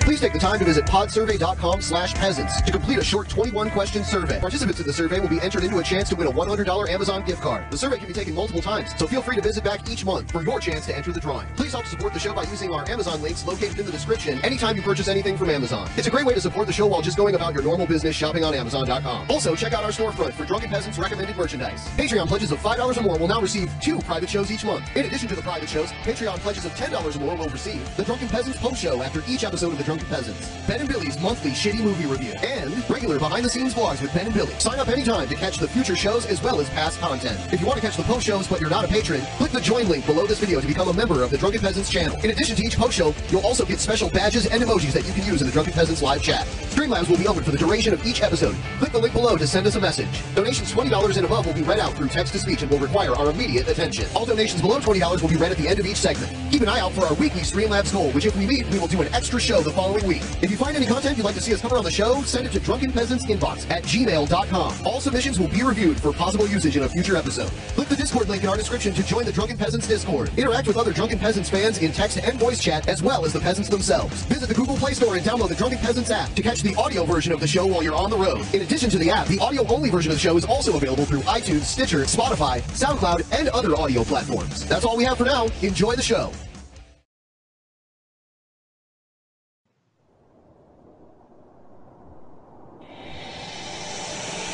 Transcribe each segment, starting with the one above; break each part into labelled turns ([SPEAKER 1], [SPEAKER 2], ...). [SPEAKER 1] Please take the time to visit podsurvey.com slash peasants to complete a short 21-question survey. Participants in the survey will be entered into a chance to win a $100 Amazon gift card. The survey can be taken multiple times, so feel free to visit back each month for your chance to enter the drawing. Please help support the show by using our Amazon links located in the description anytime you purchase anything from Amazon. It's a great way to support the show while just going about your normal business shopping on Amazon.com. Also, check out our storefront for Drunken Peasants recommended merchandise. Patreon pledges of $5 or more will now receive two private shows each month. In addition to the private shows, Patreon pledges of $10 or more will receive the Drunken Peasants post show after each episode of The Drunken Peasants, Ben and Billy's monthly shitty movie review, and regular behind the scenes vlogs with Ben and Billy. Sign up anytime to catch the future shows as well as past content. If you want to catch the post shows but you're not a patron, click the join link below this video to become a member of The Drunken Peasants channel. In addition to each post show, you'll also get special badges and emojis that you can use in The Drunken Peasants live chat. Streamlabs will be open for the duration of each episode. Click the link below to send us a message. Donations $20 and above will be read out through text to speech and will require our immediate attention. All donations below $20 will be read at the end of each segment. Keep an eye out for our weekly Streamlabs goal, which if we meet, we will do an extra show the following week. If you find any content you'd like to see us cover on the show, send it to Drunken Peasants Inbox at gmail.com. All submissions will be reviewed for possible usage in a future episode. Click the Discord link in our description to join the Drunken Peasants Discord. Interact with other Drunken Peasants fans in text and voice chat, as well as the peasants themselves. Visit the Google Play Store and download the Drunken Peasants app to catch the audio version of the show while you're on the road. In addition to the app, the audio-only version of the show is also available through iTunes, Stitcher, Spotify, SoundCloud, and other audio platforms. That's all we have for now. Enjoy the show.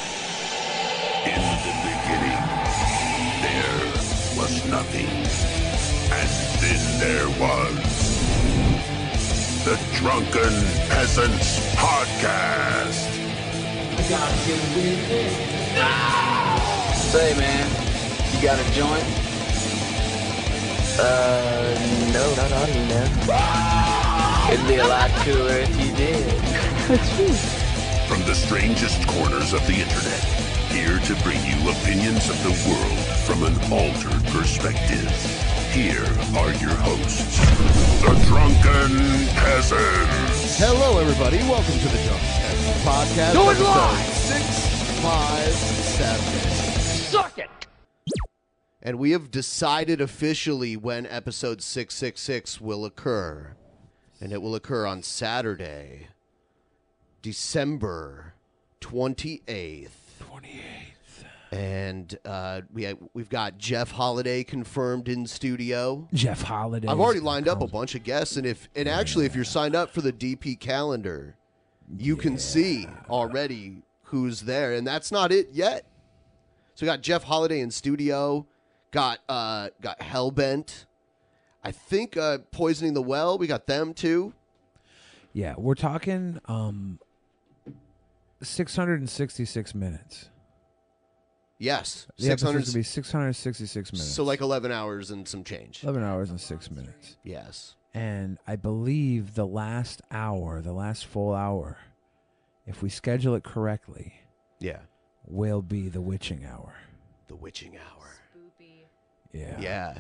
[SPEAKER 2] In the beginning, there was nothing. And then there was the Drunken Peasants Podcast.
[SPEAKER 3] Ah! Say, man, you got a joint? Uh, no, not on me, man. It'd be a lot cooler if you did.
[SPEAKER 2] From the strangest corners of the internet, here to bring you opinions of the world from an altered perspective. Here are your hosts, the Drunken Peasants.
[SPEAKER 4] Hello, everybody. Welcome to the Drunk Peasants Podcast.
[SPEAKER 5] Do it
[SPEAKER 4] episode
[SPEAKER 5] live!
[SPEAKER 4] 657.
[SPEAKER 5] Suck it!
[SPEAKER 4] And we have decided officially when episode 666 will occur. And it will occur on Saturday, December 28th. 28th. And uh, we, we've got Jeff Holiday confirmed in studio.
[SPEAKER 6] Jeff Holiday.
[SPEAKER 4] I've already lined up a bunch of guests, and if and actually, if you're signed up for the DP calendar, you can see already who's there, and that's not it yet. So we got Jeff Holiday in studio, got uh got Hellbent, I think uh poisoning the well. We got them too.
[SPEAKER 6] Yeah, we're talking um 666 minutes.
[SPEAKER 4] Yes,
[SPEAKER 6] The
[SPEAKER 4] six
[SPEAKER 6] episode's
[SPEAKER 4] hundred.
[SPEAKER 6] gonna be 666 minutes.
[SPEAKER 4] So like eleven hours and some change.
[SPEAKER 6] 11 hours and 6 minutes.
[SPEAKER 4] Yes.
[SPEAKER 6] And I believe the last hour, the last full hour, if we schedule it correctly,
[SPEAKER 4] Yeah.
[SPEAKER 6] will be the witching hour.
[SPEAKER 4] The witching hour.
[SPEAKER 6] Yeah.
[SPEAKER 4] Yeah.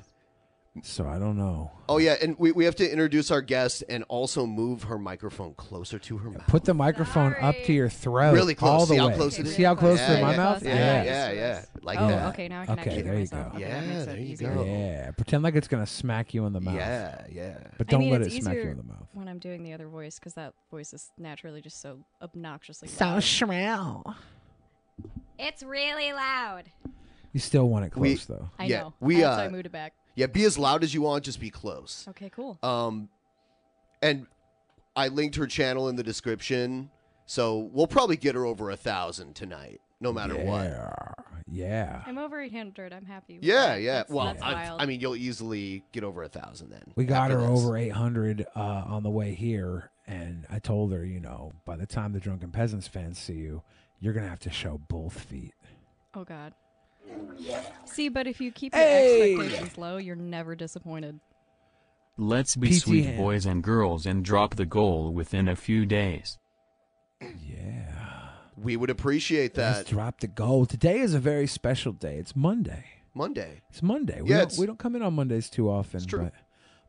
[SPEAKER 6] So I don't know.
[SPEAKER 4] Oh yeah, and we, we have to introduce our guest and also move her microphone closer to her mouth.
[SPEAKER 6] Put the microphone up to your throat.
[SPEAKER 4] Really close.
[SPEAKER 6] All the
[SPEAKER 4] See how
[SPEAKER 6] way.
[SPEAKER 4] close it is?
[SPEAKER 6] See how close
[SPEAKER 4] Yeah,
[SPEAKER 6] to my
[SPEAKER 4] yeah,
[SPEAKER 6] mouth?
[SPEAKER 4] yeah,
[SPEAKER 6] yeah.
[SPEAKER 4] yeah, yeah. Like
[SPEAKER 7] oh,
[SPEAKER 4] that.
[SPEAKER 7] okay. Now I can
[SPEAKER 6] Okay,
[SPEAKER 7] actually hear
[SPEAKER 6] there you
[SPEAKER 7] myself.
[SPEAKER 6] go.
[SPEAKER 7] Okay,
[SPEAKER 4] Yeah,
[SPEAKER 7] that makes
[SPEAKER 4] there
[SPEAKER 7] it
[SPEAKER 4] you
[SPEAKER 7] easier.
[SPEAKER 4] go.
[SPEAKER 6] Yeah, pretend like it's gonna smack you in the mouth.
[SPEAKER 4] Yeah, yeah.
[SPEAKER 6] but
[SPEAKER 7] I
[SPEAKER 6] don't
[SPEAKER 7] mean,
[SPEAKER 6] let
[SPEAKER 7] it's
[SPEAKER 6] it smack you
[SPEAKER 7] easier
[SPEAKER 6] in the mouth.
[SPEAKER 7] When I'm doing the other voice, because that voice is naturally just so obnoxiously
[SPEAKER 6] So
[SPEAKER 7] loud.
[SPEAKER 6] shrill.
[SPEAKER 8] It's really loud.
[SPEAKER 6] You still want it
[SPEAKER 4] We-
[SPEAKER 6] close though.
[SPEAKER 7] I
[SPEAKER 4] Yeah,
[SPEAKER 7] know.
[SPEAKER 4] we,
[SPEAKER 7] That's why I
[SPEAKER 4] uh,
[SPEAKER 7] moved it back.
[SPEAKER 4] Yeah, be as loud as you want, just be close.
[SPEAKER 7] Okay, cool.
[SPEAKER 1] Uh,
[SPEAKER 4] Um and I linked her channel in the description, so we'll probably get her over a thousand tonight, no matter what.
[SPEAKER 6] yeah. Yeah.
[SPEAKER 7] I'm over 800. I'm happy. with
[SPEAKER 4] Yeah,
[SPEAKER 7] that.
[SPEAKER 4] yeah.
[SPEAKER 7] That's-
[SPEAKER 4] well,
[SPEAKER 7] that's
[SPEAKER 4] I,
[SPEAKER 7] wild.
[SPEAKER 4] I mean, you'll easily get over a thousand then.
[SPEAKER 6] We got
[SPEAKER 4] after
[SPEAKER 6] her
[SPEAKER 4] this.
[SPEAKER 6] over 800 uh, on the way here, and I told her, you know, by the time the Drunken Peasants fans see you, you're gonna have to show both feet.
[SPEAKER 7] oh God. See, but if you keep your
[SPEAKER 6] Hey!
[SPEAKER 7] expectations low, you're never disappointed.
[SPEAKER 9] Let's be
[SPEAKER 6] PT
[SPEAKER 9] sweet
[SPEAKER 6] hand.
[SPEAKER 9] boys and girls and drop the goal within a few days.
[SPEAKER 6] Yeah.
[SPEAKER 4] We would appreciate that
[SPEAKER 6] Let's drop the goal. Today is a very special day. It's Monday.
[SPEAKER 4] Monday.
[SPEAKER 6] It's Monday. We,
[SPEAKER 4] Yeah,
[SPEAKER 6] don't,
[SPEAKER 4] it's-
[SPEAKER 6] we don't come in on Mondays too often.
[SPEAKER 4] true.
[SPEAKER 6] But,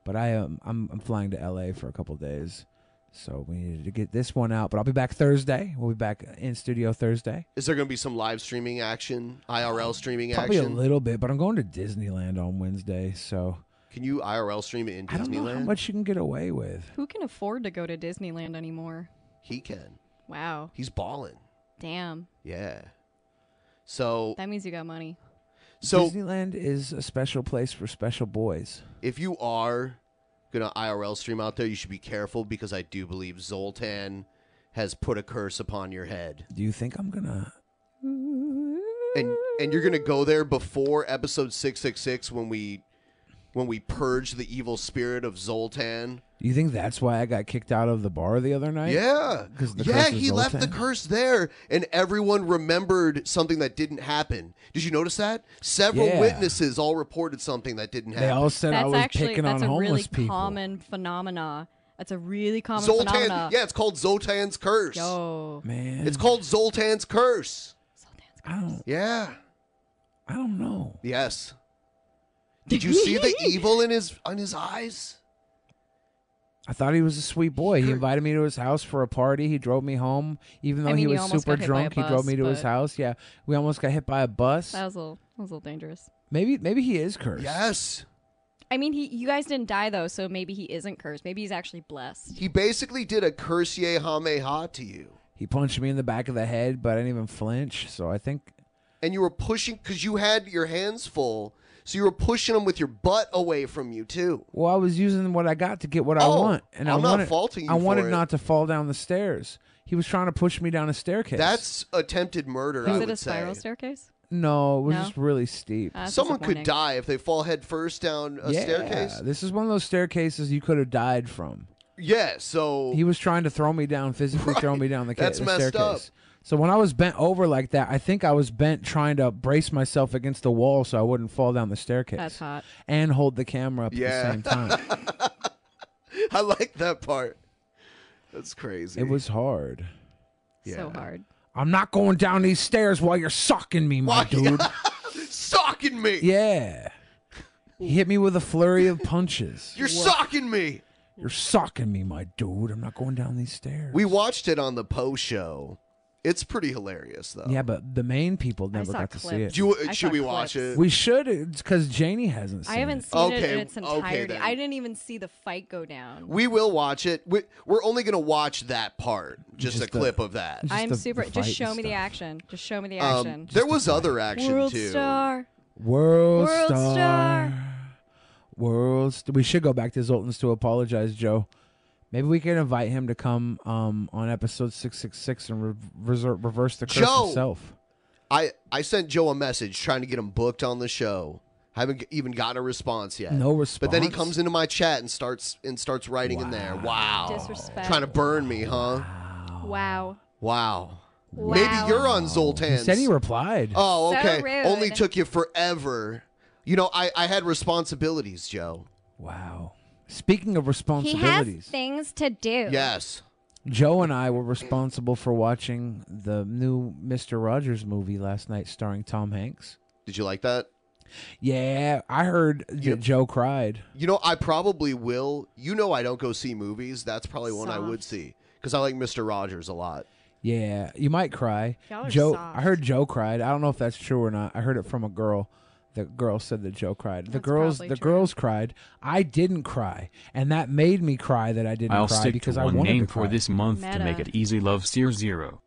[SPEAKER 6] but I am I'm, I'm flying to LA for a couple days, so we needed to get this one out. But I'll be back Thursday. We'll be back in studio Thursday.
[SPEAKER 4] Is there going to be some live streaming action, IRL streaming
[SPEAKER 6] Probably
[SPEAKER 4] action?
[SPEAKER 6] a little bit, but I'm going to Disneyland on Wednesday, so
[SPEAKER 1] Can you IRL stream it in
[SPEAKER 6] I don't know how
[SPEAKER 1] Disneyland?
[SPEAKER 6] much you can get away with.
[SPEAKER 7] Who can afford to go to Disneyland anymore?
[SPEAKER 1] He can.
[SPEAKER 7] Wow.
[SPEAKER 1] He's balling.
[SPEAKER 7] Damn.
[SPEAKER 1] Yeah. So
[SPEAKER 7] That means you got money.
[SPEAKER 1] so
[SPEAKER 6] Disneyland is a special place for special boys.
[SPEAKER 1] if you are gonna IRL stream out there, you should be careful because I do believe Zoltan has put a curse upon your head.
[SPEAKER 6] Do you think I'm gonna?
[SPEAKER 1] and and you're gonna go there before episode six six six when we when we purge the evil spirit of Zoltan.
[SPEAKER 6] Do you think that's why I got kicked out of the bar the other night?
[SPEAKER 1] yeah,
[SPEAKER 6] 'Cause the
[SPEAKER 1] yeah,
[SPEAKER 6] curse of
[SPEAKER 1] he left the
[SPEAKER 6] Zoltan?
[SPEAKER 1] curse there, and everyone remembered something that didn't happen. Did you notice that? Several
[SPEAKER 6] Yeah.
[SPEAKER 1] witnesses all reported something that didn't happen.
[SPEAKER 6] They all said I
[SPEAKER 7] that's
[SPEAKER 6] was
[SPEAKER 7] actually
[SPEAKER 6] picking
[SPEAKER 7] that's
[SPEAKER 6] on
[SPEAKER 7] a really
[SPEAKER 6] homeless people.
[SPEAKER 7] common phenomena. That's a really common
[SPEAKER 1] Zoltan,
[SPEAKER 7] phenomena.
[SPEAKER 1] yeah, it's called Zoltan's curse.
[SPEAKER 7] Yo.
[SPEAKER 6] Man,
[SPEAKER 1] It's called Zoltan's curse.
[SPEAKER 7] Zoltan's
[SPEAKER 6] I don't.
[SPEAKER 1] Yeah.
[SPEAKER 6] I don't know.
[SPEAKER 1] Yes. Did you see the evil in his on his eyes?
[SPEAKER 6] I thought he was a sweet boy. He invited me to his house for a party. He drove me home, even though
[SPEAKER 7] mean,
[SPEAKER 6] he
[SPEAKER 7] you
[SPEAKER 6] was
[SPEAKER 7] almost
[SPEAKER 6] super
[SPEAKER 7] got hit by a
[SPEAKER 6] drunk. he drove
[SPEAKER 7] bus,
[SPEAKER 6] me to his
[SPEAKER 7] but-
[SPEAKER 6] house. Yeah, we almost got hit by a bus.
[SPEAKER 7] That was a little, that was a little dangerous.
[SPEAKER 6] Maybe, maybe he is cursed.
[SPEAKER 1] Yes.
[SPEAKER 7] I mean, he you guys didn't die though, so maybe he isn't cursed. Maybe he's actually blessed.
[SPEAKER 1] He basically did a curse ye hameha to you.
[SPEAKER 6] He punched me in the back of the head, but I didn't even flinch. So I think
[SPEAKER 1] And you were pushing because you had your hands full, so you were pushing him with your butt away from you too.
[SPEAKER 6] Well, I was using what I got to get what I
[SPEAKER 1] Oh,
[SPEAKER 6] want, and I
[SPEAKER 1] I'm not
[SPEAKER 6] wanted,
[SPEAKER 1] faulting you
[SPEAKER 6] I
[SPEAKER 1] for
[SPEAKER 6] wanted
[SPEAKER 1] it.
[SPEAKER 6] not to fall down the stairs. He was trying to push me down a staircase.
[SPEAKER 1] That's attempted murder, I
[SPEAKER 7] Is
[SPEAKER 1] would
[SPEAKER 7] it a spiral
[SPEAKER 1] say.
[SPEAKER 7] staircase?
[SPEAKER 6] no, it was
[SPEAKER 7] No?
[SPEAKER 6] just really steep.
[SPEAKER 7] Uh, that's
[SPEAKER 1] Someone
[SPEAKER 7] disappointing.
[SPEAKER 1] could die if they fall head first down a
[SPEAKER 6] yeah,
[SPEAKER 1] staircase.
[SPEAKER 6] this is one of those staircases you could have died from.
[SPEAKER 1] Yeah, so
[SPEAKER 6] He was trying to throw me down, physically throw me down the, ca-
[SPEAKER 1] That's
[SPEAKER 6] the
[SPEAKER 1] messed up.
[SPEAKER 6] staircase. So when I was bent over like that, I think I was bent trying to brace myself against the wall so I wouldn't fall down the staircase.
[SPEAKER 7] That's hot.
[SPEAKER 6] And hold the camera up at
[SPEAKER 1] Yeah.
[SPEAKER 6] the same time.
[SPEAKER 1] I like that part. That's crazy.
[SPEAKER 6] it was hard.
[SPEAKER 7] So hard.
[SPEAKER 6] I'm not going down these stairs while you're sucking me,
[SPEAKER 1] Why-
[SPEAKER 6] my dude.
[SPEAKER 1] socking me.
[SPEAKER 6] Yeah. He hit me with a flurry of punches.
[SPEAKER 1] You're socking me.
[SPEAKER 6] You're socking me, my dude. I'm not going down these stairs.
[SPEAKER 1] We watched it on the post show. It's pretty hilarious though.
[SPEAKER 6] yeah, but the main people never
[SPEAKER 7] saw
[SPEAKER 6] got to see
[SPEAKER 7] clips.
[SPEAKER 6] it.
[SPEAKER 1] Do you,
[SPEAKER 7] I
[SPEAKER 1] Oh. should
[SPEAKER 7] saw
[SPEAKER 1] we watch
[SPEAKER 7] clips.
[SPEAKER 1] it?
[SPEAKER 6] we should, because Janie hasn't seen
[SPEAKER 7] I haven't
[SPEAKER 6] it.
[SPEAKER 7] seen it in
[SPEAKER 1] Okay,
[SPEAKER 7] its
[SPEAKER 1] okay
[SPEAKER 7] entirety.
[SPEAKER 1] then.
[SPEAKER 7] I didn't even see the fight go down.
[SPEAKER 1] We will watch it. We, we're only going to watch that part, just,
[SPEAKER 6] Just
[SPEAKER 1] a
[SPEAKER 6] the-
[SPEAKER 1] clip of that.
[SPEAKER 6] Just
[SPEAKER 7] I'm
[SPEAKER 6] the-
[SPEAKER 7] super.
[SPEAKER 6] the
[SPEAKER 7] just
[SPEAKER 6] fight
[SPEAKER 7] show
[SPEAKER 6] and
[SPEAKER 7] me the
[SPEAKER 6] stuff.
[SPEAKER 7] action. Just show me the
[SPEAKER 1] Um,
[SPEAKER 7] action.
[SPEAKER 1] there was other action
[SPEAKER 7] World
[SPEAKER 1] too.
[SPEAKER 7] star.
[SPEAKER 6] World,
[SPEAKER 7] World
[SPEAKER 6] star.
[SPEAKER 7] star.
[SPEAKER 6] World st- We should go back to Zoltan's to apologize, Joe. Maybe we can invite him to come um, on episode 666 and re- reser- reverse the curse
[SPEAKER 1] Joe!
[SPEAKER 6] himself.
[SPEAKER 1] I I sent Joe a message trying to get him booked on the show. Haven't g- even gotten a response yet.
[SPEAKER 6] No
[SPEAKER 1] But then he
[SPEAKER 6] response?
[SPEAKER 1] comes into my chat and starts and starts writing in there. Wow.
[SPEAKER 7] Disrespect.
[SPEAKER 1] Trying to burn me, huh?
[SPEAKER 7] Wow.
[SPEAKER 1] Wow.
[SPEAKER 10] Wow.
[SPEAKER 1] Maybe you're on
[SPEAKER 6] He
[SPEAKER 1] Zoltan's.
[SPEAKER 6] said he replied.
[SPEAKER 1] oh,
[SPEAKER 10] So
[SPEAKER 1] okay.
[SPEAKER 10] rude.
[SPEAKER 1] Only took you forever. You know, I, I had responsibilities, Joe.
[SPEAKER 6] wow. Speaking of
[SPEAKER 10] He has
[SPEAKER 6] responsibilities.
[SPEAKER 10] things to do.
[SPEAKER 1] Yes.
[SPEAKER 6] Joe and I were responsible for watching the new Mr. Rogers movie last night starring Tom Hanks.
[SPEAKER 1] Did you like that?
[SPEAKER 6] Yeah, I heard that
[SPEAKER 1] You-
[SPEAKER 6] Joe cried.
[SPEAKER 1] You know, I probably will. You know, I don't go see movies. That's probably one I would
[SPEAKER 7] Soft.
[SPEAKER 1] see because I like Mister Rogers a lot.
[SPEAKER 6] Yeah, you might cry.
[SPEAKER 7] Y'all are
[SPEAKER 6] Joe
[SPEAKER 7] soft.
[SPEAKER 6] I heard Joe cried. I don't know if that's true or not. I heard it from a girl. The girl said that Joe cried. The
[SPEAKER 7] That's
[SPEAKER 6] girls the
[SPEAKER 7] probably true.
[SPEAKER 6] girls cried. I didn't cry. And that made me cry that I didn't
[SPEAKER 11] I'll
[SPEAKER 6] cry
[SPEAKER 11] stick to
[SPEAKER 6] because I
[SPEAKER 11] one
[SPEAKER 6] wanted
[SPEAKER 11] name
[SPEAKER 6] to cry.
[SPEAKER 11] for this month to
[SPEAKER 7] Meta.
[SPEAKER 11] make it easy. Love Sear Zero.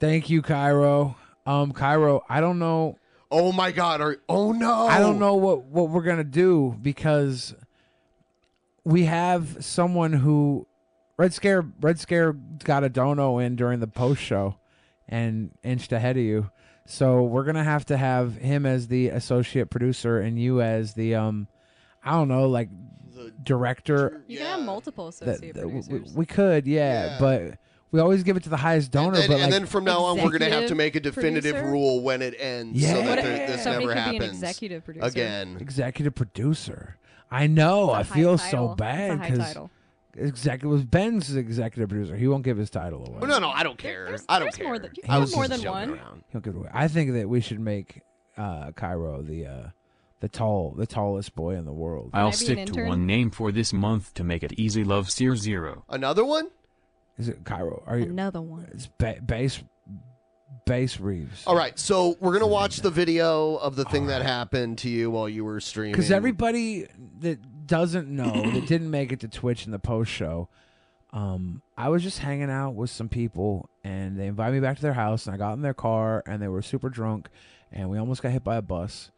[SPEAKER 6] Thank you, Cairo. Um Cairo, I don't know
[SPEAKER 1] Oh my God! Are oh no!
[SPEAKER 6] I don't know what what we're gonna do because we have someone who Red Scare Red Scare got a dono in during the post show and inched ahead of you. So we're gonna have to have him as the associate producer and you as the um I don't know like director.
[SPEAKER 7] You can have multiple
[SPEAKER 6] That,
[SPEAKER 7] associate
[SPEAKER 6] that we,
[SPEAKER 7] producers.
[SPEAKER 6] we could yeah,
[SPEAKER 1] Yeah.
[SPEAKER 6] but we always give it to the highest donor.
[SPEAKER 1] And, and-
[SPEAKER 6] but like,
[SPEAKER 1] and then from now on, we're gonna have to
[SPEAKER 7] executive
[SPEAKER 1] make a definitive
[SPEAKER 7] producer?
[SPEAKER 1] rule when it ends, so
[SPEAKER 6] Yeah.
[SPEAKER 1] that
[SPEAKER 6] What
[SPEAKER 1] there- this
[SPEAKER 7] somebody
[SPEAKER 1] never
[SPEAKER 7] could
[SPEAKER 1] happens
[SPEAKER 7] be an executive producer.
[SPEAKER 1] again.
[SPEAKER 6] executive producer. I know. I
[SPEAKER 7] It's a high
[SPEAKER 6] feel
[SPEAKER 7] title.
[SPEAKER 6] so bad
[SPEAKER 7] It's a high
[SPEAKER 6] because
[SPEAKER 7] title.
[SPEAKER 6] Exactly. It was Ben's executive producer. He won't give his title away.
[SPEAKER 1] But no, no, I don't care.
[SPEAKER 7] there's-
[SPEAKER 1] I don't
[SPEAKER 7] there's
[SPEAKER 1] care.
[SPEAKER 7] more than- you can
[SPEAKER 1] I
[SPEAKER 7] have
[SPEAKER 1] was
[SPEAKER 7] more than
[SPEAKER 1] just joking
[SPEAKER 7] one.
[SPEAKER 1] around.
[SPEAKER 6] He'll give it away. I think that we should make uh, Cairo the uh, the tall the tallest boy in the world.
[SPEAKER 11] I'll
[SPEAKER 7] I be an
[SPEAKER 11] stick to
[SPEAKER 7] intern?
[SPEAKER 11] one name for this month to make it easy. Love Sear Zero.
[SPEAKER 1] Another one?
[SPEAKER 6] Is it Cairo? Are you?
[SPEAKER 7] Another one.
[SPEAKER 6] It's ba- base Bass Reeves.
[SPEAKER 1] All right, so we're gonna watch the video of the thing that happened to you while you were streaming.
[SPEAKER 6] Because everybody that doesn't know, that didn't make it to Twitch in the post show, um, I was just hanging out with some people and they invited me back to their house and I got in their car and they were super drunk and we almost got hit by a bus.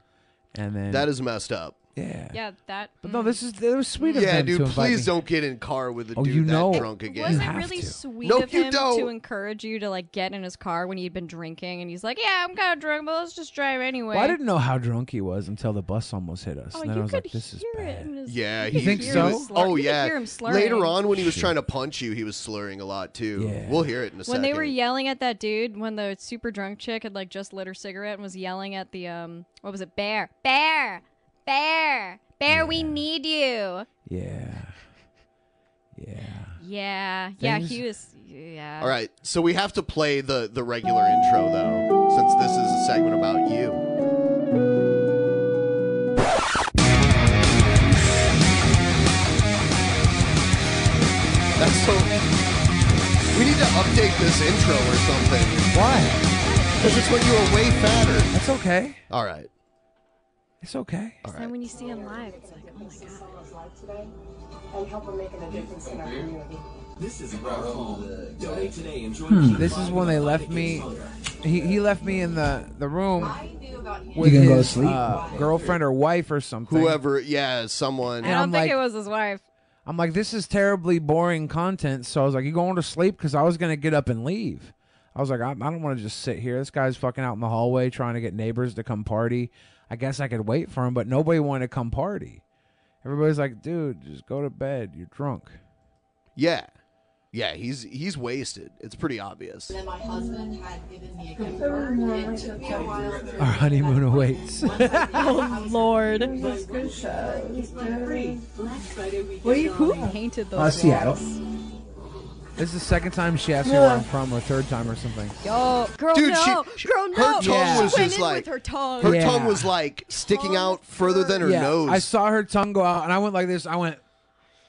[SPEAKER 6] And then
[SPEAKER 1] that is messed up.
[SPEAKER 6] yeah.
[SPEAKER 7] Yeah, that. mm.
[SPEAKER 6] But no, this is it was sweet of
[SPEAKER 1] Yeah,
[SPEAKER 6] them to
[SPEAKER 1] dude,
[SPEAKER 6] invite
[SPEAKER 1] please
[SPEAKER 6] me.
[SPEAKER 1] don't get in car with a
[SPEAKER 6] Oh,
[SPEAKER 1] dude
[SPEAKER 6] you
[SPEAKER 1] that
[SPEAKER 6] know-
[SPEAKER 1] drunk again.
[SPEAKER 7] Was
[SPEAKER 6] You
[SPEAKER 7] it
[SPEAKER 6] have
[SPEAKER 7] really
[SPEAKER 6] to.
[SPEAKER 7] sweet
[SPEAKER 1] No,
[SPEAKER 7] of
[SPEAKER 1] you
[SPEAKER 7] him to
[SPEAKER 1] don't.
[SPEAKER 7] encourage you to like get in his car when he'd been drinking, and he's like, "Yeah, I'm kind of drunk, but let's just drive anyway."
[SPEAKER 6] Well, I didn't know how drunk he was until the bus almost hit us.
[SPEAKER 7] Oh,
[SPEAKER 6] and then
[SPEAKER 7] you
[SPEAKER 6] I was
[SPEAKER 7] could
[SPEAKER 6] like, this is
[SPEAKER 7] hear it.
[SPEAKER 6] bad.
[SPEAKER 7] in his-
[SPEAKER 1] Yeah,
[SPEAKER 7] you could
[SPEAKER 1] he,
[SPEAKER 6] think
[SPEAKER 7] hear
[SPEAKER 1] he
[SPEAKER 6] so?
[SPEAKER 7] him
[SPEAKER 1] was-
[SPEAKER 7] slur-
[SPEAKER 1] oh
[SPEAKER 7] you could
[SPEAKER 1] yeah.
[SPEAKER 7] hear him slurring.
[SPEAKER 1] Later on, when he was trying to punch you, he was slurring a lot too.
[SPEAKER 6] Yeah.
[SPEAKER 1] We'll hear it in a
[SPEAKER 7] when
[SPEAKER 1] second.
[SPEAKER 7] they were yelling at that dude, when the super drunk chick had like just lit her cigarette and was yelling at the um, what was it, bear?
[SPEAKER 10] Bear, bear, bear, we need you.
[SPEAKER 6] Yeah. Yeah.
[SPEAKER 7] Yeah, yeah,
[SPEAKER 6] Things-
[SPEAKER 7] he was. Yeah.
[SPEAKER 1] All right, so we have to play the the regular intro though, since this is a segment about you. That's so. We need to update this intro or something
[SPEAKER 6] Why?
[SPEAKER 1] because it's when you were way fatter.
[SPEAKER 6] It's okay.
[SPEAKER 1] All right.
[SPEAKER 6] It's okay.
[SPEAKER 1] All
[SPEAKER 7] And
[SPEAKER 1] right.
[SPEAKER 7] when you see him live, it's like, oh my god.
[SPEAKER 12] someone's life today and help them make a difference in our community.
[SPEAKER 3] This is Rock Home. Donate today and join
[SPEAKER 6] Hmm, This is when they left me. He, he left me in the, the room with
[SPEAKER 12] You gonna
[SPEAKER 6] his
[SPEAKER 12] go to sleep?
[SPEAKER 6] uh, girlfriend or wife or something.
[SPEAKER 1] Whoever, yeah, someone.
[SPEAKER 7] I
[SPEAKER 6] And
[SPEAKER 7] don't
[SPEAKER 6] I'm
[SPEAKER 7] think
[SPEAKER 6] like-
[SPEAKER 7] it was his wife.
[SPEAKER 6] I'm like, this is terribly boring content. So I was like, you going to sleep? Because I was going to get up and leave. I was like, I, I don't want to just sit here. This guy's fucking out in the hallway trying to get neighbors to come party. I guess I could wait for him, but nobody wanted to come party. Everybody's like, dude, just go to bed. You're drunk.
[SPEAKER 1] Yeah, yeah, he's he's wasted. It's pretty obvious.
[SPEAKER 12] Then my husband had given me a gift card. It took me a while to
[SPEAKER 6] Our honeymoon awaits.
[SPEAKER 7] Oh lord. Who painted
[SPEAKER 6] Uh,
[SPEAKER 7] those?
[SPEAKER 6] This is the second time she asked me where I'm from, or third time or something.
[SPEAKER 7] Yo, girl,
[SPEAKER 1] Dude,
[SPEAKER 7] no,
[SPEAKER 1] she- she-
[SPEAKER 7] girl, no.
[SPEAKER 1] her
[SPEAKER 7] She
[SPEAKER 1] tongue was
[SPEAKER 7] went
[SPEAKER 1] just
[SPEAKER 7] in
[SPEAKER 1] like-
[SPEAKER 7] with her tongue.
[SPEAKER 1] Her
[SPEAKER 6] Yeah.
[SPEAKER 1] tongue was like sticking out further than her
[SPEAKER 6] yeah,
[SPEAKER 1] nose.
[SPEAKER 6] I saw her tongue go out, and I went like this. I went,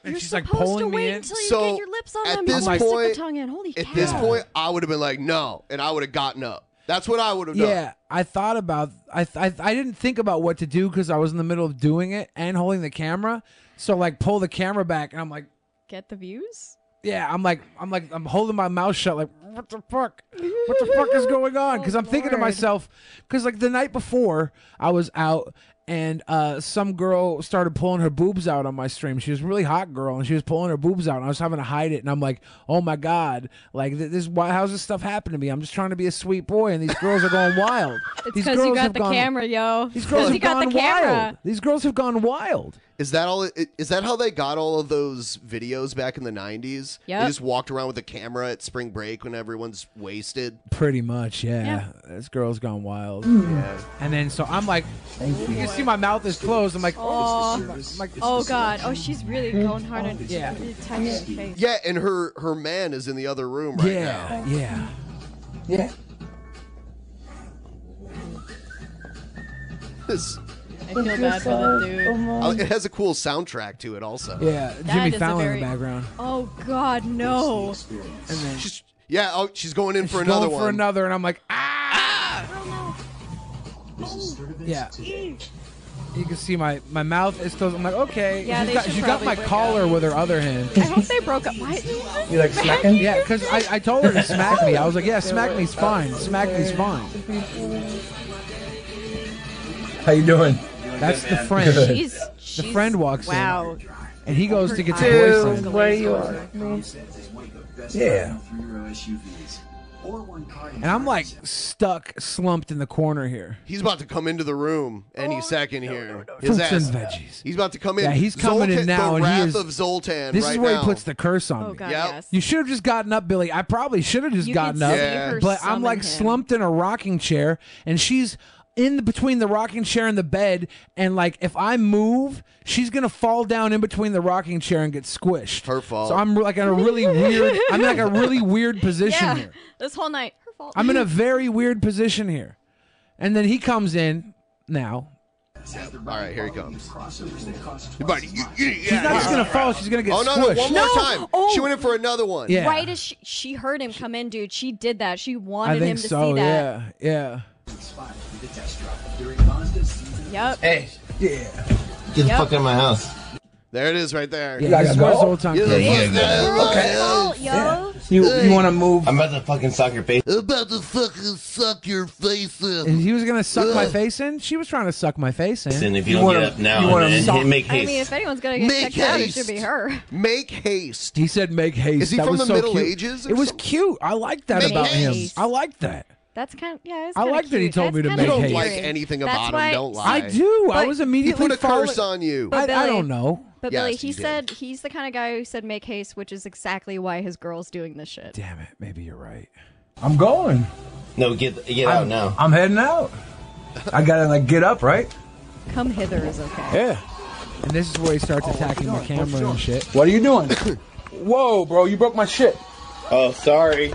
[SPEAKER 6] and
[SPEAKER 7] You're
[SPEAKER 6] she's like
[SPEAKER 7] supposed
[SPEAKER 6] pulling
[SPEAKER 7] to wait
[SPEAKER 6] me in.
[SPEAKER 7] until you
[SPEAKER 1] So,
[SPEAKER 7] get your lips on
[SPEAKER 1] at
[SPEAKER 7] them
[SPEAKER 1] this
[SPEAKER 7] before you stick
[SPEAKER 1] point-
[SPEAKER 7] the tongue in. Holy
[SPEAKER 1] At
[SPEAKER 7] cow!
[SPEAKER 1] this point, I would have been like, no, and I would have gotten up. That's what I would have done.
[SPEAKER 6] Yeah, I thought about I th- I, I didn't think about what to do because I was in the middle of doing it and holding the camera. So like pull the camera back and I'm like,
[SPEAKER 7] get the views.
[SPEAKER 6] yeah, I'm like I'm like I'm holding my mouth shut like what the fuck? What the fuck is going on? Cuz I'm thinking to
[SPEAKER 7] Oh, Lord.
[SPEAKER 6] myself cuz like the night before I was out and uh, some girl started pulling her boobs out on my stream. She was a really hot girl, and she was pulling her boobs out, and I was having to hide it. And I'm like, "Oh my god! Like th- this, why? How's this stuff happening to me? I'm just trying to be a sweet boy, and these girls are going wild.
[SPEAKER 7] It's
[SPEAKER 6] These
[SPEAKER 7] because you
[SPEAKER 6] girls
[SPEAKER 7] got
[SPEAKER 6] have
[SPEAKER 7] the
[SPEAKER 6] gone-
[SPEAKER 7] camera, yo.
[SPEAKER 6] these girls
[SPEAKER 7] you
[SPEAKER 6] have
[SPEAKER 7] got
[SPEAKER 6] gone
[SPEAKER 7] the camera.
[SPEAKER 6] wild. These girls have gone wild.
[SPEAKER 1] Is that all? i- Is that how they got all of those videos back in the nineties?
[SPEAKER 7] Yep.
[SPEAKER 1] They just walked around with a camera at spring break when everyone's wasted.
[SPEAKER 6] Pretty much, yeah. This girl's gone wild. And then so I'm like, you. can see my mouth is closed. I'm like, oh, I'm like,
[SPEAKER 7] Oh god. Oh, she's really
[SPEAKER 6] Hmm.
[SPEAKER 7] going hard on yeah. touching your face.
[SPEAKER 1] Yeah, and her her man is in the other room right now.
[SPEAKER 6] yeah, yeah.
[SPEAKER 1] This-
[SPEAKER 7] I feel bad for the dude.
[SPEAKER 1] uh, it has a cool soundtrack to it also.
[SPEAKER 6] Yeah,
[SPEAKER 7] Oh, That
[SPEAKER 6] Uh, Jimmy
[SPEAKER 7] is a
[SPEAKER 6] Fallon
[SPEAKER 7] very-
[SPEAKER 6] in the background.
[SPEAKER 7] Oh god, no.
[SPEAKER 6] And then
[SPEAKER 1] She's, yeah. Oh, she's going in for
[SPEAKER 6] she's
[SPEAKER 1] another
[SPEAKER 6] going
[SPEAKER 1] one.
[SPEAKER 6] for another, and I'm like, ah! Yeah. You can see my, my mouth is closed. I'm like, okay.
[SPEAKER 7] Yeah,
[SPEAKER 6] she's
[SPEAKER 7] they
[SPEAKER 6] got,
[SPEAKER 7] should
[SPEAKER 6] she got
[SPEAKER 7] probably
[SPEAKER 6] my
[SPEAKER 7] break
[SPEAKER 6] collar with her other hand.
[SPEAKER 7] I hope they broke up. Why?
[SPEAKER 12] You like smacking?
[SPEAKER 6] Yeah, because I, I told her to smack me. I was like, yeah, smack me's fine. Smack me's fine.
[SPEAKER 3] How you doing?
[SPEAKER 6] That's the friend.
[SPEAKER 7] She's, she's
[SPEAKER 6] friend walks in.
[SPEAKER 7] Wow.
[SPEAKER 6] And he goes to get the
[SPEAKER 7] Dude,
[SPEAKER 6] boyfriend.
[SPEAKER 12] where you are?
[SPEAKER 3] Yeah.
[SPEAKER 6] And I'm like stuck, slumped in the corner here.
[SPEAKER 1] He's about to come into the room
[SPEAKER 7] Oh,
[SPEAKER 1] any second here. His
[SPEAKER 6] Fruits and
[SPEAKER 1] ass.
[SPEAKER 6] veggies.
[SPEAKER 1] He's about to come in.
[SPEAKER 6] Yeah, he's coming
[SPEAKER 1] Zoltan-
[SPEAKER 6] in now,
[SPEAKER 1] The
[SPEAKER 6] and he
[SPEAKER 1] wrath
[SPEAKER 6] is-
[SPEAKER 1] of Zoltan.
[SPEAKER 6] This
[SPEAKER 1] right
[SPEAKER 6] is where
[SPEAKER 1] now.
[SPEAKER 6] he puts the curse on
[SPEAKER 7] Oh
[SPEAKER 6] me.
[SPEAKER 7] god,
[SPEAKER 1] Yep.
[SPEAKER 7] yes.
[SPEAKER 6] You should have just gotten up, Billy. I probably should have just
[SPEAKER 7] You could
[SPEAKER 6] gotten
[SPEAKER 7] see
[SPEAKER 6] up.
[SPEAKER 1] Yeah.
[SPEAKER 7] her
[SPEAKER 6] But I'm
[SPEAKER 7] summon
[SPEAKER 6] like
[SPEAKER 7] him.
[SPEAKER 6] slumped in a rocking chair, and she's in the, between the rocking chair and the bed. And like, if I move, she's gonna fall down in between the rocking chair and get squished.
[SPEAKER 1] Her fault.
[SPEAKER 6] So I'm like in a really weird. I'm in, like a really weird position
[SPEAKER 7] Yeah.
[SPEAKER 6] here.
[SPEAKER 7] This whole night. Her fault.
[SPEAKER 6] I'm in a very weird position here. And then he comes in now,
[SPEAKER 1] All right, here he comes.
[SPEAKER 13] Buddy, you, you,
[SPEAKER 6] She's not just gonna fall. She's gonna get
[SPEAKER 1] Oh no, no!
[SPEAKER 6] squished.
[SPEAKER 1] One more
[SPEAKER 7] No!
[SPEAKER 1] time.
[SPEAKER 7] Oh!
[SPEAKER 1] She went in for another one.
[SPEAKER 6] Yeah.
[SPEAKER 7] Right as she, she heard him come in, dude, she did that. She wanted
[SPEAKER 6] I think
[SPEAKER 7] him to
[SPEAKER 6] so.
[SPEAKER 7] see that.
[SPEAKER 6] Yeah, yeah.
[SPEAKER 7] Yep.
[SPEAKER 2] Hey,
[SPEAKER 3] Yeah.
[SPEAKER 2] get the
[SPEAKER 7] Yep.
[SPEAKER 2] fuck out of my house.
[SPEAKER 1] There it is, right there.
[SPEAKER 6] Yeah,
[SPEAKER 3] gotta
[SPEAKER 6] this
[SPEAKER 3] go?
[SPEAKER 6] was the whole time.
[SPEAKER 1] You're the
[SPEAKER 2] Yeah,
[SPEAKER 1] fuck
[SPEAKER 2] yeah,
[SPEAKER 1] out of my house.
[SPEAKER 7] yo.
[SPEAKER 3] You, you want to move?
[SPEAKER 2] I'm about to fucking sock your face.
[SPEAKER 1] About to fucking suck your face in.
[SPEAKER 6] And he was gonna suck my face in. She was trying to suck my face in.
[SPEAKER 2] And if you, don't
[SPEAKER 3] wanna-
[SPEAKER 2] get up now
[SPEAKER 3] you
[SPEAKER 2] and,
[SPEAKER 3] wanna
[SPEAKER 2] then
[SPEAKER 3] sock-
[SPEAKER 2] make
[SPEAKER 7] I
[SPEAKER 2] haste.
[SPEAKER 7] mean, if anyone's gonna get
[SPEAKER 1] Make
[SPEAKER 7] checked out, it
[SPEAKER 1] haste.
[SPEAKER 7] should be her.
[SPEAKER 1] Make haste.
[SPEAKER 6] He said, "Make haste."
[SPEAKER 1] Is he
[SPEAKER 6] that
[SPEAKER 1] from
[SPEAKER 6] was
[SPEAKER 1] the
[SPEAKER 6] so
[SPEAKER 1] Middle
[SPEAKER 6] cute.
[SPEAKER 1] Ages or
[SPEAKER 6] It was
[SPEAKER 1] something?
[SPEAKER 6] cute. I liked that
[SPEAKER 1] Make
[SPEAKER 6] about
[SPEAKER 7] haste.
[SPEAKER 6] him. I liked that.
[SPEAKER 7] That's kind of yeah. It's
[SPEAKER 6] I
[SPEAKER 7] kinda
[SPEAKER 6] like that he
[SPEAKER 7] cute.
[SPEAKER 6] told me
[SPEAKER 7] That's kinda
[SPEAKER 6] to make
[SPEAKER 1] You don't
[SPEAKER 6] haste.
[SPEAKER 1] like
[SPEAKER 7] cute.
[SPEAKER 1] anything
[SPEAKER 7] That's
[SPEAKER 1] about
[SPEAKER 7] why-
[SPEAKER 1] him. Don't lie.
[SPEAKER 6] I do. I
[SPEAKER 7] But-
[SPEAKER 6] was
[SPEAKER 1] He
[SPEAKER 6] immediately
[SPEAKER 1] put a
[SPEAKER 6] follow-
[SPEAKER 1] curse on you.
[SPEAKER 7] But
[SPEAKER 6] I, I
[SPEAKER 7] Billy-
[SPEAKER 6] don't know.
[SPEAKER 7] But
[SPEAKER 1] Yes,
[SPEAKER 7] Billy,
[SPEAKER 1] you
[SPEAKER 7] he
[SPEAKER 1] did.
[SPEAKER 7] said he's the kind of guy who said make haste, which is exactly why his girl's doing this shit.
[SPEAKER 6] Damn it. Maybe you're right.
[SPEAKER 3] I'm going.
[SPEAKER 2] no, get get out
[SPEAKER 3] I'm,
[SPEAKER 2] now.
[SPEAKER 3] I'm heading out. I gotta like get up, right?
[SPEAKER 7] Come hither is okay.
[SPEAKER 3] Yeah.
[SPEAKER 6] And this is where he
[SPEAKER 1] Oh,
[SPEAKER 6] starts attacking the camera and shit.
[SPEAKER 3] What are you doing? Whoa, bro, you broke my shit.
[SPEAKER 2] Oh, sorry.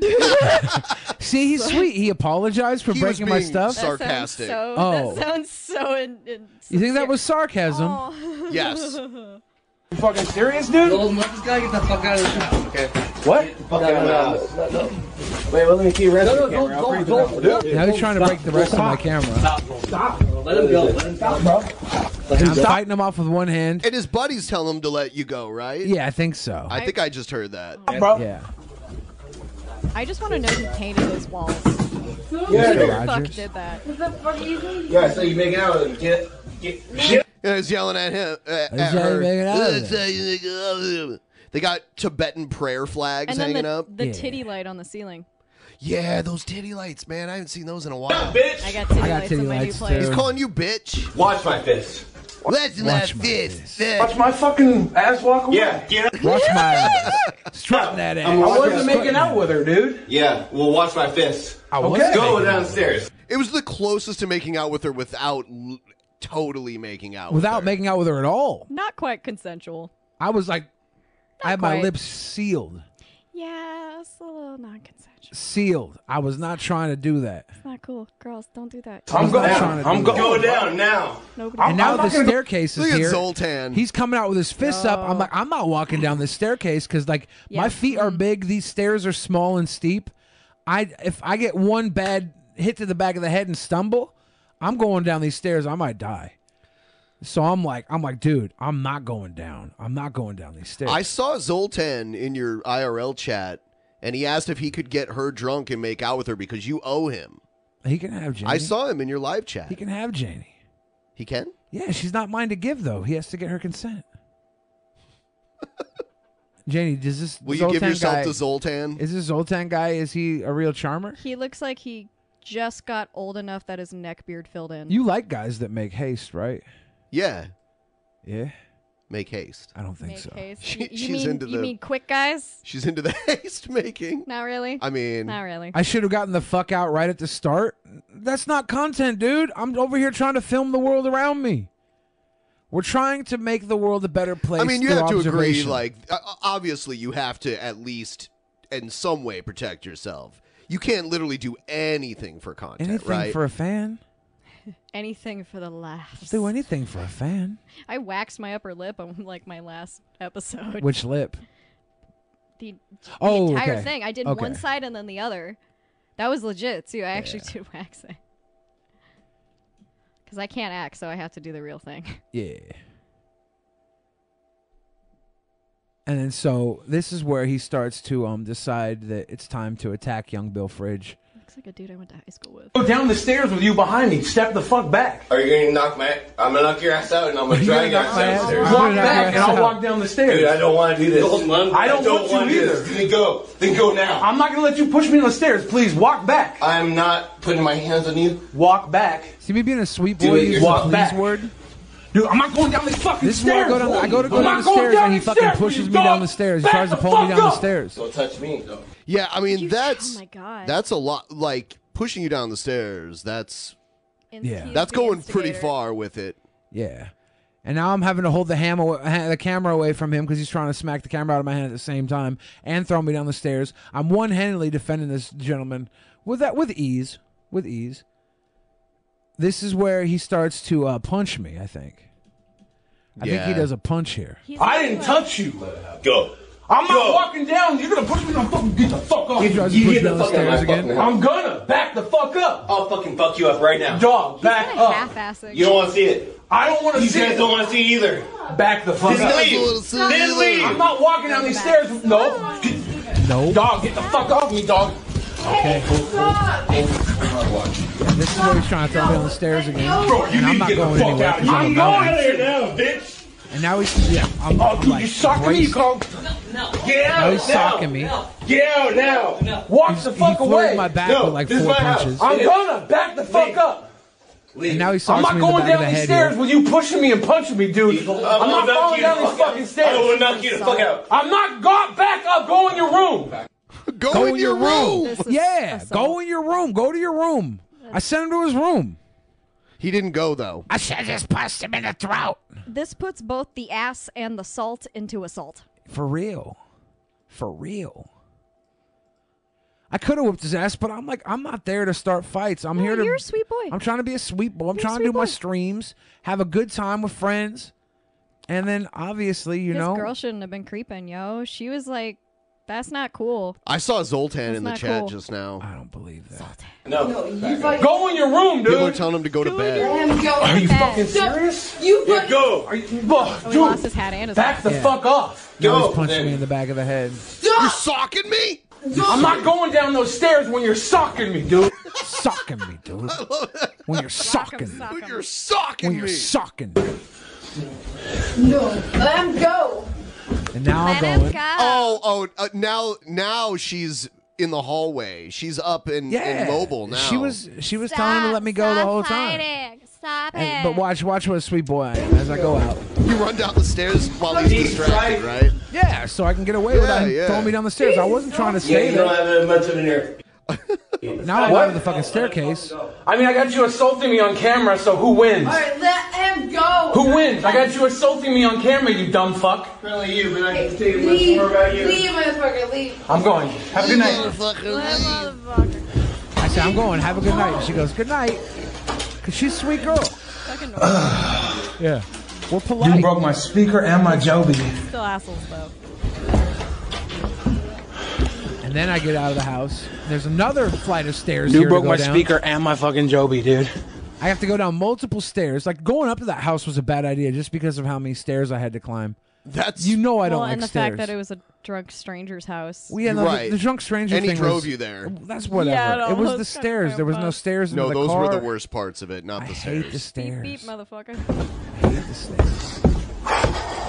[SPEAKER 6] See, he's sweet. He apologized for
[SPEAKER 1] He was
[SPEAKER 6] breaking my
[SPEAKER 1] being
[SPEAKER 6] stuff.
[SPEAKER 1] so- Sarcastic.
[SPEAKER 7] That sounds so.
[SPEAKER 6] Oh.
[SPEAKER 7] That sounds so. In, in,
[SPEAKER 6] you think that was sarcasm?
[SPEAKER 7] Oh.
[SPEAKER 1] Yes.
[SPEAKER 3] You fucking serious, dude? What?
[SPEAKER 2] Fuck out of my house. Wait, well, let me see your rescue camera. I'll print it out.
[SPEAKER 6] Now he's trying to break the rest of my camera.
[SPEAKER 2] Let him go. Let him go, bro. Let
[SPEAKER 6] I'm
[SPEAKER 2] him go.
[SPEAKER 6] fighting him off with one hand.
[SPEAKER 1] And his buddies tell him to let you go, right?
[SPEAKER 6] Yeah, I think so.
[SPEAKER 1] I think I just heard that.
[SPEAKER 3] Bro.
[SPEAKER 6] Yeah.
[SPEAKER 7] I just want to know who painted those walls.
[SPEAKER 6] Mr.
[SPEAKER 7] Who the fuck
[SPEAKER 6] Rogers.
[SPEAKER 7] did that?
[SPEAKER 2] Yeah, so you make out with him. Get, get, get.
[SPEAKER 1] And he's yelling at him. Uh, at
[SPEAKER 6] how you
[SPEAKER 1] her.
[SPEAKER 6] make it out of
[SPEAKER 1] Uh,
[SPEAKER 6] it.
[SPEAKER 1] so you make it out of it. They got Tibetan prayer flags
[SPEAKER 7] And then
[SPEAKER 1] hanging
[SPEAKER 7] the,
[SPEAKER 1] up.
[SPEAKER 7] the
[SPEAKER 6] Yeah.
[SPEAKER 7] titty light on the ceiling.
[SPEAKER 1] Yeah, those titty lights, man. I haven't seen those in a while.
[SPEAKER 7] I got titty
[SPEAKER 6] I got
[SPEAKER 7] lights
[SPEAKER 6] titty
[SPEAKER 7] in my
[SPEAKER 6] lights,
[SPEAKER 7] new place.
[SPEAKER 6] too.
[SPEAKER 1] Calling you bitch.
[SPEAKER 2] Watch my fist.
[SPEAKER 1] That's my
[SPEAKER 6] Watch my
[SPEAKER 1] fist.
[SPEAKER 3] Watch my fucking ass walk away.
[SPEAKER 2] Yeah, get up.
[SPEAKER 6] Watch my eyes. Strutting that ass.
[SPEAKER 3] I wasn't making out with her, dude.
[SPEAKER 2] Yeah, well, watch my fist.
[SPEAKER 6] I was
[SPEAKER 3] Okay.
[SPEAKER 2] Go
[SPEAKER 6] making out.
[SPEAKER 2] downstairs.
[SPEAKER 1] It was the closest to making out with her without l- totally making out. with
[SPEAKER 6] Without
[SPEAKER 1] her.
[SPEAKER 6] making out with her at all.
[SPEAKER 7] Not quite consensual.
[SPEAKER 6] I was like, I had my
[SPEAKER 7] quite.
[SPEAKER 6] lips sealed.
[SPEAKER 7] Yeah, it's a little non-consensual.
[SPEAKER 6] Sealed. I was not trying to do that.
[SPEAKER 7] It's not cool. Girls, don't do that.
[SPEAKER 3] I'm going.
[SPEAKER 6] trying to
[SPEAKER 3] I'm
[SPEAKER 6] do
[SPEAKER 3] going.
[SPEAKER 2] Go down now.
[SPEAKER 7] Nobody.
[SPEAKER 6] And now
[SPEAKER 3] I'm not
[SPEAKER 6] the
[SPEAKER 3] gonna go-
[SPEAKER 6] staircase
[SPEAKER 1] Look
[SPEAKER 6] is
[SPEAKER 1] at
[SPEAKER 6] here.
[SPEAKER 1] Zoltan.
[SPEAKER 6] He's coming out with his fists up. I'm like, I'm not walking down this staircase because like
[SPEAKER 7] Yeah. Mm-hmm.
[SPEAKER 6] my feet are big. These stairs are small and steep. I if I get one bad hit to the back of the head and stumble, I'm going down these stairs. I might die. So I'm like, I'm like, dude, I'm not going down. I'm not going down these stairs.
[SPEAKER 1] I saw Zoltan in your IRL chat, and he asked if he could get her drunk and make out with her because you owe him.
[SPEAKER 6] he can have Janie.
[SPEAKER 1] I saw him in your live chat.
[SPEAKER 6] He can have Janie.
[SPEAKER 1] He can?
[SPEAKER 6] Yeah, she's not mine to give though. He has to get her consent. Janie, does this
[SPEAKER 1] Will
[SPEAKER 6] Zoltan
[SPEAKER 1] you give yourself
[SPEAKER 6] guy,
[SPEAKER 1] to Zoltan?
[SPEAKER 6] Is this Zoltan guy? Is he a real charmer?
[SPEAKER 7] He looks like he just got old enough that his neck beard filled in.
[SPEAKER 6] You like guys that make haste, right?
[SPEAKER 1] yeah.
[SPEAKER 6] Yeah,
[SPEAKER 1] Make haste.
[SPEAKER 6] I don't think
[SPEAKER 7] Make
[SPEAKER 6] so.
[SPEAKER 7] haste.
[SPEAKER 1] She-
[SPEAKER 7] You- you
[SPEAKER 1] she's
[SPEAKER 7] mean,
[SPEAKER 1] into
[SPEAKER 7] you
[SPEAKER 1] the-
[SPEAKER 7] mean quick guys?
[SPEAKER 1] She's into the haste making.
[SPEAKER 7] Not really.
[SPEAKER 1] I mean,
[SPEAKER 7] Not really.
[SPEAKER 6] I should have gotten the fuck out right at the start. That's not content, dude. I'm over here trying to film the world around me. We're trying to make the world a better place.
[SPEAKER 1] I mean, you
[SPEAKER 6] through
[SPEAKER 1] have to agree.
[SPEAKER 6] observation.
[SPEAKER 1] Like, uh, obviously, you have to at least in some way protect yourself. You can't literally do anything for content,
[SPEAKER 6] anything
[SPEAKER 1] right?
[SPEAKER 6] for a fan.
[SPEAKER 7] Anything for the laughs.
[SPEAKER 6] Do anything for a fan.
[SPEAKER 7] I waxed my upper lip on like my last episode.
[SPEAKER 6] Which lip?
[SPEAKER 7] the, the
[SPEAKER 6] Oh,
[SPEAKER 7] entire
[SPEAKER 6] okay.
[SPEAKER 7] thing. I did
[SPEAKER 6] Okay.
[SPEAKER 7] one side and then the other. That was legit too. I actually did waxing. Because I can't act, so I have to do the real thing.
[SPEAKER 6] Yeah. And then so this is where he starts to um decide that it's time to attack young Bill Fridge.
[SPEAKER 7] Looks like a dude I went to high school with.
[SPEAKER 3] Go down the stairs with you behind me. Step the fuck back.
[SPEAKER 2] Are you gonna knock my? I'm gonna knock your ass out, and I'm gonna drag your ass
[SPEAKER 6] my ass
[SPEAKER 2] downstairs.
[SPEAKER 6] out?
[SPEAKER 3] Walk
[SPEAKER 6] Put it on your
[SPEAKER 3] back, and
[SPEAKER 6] ass
[SPEAKER 3] I'll
[SPEAKER 6] out.
[SPEAKER 3] walk down the stairs.
[SPEAKER 2] Dude, I don't want to do this.
[SPEAKER 3] I don't want you
[SPEAKER 2] wanna do this.
[SPEAKER 3] either.
[SPEAKER 2] Then go. Then go now.
[SPEAKER 3] I'm not gonna let you push me on the stairs. Please walk back.
[SPEAKER 2] I'm not putting my hands on you.
[SPEAKER 3] Walk back.
[SPEAKER 6] See me being a sweet
[SPEAKER 2] Dude,
[SPEAKER 6] boy uses a
[SPEAKER 3] walk
[SPEAKER 6] please
[SPEAKER 3] back.
[SPEAKER 6] word.
[SPEAKER 3] Dude, I'm not going down these fucking
[SPEAKER 6] This is where I
[SPEAKER 3] stairs.
[SPEAKER 6] go down. I go to go
[SPEAKER 3] I'm
[SPEAKER 6] down
[SPEAKER 3] not
[SPEAKER 6] the
[SPEAKER 3] going
[SPEAKER 6] stairs,
[SPEAKER 3] down
[SPEAKER 6] and he
[SPEAKER 3] these
[SPEAKER 6] fucking
[SPEAKER 3] stairs,
[SPEAKER 6] pushes
[SPEAKER 3] you
[SPEAKER 6] me down
[SPEAKER 3] dog.
[SPEAKER 6] the stairs. He
[SPEAKER 3] Back
[SPEAKER 6] tries to
[SPEAKER 3] the
[SPEAKER 6] pull me
[SPEAKER 3] fuck
[SPEAKER 6] down the
[SPEAKER 3] up.
[SPEAKER 6] stairs.
[SPEAKER 2] Don't touch me. No.
[SPEAKER 1] yeah, I mean,
[SPEAKER 7] You-
[SPEAKER 1] that's
[SPEAKER 7] oh my God.
[SPEAKER 1] that's a lot. Like pushing you down the stairs. That's
[SPEAKER 7] And
[SPEAKER 6] Yeah.
[SPEAKER 7] he's
[SPEAKER 1] that's
[SPEAKER 7] the
[SPEAKER 1] going pretty
[SPEAKER 7] instigator.
[SPEAKER 1] far with it.
[SPEAKER 6] Yeah. And now I'm having to hold the hammer, ha- the camera away from him because he's trying to smack the camera out of my hand at the same time and throw me down the stairs. I'm one-handedly defending this gentleman with that with ease, with ease. this is where he starts to uh, punch me. I think. I think he
[SPEAKER 3] Yeah.
[SPEAKER 6] does a punch here.
[SPEAKER 3] I didn't touch you. Go. I'm not walking down. You're gonna push me down. Fucking get the fuck up.
[SPEAKER 14] You tries to You push get me the down the fuck out of my stairs fucking again? house.
[SPEAKER 3] I'm gonna back the fuck up.
[SPEAKER 14] I'll fucking fuck you up right now.
[SPEAKER 3] Dog, back
[SPEAKER 7] kinda
[SPEAKER 3] up.
[SPEAKER 7] half-assing.
[SPEAKER 14] You don't want to see it.
[SPEAKER 3] I don't want to
[SPEAKER 14] You
[SPEAKER 3] see.
[SPEAKER 14] guys
[SPEAKER 3] it.
[SPEAKER 14] don't want to see it either.
[SPEAKER 3] Back the fuck
[SPEAKER 14] Just
[SPEAKER 3] up.
[SPEAKER 14] leave. Just leave.
[SPEAKER 3] I'm not walking down these stairs. with- No.
[SPEAKER 6] No.
[SPEAKER 3] Dog, get the fuck off me, dog.
[SPEAKER 6] Okay. Yeah, this is where he's trying to throw me on the stairs again.
[SPEAKER 3] Bro, you
[SPEAKER 6] and I'm
[SPEAKER 3] need to
[SPEAKER 6] not
[SPEAKER 3] get the
[SPEAKER 6] going
[SPEAKER 3] fuck
[SPEAKER 6] anywhere.
[SPEAKER 3] out.
[SPEAKER 6] because I'm
[SPEAKER 3] I'm
[SPEAKER 6] not
[SPEAKER 3] going out of here
[SPEAKER 14] now, bitch.
[SPEAKER 6] And now he's yeah. I'm,
[SPEAKER 3] Oh,
[SPEAKER 6] I'm
[SPEAKER 3] dude,
[SPEAKER 6] like,
[SPEAKER 3] you socking me, you
[SPEAKER 6] braced.
[SPEAKER 3] call. Get out.
[SPEAKER 6] Now he's
[SPEAKER 3] now.
[SPEAKER 6] socking me.
[SPEAKER 3] Get out now. Walk the fuck
[SPEAKER 6] flirted
[SPEAKER 3] away.
[SPEAKER 6] my back No, with, like, this is four my house. punches.
[SPEAKER 3] I'm gonna back the fuck up.
[SPEAKER 6] And now he
[SPEAKER 3] I'm
[SPEAKER 6] socks
[SPEAKER 3] not
[SPEAKER 6] me in the
[SPEAKER 3] going
[SPEAKER 6] back of
[SPEAKER 3] down
[SPEAKER 6] the
[SPEAKER 3] these
[SPEAKER 6] head.
[SPEAKER 3] stairs
[SPEAKER 6] Here.
[SPEAKER 3] with you pushing me and punching me, dude. I'm, not
[SPEAKER 14] knock
[SPEAKER 3] falling
[SPEAKER 14] you the
[SPEAKER 3] down these
[SPEAKER 14] fuck out.
[SPEAKER 3] fucking stairs.
[SPEAKER 14] I will knock you the fuck out.
[SPEAKER 3] I'm not got back up. Go in your room.
[SPEAKER 1] Go,
[SPEAKER 6] in your room. Yeah, go in your room. Go to your room. I sent him to his room.
[SPEAKER 1] He didn't go though.
[SPEAKER 6] I should have just punched him in the throat.
[SPEAKER 7] This puts both the ass and the salt into assault.
[SPEAKER 6] For real. For real. I could have whipped his ass, but I'm like, I'm not there to start fights. I'm here to.
[SPEAKER 7] you're a sweet boy.
[SPEAKER 6] I'm trying to be a sweet boy. I'm
[SPEAKER 7] You're a
[SPEAKER 6] trying to
[SPEAKER 7] sweet
[SPEAKER 6] do my
[SPEAKER 7] boy.
[SPEAKER 6] streams, have a good time with friends, and then obviously, you
[SPEAKER 7] this
[SPEAKER 6] know,
[SPEAKER 7] girl shouldn't have been creeping, yo. She was like, "That's not cool."
[SPEAKER 1] I saw Zoltan
[SPEAKER 7] That's
[SPEAKER 1] in the
[SPEAKER 7] not
[SPEAKER 1] chat
[SPEAKER 7] cool.
[SPEAKER 1] just now. I
[SPEAKER 6] don't believe that.
[SPEAKER 14] No.
[SPEAKER 3] Go in your room, dude.
[SPEAKER 1] People are telling him to go to bed.
[SPEAKER 3] Are you fucking serious? You go. Are you, oh,
[SPEAKER 7] Oh, he lost
[SPEAKER 3] dude,
[SPEAKER 7] his hat and his
[SPEAKER 3] back the
[SPEAKER 6] Yeah.
[SPEAKER 3] fuck off.
[SPEAKER 6] Now he's punching me in the back of the head.
[SPEAKER 1] You're socking me.
[SPEAKER 3] I'm not going down those stairs when you're socking me, dude.
[SPEAKER 6] Socking me, dude. When you're socking me.
[SPEAKER 1] You're socking
[SPEAKER 6] When you're
[SPEAKER 1] me.
[SPEAKER 6] socking.
[SPEAKER 12] No, let him go.
[SPEAKER 6] And now I'm going.
[SPEAKER 1] Oh, oh! Uh, now, now she's in the hallway. She's up and,
[SPEAKER 6] Yeah.
[SPEAKER 1] and mobile now.
[SPEAKER 6] She was she was telling him to let me go the whole time.
[SPEAKER 10] Stop
[SPEAKER 6] And- but watch watch what a sweet boy I am as I go out.
[SPEAKER 1] You run down the stairs while he's distracted, right?
[SPEAKER 6] Yeah, so I can get away
[SPEAKER 1] Yeah,
[SPEAKER 6] without him
[SPEAKER 1] yeah.
[SPEAKER 6] throwing me down the stairs. I wasn't trying
[SPEAKER 14] Yeah,
[SPEAKER 6] to stay
[SPEAKER 14] you don't
[SPEAKER 6] there.
[SPEAKER 14] have that much of an ear.
[SPEAKER 6] Now I'm
[SPEAKER 3] What?
[SPEAKER 6] out of the fucking staircase.
[SPEAKER 3] I mean, I got you assaulting me on camera, so who wins?
[SPEAKER 12] All right, let him go.
[SPEAKER 3] Who wins? I got you assaulting me on camera, you dumb fuck.
[SPEAKER 14] Apparently you, but I can tell you much
[SPEAKER 12] Leave,
[SPEAKER 14] more about you.
[SPEAKER 12] leave, motherfucker, leave.
[SPEAKER 3] I'm going. Have a good night.
[SPEAKER 6] I said, I'm going. Have a good night. And she goes, good night. Because she's a sweet girl.
[SPEAKER 7] Fucking normal.
[SPEAKER 6] Yeah. We're
[SPEAKER 3] You
[SPEAKER 6] polite.
[SPEAKER 3] broke my speaker and my Joby.
[SPEAKER 7] Still assholes though.
[SPEAKER 6] And then I get out of the house. There's another flight of stairs
[SPEAKER 3] You
[SPEAKER 6] here
[SPEAKER 3] broke
[SPEAKER 6] to
[SPEAKER 3] my
[SPEAKER 6] go down.
[SPEAKER 3] speaker and my fucking Joby, dude.
[SPEAKER 6] I have to go down multiple stairs. Like, going up to that house was a bad idea just because of how many stairs I had to climb.
[SPEAKER 1] That's
[SPEAKER 6] You know I don't
[SPEAKER 7] well,
[SPEAKER 6] like
[SPEAKER 7] and the
[SPEAKER 6] stairs.
[SPEAKER 7] fact that it was a drunk stranger's house.
[SPEAKER 6] Well, yeah, no, the-
[SPEAKER 1] Right.
[SPEAKER 6] the, drunk stranger
[SPEAKER 1] And he
[SPEAKER 6] thing
[SPEAKER 1] drove
[SPEAKER 6] was-
[SPEAKER 1] you there.
[SPEAKER 6] That's whatever.
[SPEAKER 7] Yeah, it
[SPEAKER 6] it was the
[SPEAKER 7] almost got
[SPEAKER 6] stairs. There was no
[SPEAKER 7] bamboozled.
[SPEAKER 6] stairs.
[SPEAKER 1] No,
[SPEAKER 6] into
[SPEAKER 1] those were the
[SPEAKER 6] car.
[SPEAKER 1] worst parts of it, not
[SPEAKER 6] I
[SPEAKER 1] the
[SPEAKER 6] hate the
[SPEAKER 1] stairs.
[SPEAKER 6] stairs.
[SPEAKER 7] Beep, motherfucker.
[SPEAKER 6] I hate the stairs.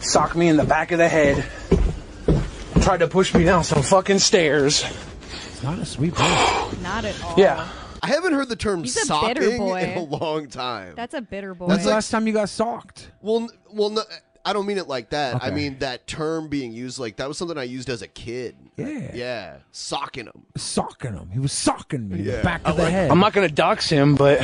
[SPEAKER 3] Socked me in the back of the head. Tried to push me down some fucking stairs.
[SPEAKER 6] It's not a sweet boy.
[SPEAKER 7] Not at all.
[SPEAKER 3] Yeah.
[SPEAKER 1] I haven't heard the term
[SPEAKER 7] He's a bitter
[SPEAKER 1] socking
[SPEAKER 7] boy.
[SPEAKER 1] in a long time.
[SPEAKER 7] That's a bitter boy.
[SPEAKER 6] When's the last time you got socked?
[SPEAKER 1] well, n- well, no, I don't mean it like that. I
[SPEAKER 6] Okay.
[SPEAKER 1] mean that term being used like that was something I used as a kid.
[SPEAKER 6] Yeah.
[SPEAKER 1] Yeah, socking him.
[SPEAKER 6] Socking him. He was socking me in
[SPEAKER 1] Yeah.
[SPEAKER 6] the back of the head.
[SPEAKER 3] I'm not gonna dox him, but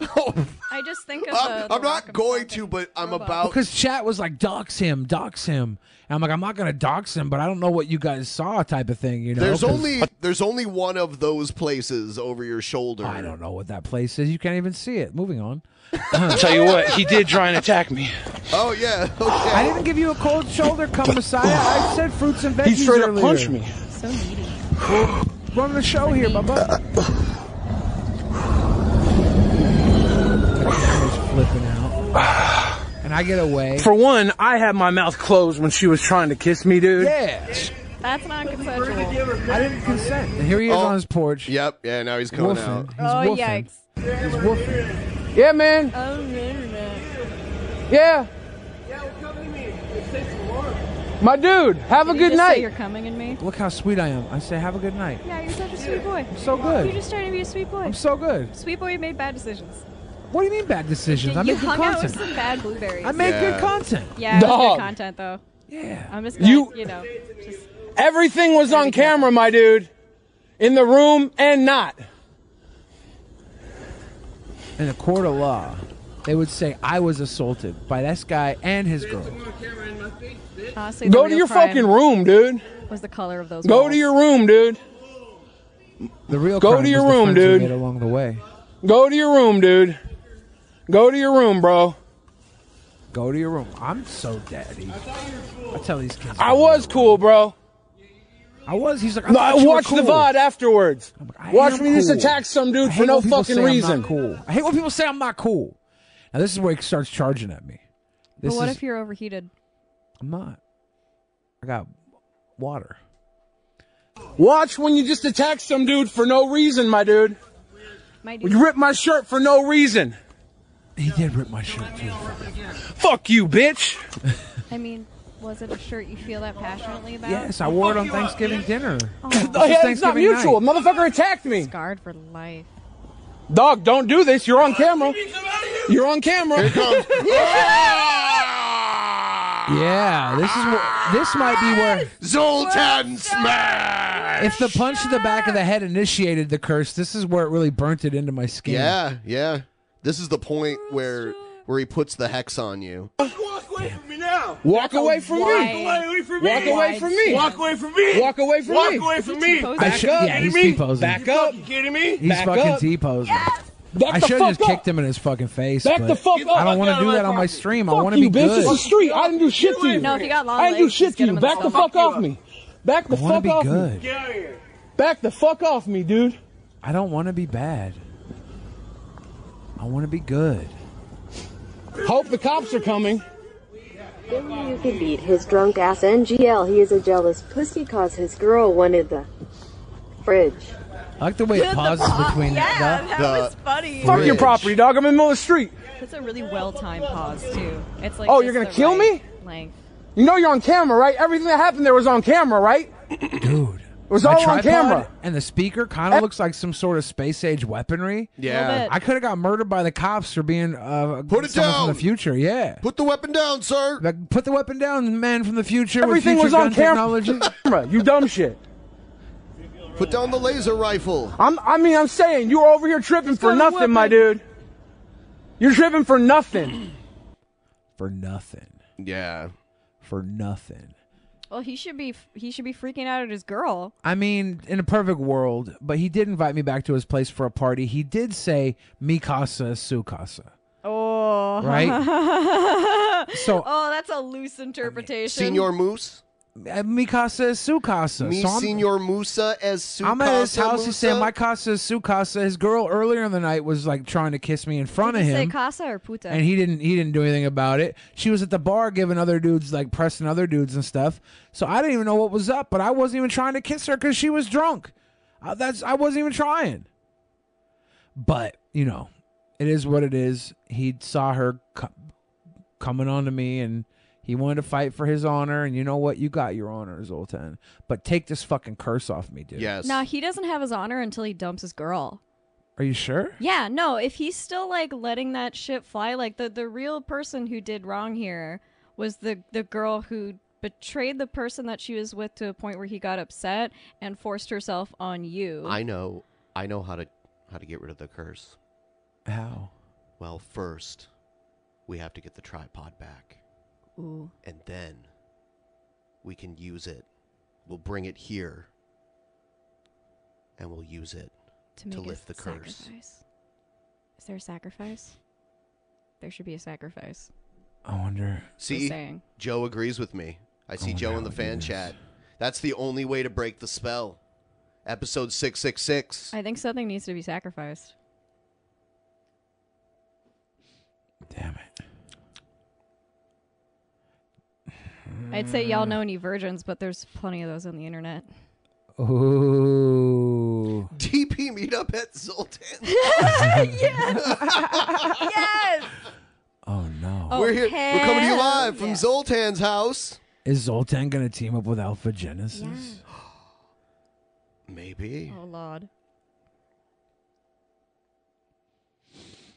[SPEAKER 7] I just think of the.
[SPEAKER 1] I'm,
[SPEAKER 7] the
[SPEAKER 1] I'm not
[SPEAKER 7] Rock 'em
[SPEAKER 1] going
[SPEAKER 7] sock 'em
[SPEAKER 1] to, but I'm
[SPEAKER 7] robot.
[SPEAKER 1] about.
[SPEAKER 6] because chat was like, dox him, dox him. And I'm like, I'm not going to dox him, but I don't know what you guys saw type of thing, you know?
[SPEAKER 1] There's
[SPEAKER 6] 'cause
[SPEAKER 1] only there's only one of those places over your shoulder.
[SPEAKER 6] I don't know what that place is. You can't even see it. Moving on.
[SPEAKER 3] I'll tell you what, he did try and attack me.
[SPEAKER 1] Oh yeah. Okay.
[SPEAKER 6] I didn't give you a cold shoulder, come Messiah. I said fruits and veggies
[SPEAKER 3] He straight up
[SPEAKER 6] earlier.
[SPEAKER 3] punched me.
[SPEAKER 7] So needy.
[SPEAKER 6] Run the show here, Bubba. He's flipping out. And I get away.
[SPEAKER 3] For one, I had my mouth closed when she was trying to kiss me, dude.
[SPEAKER 6] Yeah.
[SPEAKER 7] That's not consensual.
[SPEAKER 6] I didn't consent. And here he is
[SPEAKER 1] Oh.
[SPEAKER 6] on his porch.
[SPEAKER 1] Yep. Yeah. Now he's coming
[SPEAKER 6] Woofing.
[SPEAKER 1] out.
[SPEAKER 6] He's
[SPEAKER 7] Oh
[SPEAKER 6] woofing.
[SPEAKER 7] yikes!
[SPEAKER 6] He's woofing.
[SPEAKER 3] Yeah, man.
[SPEAKER 7] Oh no, no, no.
[SPEAKER 3] Yeah. My dude, have a
[SPEAKER 7] Did you
[SPEAKER 3] good
[SPEAKER 7] just say
[SPEAKER 3] night.
[SPEAKER 7] You're coming in me.
[SPEAKER 6] Look how sweet I am. I say, have a good night.
[SPEAKER 7] Yeah, you're such a sweet boy.
[SPEAKER 6] I'm so
[SPEAKER 7] You're
[SPEAKER 6] good.
[SPEAKER 7] just trying to be a sweet boy.
[SPEAKER 6] I'm so good.
[SPEAKER 7] Sweet boy made bad decisions.
[SPEAKER 6] What do you mean bad decisions? I
[SPEAKER 7] you
[SPEAKER 6] make good
[SPEAKER 7] hung out with
[SPEAKER 6] content.
[SPEAKER 7] some bad blueberries.
[SPEAKER 6] I make
[SPEAKER 1] Yeah.
[SPEAKER 6] good content.
[SPEAKER 7] yeah, it was
[SPEAKER 3] Dog.
[SPEAKER 7] good content though.
[SPEAKER 6] Yeah.
[SPEAKER 7] I'm just glad,
[SPEAKER 3] You-
[SPEAKER 7] you, know. Just,
[SPEAKER 3] Everything was on camera, my dude. In the room and not.
[SPEAKER 6] In a court of law, they would say I was assaulted by this guy and his girl.
[SPEAKER 7] honestly, the
[SPEAKER 3] Go to
[SPEAKER 7] real
[SPEAKER 3] your
[SPEAKER 7] crime
[SPEAKER 3] fucking room, dude.
[SPEAKER 7] Was the color of those?
[SPEAKER 3] Go
[SPEAKER 7] walls.
[SPEAKER 3] to your room, dude.
[SPEAKER 6] The real
[SPEAKER 3] Go
[SPEAKER 6] crime
[SPEAKER 3] to your
[SPEAKER 6] was the
[SPEAKER 3] room,
[SPEAKER 6] friends we
[SPEAKER 3] dude.
[SPEAKER 6] made along the way.
[SPEAKER 3] Go to your room, dude. Go to your room, bro.
[SPEAKER 6] Go to your room. I'm so daddy. I tell these kids.
[SPEAKER 3] I was cool, bro.
[SPEAKER 6] I was. He's like, I
[SPEAKER 3] No,
[SPEAKER 6] thought you were
[SPEAKER 3] watch the
[SPEAKER 6] cool.
[SPEAKER 3] VOD afterwards.
[SPEAKER 6] I
[SPEAKER 3] Watch
[SPEAKER 6] am
[SPEAKER 3] me just
[SPEAKER 6] cool.
[SPEAKER 3] attack some
[SPEAKER 6] I
[SPEAKER 3] dude for
[SPEAKER 6] hate
[SPEAKER 3] no
[SPEAKER 6] when people
[SPEAKER 3] fucking
[SPEAKER 6] say I'm not
[SPEAKER 3] reason.
[SPEAKER 6] cool. I hate when people say I'm not cool. Now this is where he starts charging at me. This
[SPEAKER 7] But what
[SPEAKER 6] is,
[SPEAKER 7] if you're overheated?
[SPEAKER 6] I'm not. I got water.
[SPEAKER 3] Watch when you just attack some dude for no reason, my dude.
[SPEAKER 7] My dude.
[SPEAKER 3] You ripped my shirt for no reason.
[SPEAKER 6] He did rip my shirt too.
[SPEAKER 3] Fuck you, bitch.
[SPEAKER 7] I mean, was it a shirt you feel that passionately about?
[SPEAKER 6] Yes, I wore it on Thanksgiving dinner.
[SPEAKER 3] Oh, yeah, it's not
[SPEAKER 6] Thanksgiving
[SPEAKER 3] mutual.
[SPEAKER 6] night.
[SPEAKER 3] Motherfucker attacked me.
[SPEAKER 7] Scarred for life.
[SPEAKER 3] Dog, don't do this. You're on camera. You're on camera.
[SPEAKER 6] Yeah, this is wh- this might be where
[SPEAKER 1] Zoltan smash.
[SPEAKER 6] if the punch to the back of the head initiated the curse. This is where it really burnt it into my skin.
[SPEAKER 1] Yeah, yeah. This is the point
[SPEAKER 7] Oh,
[SPEAKER 1] where where he puts the hex on you.
[SPEAKER 14] Walk away from me now.
[SPEAKER 3] Walk away from
[SPEAKER 14] Walk
[SPEAKER 3] me.
[SPEAKER 14] away from me.
[SPEAKER 3] Walk away from me.
[SPEAKER 14] Walk away from me.
[SPEAKER 3] Walk away from
[SPEAKER 14] Walk
[SPEAKER 3] me.
[SPEAKER 14] away from me.
[SPEAKER 7] I
[SPEAKER 6] I
[SPEAKER 3] Back
[SPEAKER 6] should.
[SPEAKER 3] up.
[SPEAKER 6] Yeah, he's
[SPEAKER 14] Enemy?
[SPEAKER 6] T-posing.
[SPEAKER 3] Back up.
[SPEAKER 14] You kidding me?
[SPEAKER 6] He's
[SPEAKER 3] Back
[SPEAKER 6] fucking
[SPEAKER 3] up.
[SPEAKER 6] T-posing. I
[SPEAKER 3] Back the
[SPEAKER 6] should have
[SPEAKER 3] fuck
[SPEAKER 6] just kicked
[SPEAKER 3] up.
[SPEAKER 6] him in his fucking face.
[SPEAKER 3] Back
[SPEAKER 6] but
[SPEAKER 3] the fuck
[SPEAKER 6] I
[SPEAKER 3] up.
[SPEAKER 6] don't want
[SPEAKER 14] Get
[SPEAKER 6] to do
[SPEAKER 14] out of
[SPEAKER 6] that
[SPEAKER 14] my
[SPEAKER 6] on my
[SPEAKER 14] property.
[SPEAKER 6] stream. I
[SPEAKER 3] Fuck
[SPEAKER 6] want to be
[SPEAKER 3] you, bitch. It's the
[SPEAKER 6] good.
[SPEAKER 3] street. I didn't do shit to you.
[SPEAKER 7] No, if you got long
[SPEAKER 3] I didn't do
[SPEAKER 7] legs,
[SPEAKER 3] shit
[SPEAKER 7] just
[SPEAKER 3] to
[SPEAKER 7] get
[SPEAKER 3] you.
[SPEAKER 7] him in the
[SPEAKER 3] Back the
[SPEAKER 7] stomach.
[SPEAKER 3] fuck off me. Back the
[SPEAKER 6] I want
[SPEAKER 3] fuck
[SPEAKER 6] to be
[SPEAKER 3] off
[SPEAKER 6] good.
[SPEAKER 3] me.
[SPEAKER 14] Get out of here.
[SPEAKER 3] Back the fuck off me, dude.
[SPEAKER 6] I don't want to be bad. I want to be good.
[SPEAKER 3] Hope the cops are coming.
[SPEAKER 15] You could beat his drunk ass NGL. He is a jealous pussy cause his girl wanted the fridge.
[SPEAKER 6] I like the way it pauses between
[SPEAKER 7] Yeah,
[SPEAKER 6] that.
[SPEAKER 7] that
[SPEAKER 1] The-
[SPEAKER 7] was funny.
[SPEAKER 3] Fuck your
[SPEAKER 1] Rich.
[SPEAKER 3] property, dog. I'm in the middle of the street.
[SPEAKER 7] It's a really well-timed pause too. It's like
[SPEAKER 3] Oh, you're
[SPEAKER 7] just the
[SPEAKER 3] gonna kill
[SPEAKER 7] right
[SPEAKER 3] me?
[SPEAKER 7] Length.
[SPEAKER 3] You know you're on camera, right? Everything that happened there was on camera, right?
[SPEAKER 6] dude. It
[SPEAKER 3] was all on camera.
[SPEAKER 6] and the speaker kind of looks like some sort of space age weaponry.
[SPEAKER 1] Yeah.
[SPEAKER 7] bit.
[SPEAKER 6] I could have got murdered by the cops for being uh,
[SPEAKER 1] Put it
[SPEAKER 6] someone from
[SPEAKER 1] down.
[SPEAKER 6] the future. Yeah,
[SPEAKER 1] Put the weapon down, sir.
[SPEAKER 6] like, put the weapon down, man from the future.
[SPEAKER 3] Everything
[SPEAKER 6] with future
[SPEAKER 3] was on
[SPEAKER 6] gun
[SPEAKER 3] camera.
[SPEAKER 6] Technology.
[SPEAKER 3] Camera, You dumb shit.
[SPEAKER 1] Put down the laser rifle.
[SPEAKER 3] I'm, I mean, I'm saying you were over here tripping
[SPEAKER 7] got
[SPEAKER 3] for
[SPEAKER 7] a
[SPEAKER 3] nothing, my dude. You're tripping for nothing.
[SPEAKER 6] for nothing.
[SPEAKER 1] Yeah.
[SPEAKER 6] For nothing.
[SPEAKER 7] Well, he should be he should be freaking out at his girl.
[SPEAKER 6] I mean, in a perfect world, but he did invite me back to his place for a party. He did say mi casa es su casa,
[SPEAKER 7] Oh,
[SPEAKER 6] right? so
[SPEAKER 7] oh, that's a loose interpretation.
[SPEAKER 1] Senor Moose.
[SPEAKER 6] uh, mi casa es su casa.
[SPEAKER 1] Me,
[SPEAKER 6] so I'm-
[SPEAKER 1] Senor Musa, as su
[SPEAKER 6] I'm at his
[SPEAKER 1] casa
[SPEAKER 6] house. He's saying
[SPEAKER 1] Musa?
[SPEAKER 6] my casa is su casa. His girl earlier in the night was like trying to kiss me in front
[SPEAKER 7] Did
[SPEAKER 6] of
[SPEAKER 7] he say
[SPEAKER 6] him,
[SPEAKER 7] casa or puta?
[SPEAKER 6] and he didn't. He didn't do anything about it. She was at the bar giving other dudes like pressing other dudes and stuff. So I didn't even know what was up. But I wasn't even trying to kiss her because she was drunk. Uh, that's I wasn't even trying. But you know, it is what it is. He saw her co- coming onto me and. He wanted to fight for his honor, and you know what? You got your honor, Zoltan. But take this fucking curse off me, dude.
[SPEAKER 1] Yes.
[SPEAKER 7] no, he doesn't have his honor until he dumps his girl.
[SPEAKER 6] Are you sure?
[SPEAKER 7] Yeah, no, if he's still like letting that shit fly, like the the real person who did wrong here was the the girl who betrayed the person that she was with to a point where he got upset and forced herself on you.
[SPEAKER 1] I know. I know how to how to get rid of the curse.
[SPEAKER 6] How?
[SPEAKER 1] Well, first, we have to get the tripod back,
[SPEAKER 7] Ooh.
[SPEAKER 1] and then we can use it. We'll bring it here, and we'll use it.
[SPEAKER 7] to, make
[SPEAKER 1] to
[SPEAKER 7] a
[SPEAKER 1] lift the curse.
[SPEAKER 7] sacrifice. Is there a sacrifice? There should be a sacrifice.
[SPEAKER 6] I wonder.
[SPEAKER 1] See,
[SPEAKER 7] saying.
[SPEAKER 1] Joe agrees with me. I see
[SPEAKER 6] Oh,
[SPEAKER 1] Joe
[SPEAKER 6] now
[SPEAKER 1] in the
[SPEAKER 6] we do
[SPEAKER 1] fan
[SPEAKER 6] this.
[SPEAKER 1] chat. That's the only way to break the spell. Episode six six six.
[SPEAKER 7] I think something needs to be sacrificed.
[SPEAKER 6] Damn it.
[SPEAKER 7] I'd say
[SPEAKER 1] Mm.
[SPEAKER 7] y'all know any virgins, but there's plenty of those on the internet.
[SPEAKER 6] Ooh.
[SPEAKER 1] DP meetup at Zoltan.
[SPEAKER 7] yes.
[SPEAKER 6] Oh no.
[SPEAKER 7] Oh,
[SPEAKER 1] We're here. We're coming to you
[SPEAKER 7] hell
[SPEAKER 1] live from
[SPEAKER 7] yeah.
[SPEAKER 1] Zoltan's house.
[SPEAKER 6] Is Zoltan gonna team up with Alpha Genesis?
[SPEAKER 1] Maybe.
[SPEAKER 7] Oh lord.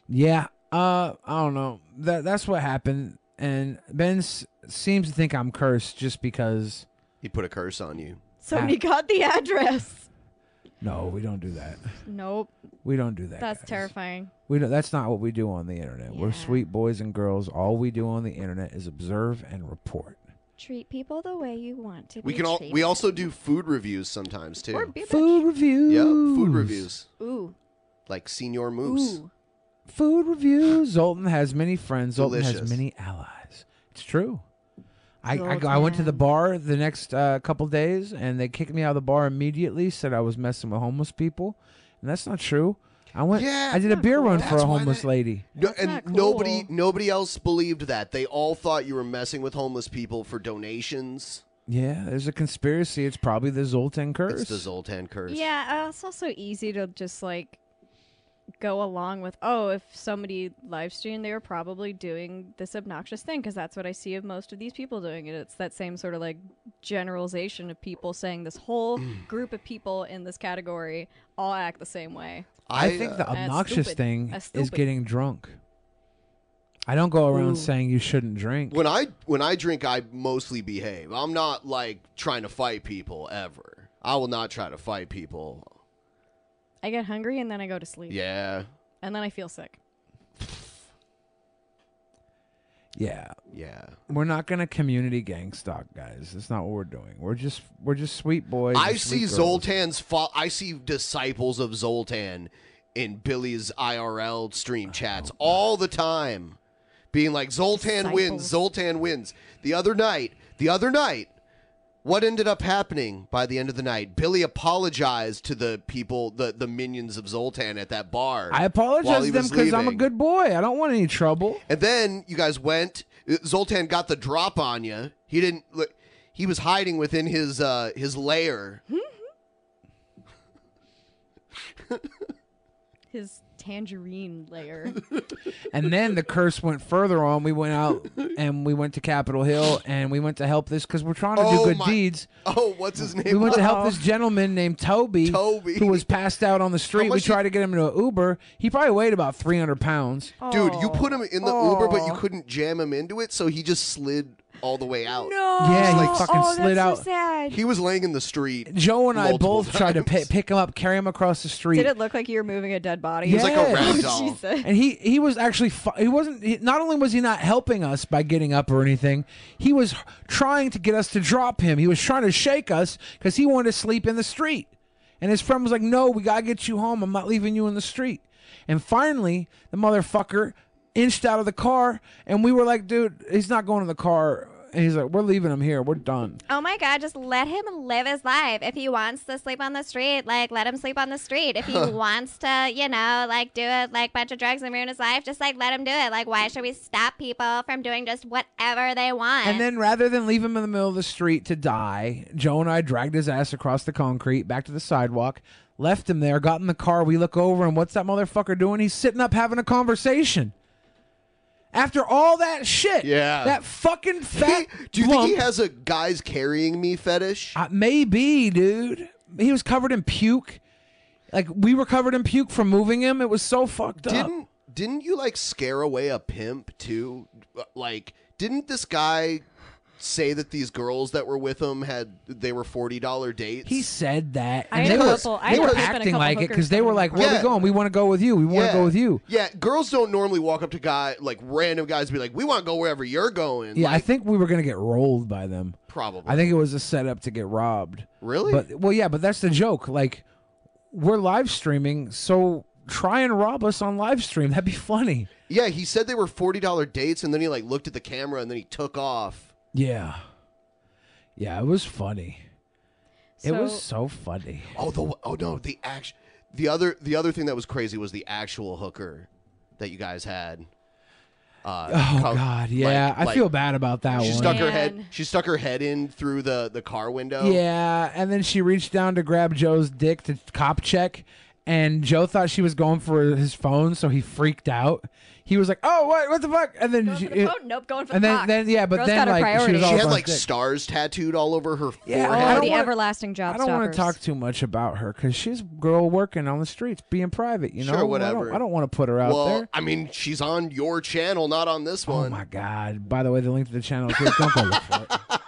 [SPEAKER 6] Yeah. Uh, I don't know. That that's what happened, and Ben s- seems to think I'm cursed just because.
[SPEAKER 1] He put a curse on you.
[SPEAKER 7] Somebody got the address.
[SPEAKER 6] No, we don't do that.
[SPEAKER 7] Nope.
[SPEAKER 6] We don't do that.
[SPEAKER 7] That's
[SPEAKER 6] guys.
[SPEAKER 7] terrifying.
[SPEAKER 6] We don't, that's not what we do on the internet. We're sweet boys and girls. All we do on the internet is observe and report.
[SPEAKER 7] Treat people the way you want to
[SPEAKER 1] We
[SPEAKER 7] be
[SPEAKER 1] can all
[SPEAKER 7] treated.
[SPEAKER 1] we also do food reviews sometimes too.
[SPEAKER 7] Or beer
[SPEAKER 6] Food reviews.
[SPEAKER 1] Yeah, food reviews
[SPEAKER 7] Ooh.
[SPEAKER 1] like Senior Moose.
[SPEAKER 7] Ooh.
[SPEAKER 6] Food reviews. Zoltan has many friends. Zoltan
[SPEAKER 1] Delicious.
[SPEAKER 6] has many allies. It's true. I, I,
[SPEAKER 1] Zoltan.
[SPEAKER 6] I went to the bar the next uh, couple days and they kicked me out of the bar immediately. Said I was messing with homeless people, and that's not true. I went.
[SPEAKER 1] Yeah,
[SPEAKER 6] I did a
[SPEAKER 1] that's
[SPEAKER 6] beer
[SPEAKER 1] not
[SPEAKER 6] run
[SPEAKER 1] cool.
[SPEAKER 6] for a
[SPEAKER 1] That's why
[SPEAKER 6] homeless lady.
[SPEAKER 1] No, and nobody nobody else believed that. They all thought you were messing with homeless people for donations.
[SPEAKER 6] Yeah, there's a conspiracy. It's probably the Zoltan curse.
[SPEAKER 1] It's the Zoltan curse.
[SPEAKER 7] Yeah, uh, it's also easy to just like go along with oh if somebody live streamed they were probably doing this obnoxious thing because that's what i see of most of these people doing it it's that same sort of like generalization of people saying this whole group of people in this category all act the same way
[SPEAKER 6] I, think the
[SPEAKER 7] Uh,
[SPEAKER 6] obnoxious
[SPEAKER 7] stupid.
[SPEAKER 6] thing
[SPEAKER 7] Uh,
[SPEAKER 6] is
[SPEAKER 7] stupid.
[SPEAKER 6] getting drunk. I don't go around
[SPEAKER 1] Ooh.
[SPEAKER 6] saying you shouldn't drink.
[SPEAKER 1] When I when I drink, I mostly behave. I'm not like trying to fight people ever. I will not try to fight people.
[SPEAKER 7] i get hungry and then i go to sleep
[SPEAKER 1] Yeah.
[SPEAKER 7] and then i feel sick
[SPEAKER 6] Yeah.
[SPEAKER 1] Yeah.
[SPEAKER 6] We're not gonna community gang stalk, guys. That's not what we're doing. We're just we're just sweet boys.
[SPEAKER 1] I
[SPEAKER 6] and sweet
[SPEAKER 1] see
[SPEAKER 6] girls.
[SPEAKER 1] Zoltan's fo- I see disciples of Zoltan in Billy's IRL stream
[SPEAKER 6] Oh,
[SPEAKER 1] chats all the time being like Zoltan wins, Zoltan wins. The other night, the other night what ended up happening by the end of the night? Billy apologized to the people, the, the minions of Zoltan at that bar.
[SPEAKER 6] I
[SPEAKER 1] while
[SPEAKER 6] apologize
[SPEAKER 1] he
[SPEAKER 6] to them
[SPEAKER 1] was
[SPEAKER 6] because I'm a
[SPEAKER 1] leaving.
[SPEAKER 6] good boy. I don't want any trouble.
[SPEAKER 1] And then you guys went. Zoltan got the drop on you. He didn't. Look, he was hiding within his uh, his lair.
[SPEAKER 7] his tangerine layer
[SPEAKER 6] and then the curse went further on. We went out and we went to Capitol Hill and we went to help this because we're trying to
[SPEAKER 1] Oh
[SPEAKER 6] do good
[SPEAKER 1] my-
[SPEAKER 6] deeds.
[SPEAKER 1] Oh, what's his name? Uh-huh.
[SPEAKER 6] We went to help
[SPEAKER 1] was?
[SPEAKER 6] this gentleman named Toby, Toby, who was passed out on the street. We tried to get him into an Uber. He probably weighed about 300 pounds.
[SPEAKER 1] Dude, you put him in the Uber, but you couldn't jam him into it, so he just slid all the way out.
[SPEAKER 7] No.
[SPEAKER 6] Yeah, he fucking slid out.
[SPEAKER 1] He was laying in the street.
[SPEAKER 6] Joe and I
[SPEAKER 1] multiple
[SPEAKER 6] both tried to
[SPEAKER 1] times.
[SPEAKER 6] pi- pick him up, carry him across the street.
[SPEAKER 7] did it look like you were moving a dead body
[SPEAKER 6] Yes.
[SPEAKER 7] Oh, Jesus.
[SPEAKER 6] And he he was actually fu- he wasn't he, not only was he not helping us by getting up or anything, he was trying to get us to drop him. He was trying to shake us cuz he wanted to sleep in the street. And his friend was like, "No, we got to get you home. I'm not leaving you in the street." And finally, the motherfucker inched out of the car and we were like, "Dude, he's not going in the car." And he's like, "We're leaving him here. We're done."
[SPEAKER 10] Oh my God, just let him live his life. If he wants to sleep on the street, like, let him sleep on the street. If he
[SPEAKER 6] Huh.
[SPEAKER 10] wants to, you know, like, do a like, bunch of drugs and ruin his life, just, like, let him do it. Like, why should we stop people from doing just whatever they want?
[SPEAKER 6] And then rather than leave him in the middle of the street to die, Joe and I dragged his ass across the concrete back to the sidewalk, left him there, got in the car. We look over, and what's that motherfucker doing? He's sitting up having a conversation. After all that shit,
[SPEAKER 1] Yeah.
[SPEAKER 6] that fucking fat.
[SPEAKER 1] Do you think he has a guys carrying me fetish?
[SPEAKER 6] Uh, maybe, dude. He was covered in puke. Like we were covered in puke from moving him. It was so fucked up.
[SPEAKER 1] Didn't didn't you like scare away a pimp too? Uh, Like, didn't this guy say that these girls that were with him had they were forty dollar dates?
[SPEAKER 6] He said that,
[SPEAKER 1] I
[SPEAKER 6] and
[SPEAKER 1] had
[SPEAKER 6] they
[SPEAKER 1] a
[SPEAKER 6] were,
[SPEAKER 1] couple- I
[SPEAKER 6] they
[SPEAKER 1] had a
[SPEAKER 6] were
[SPEAKER 1] couple- been a
[SPEAKER 6] acting
[SPEAKER 1] couple
[SPEAKER 6] like it
[SPEAKER 1] hookers
[SPEAKER 6] because they were
[SPEAKER 1] coming
[SPEAKER 6] like,
[SPEAKER 1] over.
[SPEAKER 6] "Where are
[SPEAKER 1] Yeah.
[SPEAKER 6] we going? We want to go with you. We want to
[SPEAKER 1] Yeah.
[SPEAKER 6] go with you."
[SPEAKER 1] Yeah, girls don't normally walk up to guy like random guys and be like, "We want to go wherever you're going."
[SPEAKER 6] Yeah, I think we were gonna get rolled by them.
[SPEAKER 1] Probably.
[SPEAKER 6] I think it was a setup to get robbed.
[SPEAKER 1] Really?
[SPEAKER 6] But well, yeah, but that's the joke. Like, we're live streaming, so try and rob us on live stream. That'd be funny.
[SPEAKER 1] Yeah, he said they were forty dollar dates, and then he like looked at the camera and then he took off.
[SPEAKER 6] Yeah. Yeah, it was funny. it was
[SPEAKER 1] So-
[SPEAKER 6] so funny.
[SPEAKER 1] Oh, the oh no, the act, the other the other thing that was crazy was the actual hooker that you guys had. Uh,
[SPEAKER 6] Oh
[SPEAKER 1] co-
[SPEAKER 6] God, yeah,
[SPEAKER 1] like-
[SPEAKER 6] I
[SPEAKER 1] like
[SPEAKER 6] feel bad about that
[SPEAKER 1] She
[SPEAKER 6] one.
[SPEAKER 1] stuck her head. She stuck her head in through the the car window.
[SPEAKER 6] Yeah, and then she reached down to grab Joe's dick to cop check, and Joe thought she was going for his phone, so he freaked out. He was like, "Oh, what? What the fuck?" And then she,
[SPEAKER 7] the phone? Nope, going for
[SPEAKER 6] and
[SPEAKER 7] the
[SPEAKER 6] then,
[SPEAKER 7] cock.
[SPEAKER 6] then yeah, but
[SPEAKER 7] Girl's
[SPEAKER 6] then
[SPEAKER 7] got her
[SPEAKER 6] like she was
[SPEAKER 7] priorities.
[SPEAKER 6] all
[SPEAKER 1] She had
[SPEAKER 6] about
[SPEAKER 1] like
[SPEAKER 6] dick.
[SPEAKER 1] stars tattooed all over her
[SPEAKER 6] Yeah,
[SPEAKER 1] forehead.
[SPEAKER 6] I
[SPEAKER 7] oh,
[SPEAKER 6] don't
[SPEAKER 7] the
[SPEAKER 6] wanna-
[SPEAKER 7] everlasting job
[SPEAKER 6] I don't want
[SPEAKER 7] stoppers.
[SPEAKER 6] to talk too much about her because she's a girl working on the streets, being private. You know,
[SPEAKER 1] Sure,
[SPEAKER 6] I don't- I
[SPEAKER 1] whatever.
[SPEAKER 6] don't, want to put her out
[SPEAKER 1] well,
[SPEAKER 6] there.
[SPEAKER 1] I mean, she's on your channel, not on this one.
[SPEAKER 6] Oh my god! By the way, the link to the channel. is here. Don't go look for it.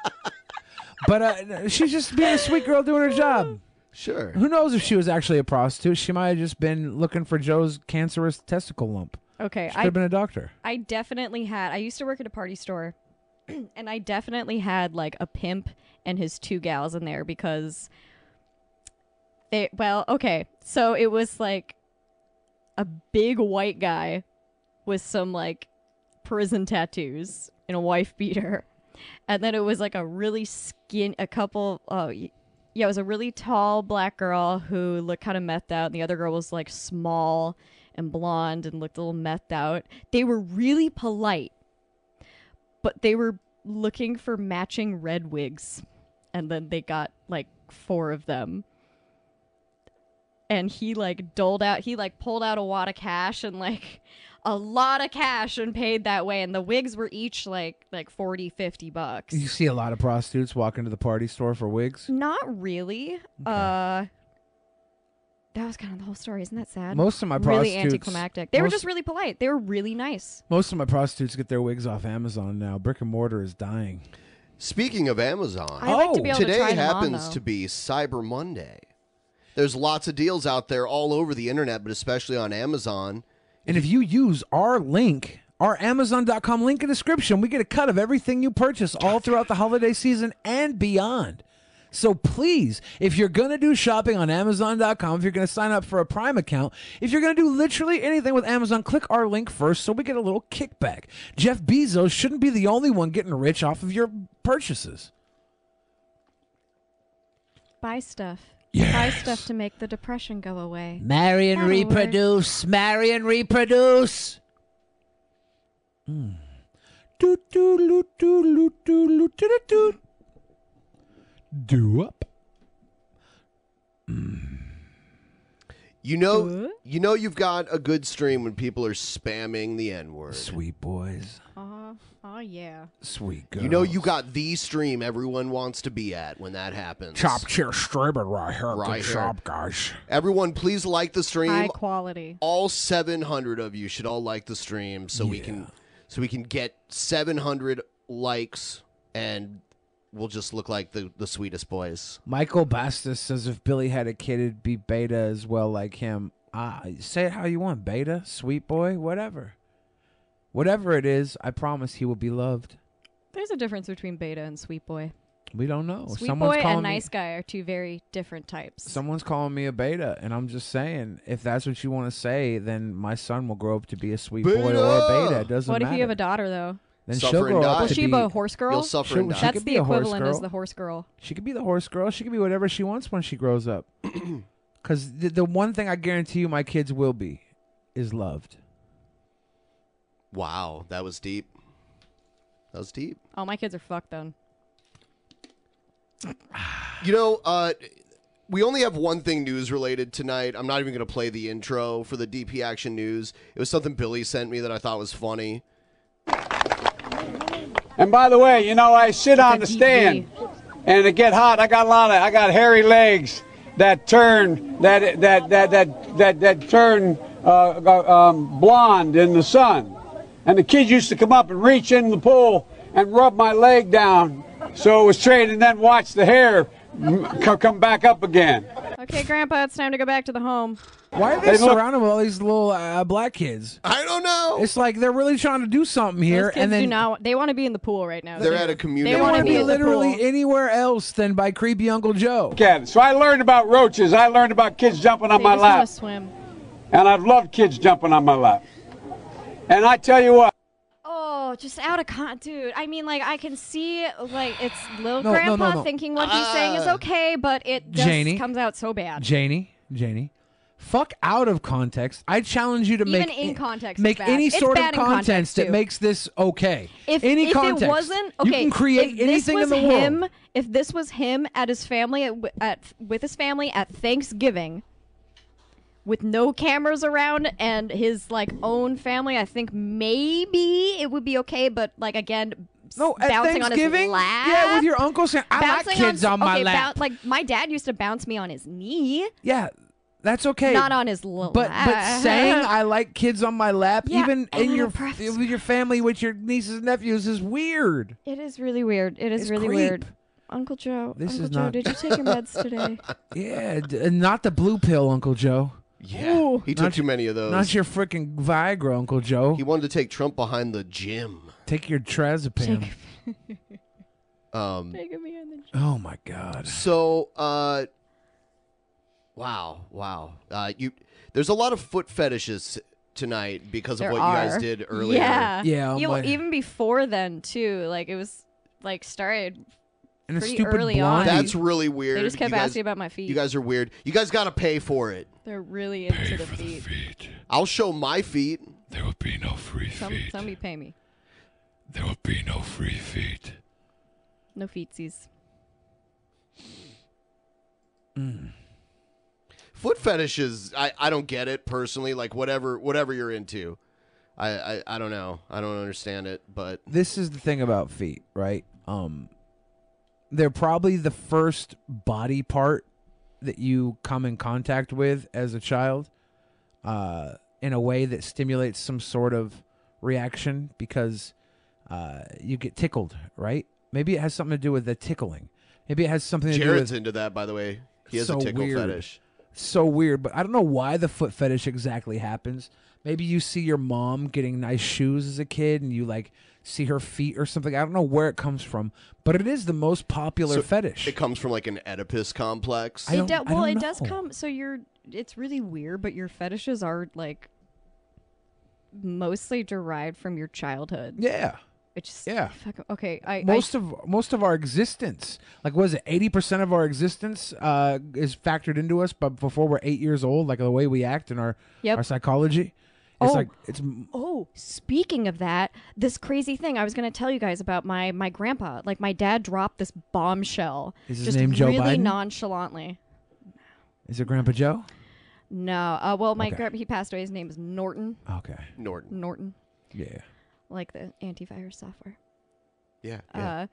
[SPEAKER 6] But uh, she's just being a sweet girl doing her job.
[SPEAKER 1] Sure.
[SPEAKER 6] Who knows if she was actually a prostitute? She might have just been looking for Joe's cancerous testicle lump.
[SPEAKER 7] Okay,
[SPEAKER 6] She could
[SPEAKER 7] I
[SPEAKER 6] have been a doctor.
[SPEAKER 7] I definitely had. I used to work at a party store, and I definitely had like a pimp and his two gals in there because they well, okay. So it was like a big white guy with some like prison tattoos and a wife beater. And then it was like a really skin a couple oh y- yeah, it was a really tall black girl who looked kind of methed out and the other girl was like small and blonde and looked a little methed out. They were really polite but they were looking for matching red wigs and then they got like four of them and he like doled out he like pulled out a wad of cash and like a lot of cash and paid that way and the wigs were each like like 40 50 bucks
[SPEAKER 6] You see a lot of prostitutes walk into the party store for wigs.
[SPEAKER 7] not really uh that was kind of the whole story isn't that sad
[SPEAKER 6] Most of my
[SPEAKER 7] really
[SPEAKER 6] prostitutes-
[SPEAKER 7] anticlimactic they were
[SPEAKER 6] most-
[SPEAKER 7] just really polite they were really nice
[SPEAKER 6] Most of my prostitutes get their wigs off Amazon now. Brick and mortar is dying.
[SPEAKER 1] Speaking of Amazon,
[SPEAKER 7] I like to be able to
[SPEAKER 1] Oh, today
[SPEAKER 7] try them on,
[SPEAKER 1] happens
[SPEAKER 7] though.
[SPEAKER 1] to be Cyber Monday. There's lots of deals out there all over the internet, but especially on Amazon.
[SPEAKER 6] And if you use our link, our Amazon.com link in the description, we get a cut of everything you purchase all throughout the holiday season and beyond. So please, if you're going to do shopping on Amazon.com, if you're going to sign up for a Prime account, if you're going to do literally anything with Amazon, click our link first so we get a little kickback. Jeff Bezos shouldn't be the only one getting rich off of your purchases.
[SPEAKER 7] buy stuff buy stuff to make the depression go away
[SPEAKER 6] Marry
[SPEAKER 7] and That'll work. reproduce.
[SPEAKER 6] Marry and reproduce. Hmm. Do do do do do do do do do. Do up.
[SPEAKER 1] You know, you know, you've got a good stream when people are spamming the N word.
[SPEAKER 6] Sweet boys,
[SPEAKER 7] oh oh yeah
[SPEAKER 6] sweet
[SPEAKER 1] You know, you got the stream everyone wants to be at when that happens.
[SPEAKER 6] Chop cheer streaming right here.
[SPEAKER 1] Right
[SPEAKER 6] Good
[SPEAKER 1] here.
[SPEAKER 6] job, guys.
[SPEAKER 1] Everyone, please like the stream.
[SPEAKER 7] high quality
[SPEAKER 1] all 700 of you should all like the stream so we can so we can get 700 likes and we'll just look like the, the sweetest boys
[SPEAKER 6] Michael Bastos says if Billy had a kid, it'd be Beta as well, like him. Ah, say it how you want, Beta, sweet boy, whatever, whatever it is. I promise he will be loved.
[SPEAKER 7] There's a difference between beta and sweet boy.
[SPEAKER 6] We don't know.
[SPEAKER 7] sweet
[SPEAKER 6] Oh, Someone's
[SPEAKER 7] boy
[SPEAKER 6] calling
[SPEAKER 7] and
[SPEAKER 6] me-
[SPEAKER 7] nice guy are two very different types.
[SPEAKER 6] Someone's calling me a beta, and I'm just saying, if that's what you want to say, then my son will grow up to be a sweet boy or a beta. It doesn't
[SPEAKER 7] what
[SPEAKER 6] matter.
[SPEAKER 7] if you have a daughter though?
[SPEAKER 6] Then Suffer she'll and grow up die.
[SPEAKER 7] Will
[SPEAKER 6] to
[SPEAKER 7] she
[SPEAKER 6] be-
[SPEAKER 7] be a horse girl?
[SPEAKER 6] You'll suffer and She- die. she
[SPEAKER 7] That's
[SPEAKER 6] could
[SPEAKER 7] the
[SPEAKER 6] be a horse
[SPEAKER 7] equivalent as
[SPEAKER 6] girl.
[SPEAKER 7] the horse girl.
[SPEAKER 6] She could be the horse girl. She could be whatever she wants when she grows up. Because the, the one thing I guarantee you my kids will be is loved.
[SPEAKER 1] wow that was deep that was deep
[SPEAKER 7] Oh, my kids are fucked then.
[SPEAKER 1] you know uh we only have one thing news related tonight i'm not even going to play the intro for the dp action news it was something billy sent me that i thought was funny
[SPEAKER 16] And by the way, you know I sit on the stand, and it get hot. I got a lot of I got hairy legs that turn that that that that that that turn uh, go- um, blonde in the sun. And the kids used to come up and reach in the pool and rub my leg down, so it was straight, and then watch the hair mm, co- come back up again.
[SPEAKER 7] Okay, Grandpa, it's time to go back to the home.
[SPEAKER 6] Why are they surrounded with all these little uh, black kids?
[SPEAKER 1] I don't know.
[SPEAKER 6] It's like they're really trying to do something here,
[SPEAKER 7] Those kids
[SPEAKER 6] and then
[SPEAKER 7] do not. They want to be in the pool right now.
[SPEAKER 6] They're
[SPEAKER 7] They-
[SPEAKER 6] at a community
[SPEAKER 7] They want to
[SPEAKER 6] pool.
[SPEAKER 7] be in the
[SPEAKER 6] Literally
[SPEAKER 7] pool.
[SPEAKER 6] anywhere else than by creepy Uncle Joe.
[SPEAKER 16] Okay, so I learned about roaches. I learned about kids jumping on
[SPEAKER 7] They
[SPEAKER 16] my
[SPEAKER 7] just wanna
[SPEAKER 16] lap,
[SPEAKER 7] swim.
[SPEAKER 16] and I've loved kids jumping on my lap. And I tell you what.
[SPEAKER 7] Oh, just out of con, dude. I mean, like I can see, like it's little
[SPEAKER 6] No, no,
[SPEAKER 7] grandpa
[SPEAKER 6] no, no.
[SPEAKER 7] thinking what he's saying is
[SPEAKER 6] Ah.
[SPEAKER 7] okay, but it just
[SPEAKER 6] Janie.
[SPEAKER 7] comes out so bad.
[SPEAKER 6] Janie, Janie, fuck out of context. I challenge you to
[SPEAKER 7] Even
[SPEAKER 6] make
[SPEAKER 7] in context is
[SPEAKER 6] make
[SPEAKER 7] bad.
[SPEAKER 6] any
[SPEAKER 7] It's
[SPEAKER 6] sort of
[SPEAKER 7] bad in context,
[SPEAKER 6] that
[SPEAKER 7] too.
[SPEAKER 6] makes this okay.
[SPEAKER 7] If
[SPEAKER 6] any
[SPEAKER 7] if
[SPEAKER 6] context,
[SPEAKER 7] it wasn't
[SPEAKER 6] you
[SPEAKER 7] okay,
[SPEAKER 6] can create
[SPEAKER 7] if this
[SPEAKER 6] anything
[SPEAKER 7] was
[SPEAKER 6] in the
[SPEAKER 7] him,
[SPEAKER 6] world.
[SPEAKER 7] If this was him at his family at, at with his family at Thanksgiving, with no cameras around and his like own family, I think maybe it would be okay. But like again, s-
[SPEAKER 6] No, at
[SPEAKER 7] bouncing on his
[SPEAKER 6] Thanksgiving,
[SPEAKER 7] lap.
[SPEAKER 6] yeah, with your uncle saying, "I like
[SPEAKER 7] Bouncing
[SPEAKER 6] kids on my
[SPEAKER 7] okay,
[SPEAKER 6] lap."
[SPEAKER 7] boun- like my dad used to bounce me on his knee.
[SPEAKER 6] yeah, that's okay.
[SPEAKER 7] Not on his lap.
[SPEAKER 6] But but saying I like kids on my lap,
[SPEAKER 7] Yeah,
[SPEAKER 6] even
[SPEAKER 7] I
[SPEAKER 6] in
[SPEAKER 7] have
[SPEAKER 6] your
[SPEAKER 7] a preference.
[SPEAKER 6] with your family, with your nieces and nephews, is weird.
[SPEAKER 7] It is really weird. It is
[SPEAKER 6] It's
[SPEAKER 7] really
[SPEAKER 6] creep.
[SPEAKER 7] weird. Uncle Joe,
[SPEAKER 6] This
[SPEAKER 7] Uncle
[SPEAKER 6] is
[SPEAKER 7] Joe,
[SPEAKER 6] not-
[SPEAKER 7] did you take your meds today?
[SPEAKER 6] Yeah, d- and not the blue pill, Uncle Joe.
[SPEAKER 1] yeah
[SPEAKER 7] Ooh.
[SPEAKER 1] he took
[SPEAKER 6] Not-
[SPEAKER 1] too many of those
[SPEAKER 6] Not your freaking Viagra, Uncle Joe.
[SPEAKER 1] he wanted to take trump behind the gym
[SPEAKER 6] Take your trazepam.
[SPEAKER 1] Um,
[SPEAKER 7] Taking me on the
[SPEAKER 6] Oh my god.
[SPEAKER 1] So, uh, wow, wow. Uh, you there's a lot of foot fetishes tonight because
[SPEAKER 7] There
[SPEAKER 1] of what you
[SPEAKER 7] are.
[SPEAKER 1] guys did earlier.
[SPEAKER 7] Yeah.
[SPEAKER 6] oh
[SPEAKER 7] You- even before then too. Like it was like started pretty early on.
[SPEAKER 1] That's really weird.
[SPEAKER 7] They just kept
[SPEAKER 1] You guys-
[SPEAKER 7] asking about my feet.
[SPEAKER 1] You guys are weird. You guys got to pay for it.
[SPEAKER 7] They're really into the feet.
[SPEAKER 1] I'll show my feet. There will be no free
[SPEAKER 7] Some somebody pay me.
[SPEAKER 1] There will be no free feet.
[SPEAKER 7] No feetsies.
[SPEAKER 1] Foot fetishes. I, I don't get it personally. Like whatever whatever you're into, I, I I don't know. I don't understand it. But
[SPEAKER 6] This is the thing about feet, right? Um they're probably the first body part that you come in contact with as a child uh in a way that stimulates some sort of reaction because uh you get tickled, right? Maybe it has something to do with the tickling. Maybe it has something to do with
[SPEAKER 1] Jared's into that, by the way. He has
[SPEAKER 6] so
[SPEAKER 1] a tickle
[SPEAKER 6] weird.
[SPEAKER 1] fetish.
[SPEAKER 6] So weird, but I don't know why the foot fetish exactly happens. Maybe you see your mom getting nice shoes as a kid and you like see her feet or something. I don't know where it comes from, but it is the most popular
[SPEAKER 1] So
[SPEAKER 6] fetish.
[SPEAKER 1] It comes from like an Oedipus complex.
[SPEAKER 7] it do- well, it does come. So you're. It's really weird, but your fetishes are like mostly derived from your childhood.
[SPEAKER 6] Yeah.
[SPEAKER 7] It's just
[SPEAKER 6] Yeah.
[SPEAKER 7] fucking- okay. I
[SPEAKER 6] most
[SPEAKER 7] I,
[SPEAKER 6] of most of our existence, like what is it, eighty percent of our existence uh, is factored into us, but before we're eight years old, like the way we act and our
[SPEAKER 7] Yep.
[SPEAKER 6] our psychology,
[SPEAKER 7] Oh.
[SPEAKER 6] it's like it's m-
[SPEAKER 7] Oh, speaking of that, this crazy thing I was going to tell you guys about my my grandpa. Like my dad dropped this bombshell.
[SPEAKER 6] Is his
[SPEAKER 7] just
[SPEAKER 6] name Joe
[SPEAKER 7] really
[SPEAKER 6] Biden?
[SPEAKER 7] nonchalantly.
[SPEAKER 6] is it Grandpa Joe?
[SPEAKER 7] No. Uh, well, my
[SPEAKER 6] Okay.
[SPEAKER 7] grandpa he passed away. His name is Norton.
[SPEAKER 6] Okay,
[SPEAKER 1] Norton.
[SPEAKER 7] Norton,
[SPEAKER 6] Yeah,
[SPEAKER 7] like the antivirus software.
[SPEAKER 1] yeah.
[SPEAKER 7] Uh,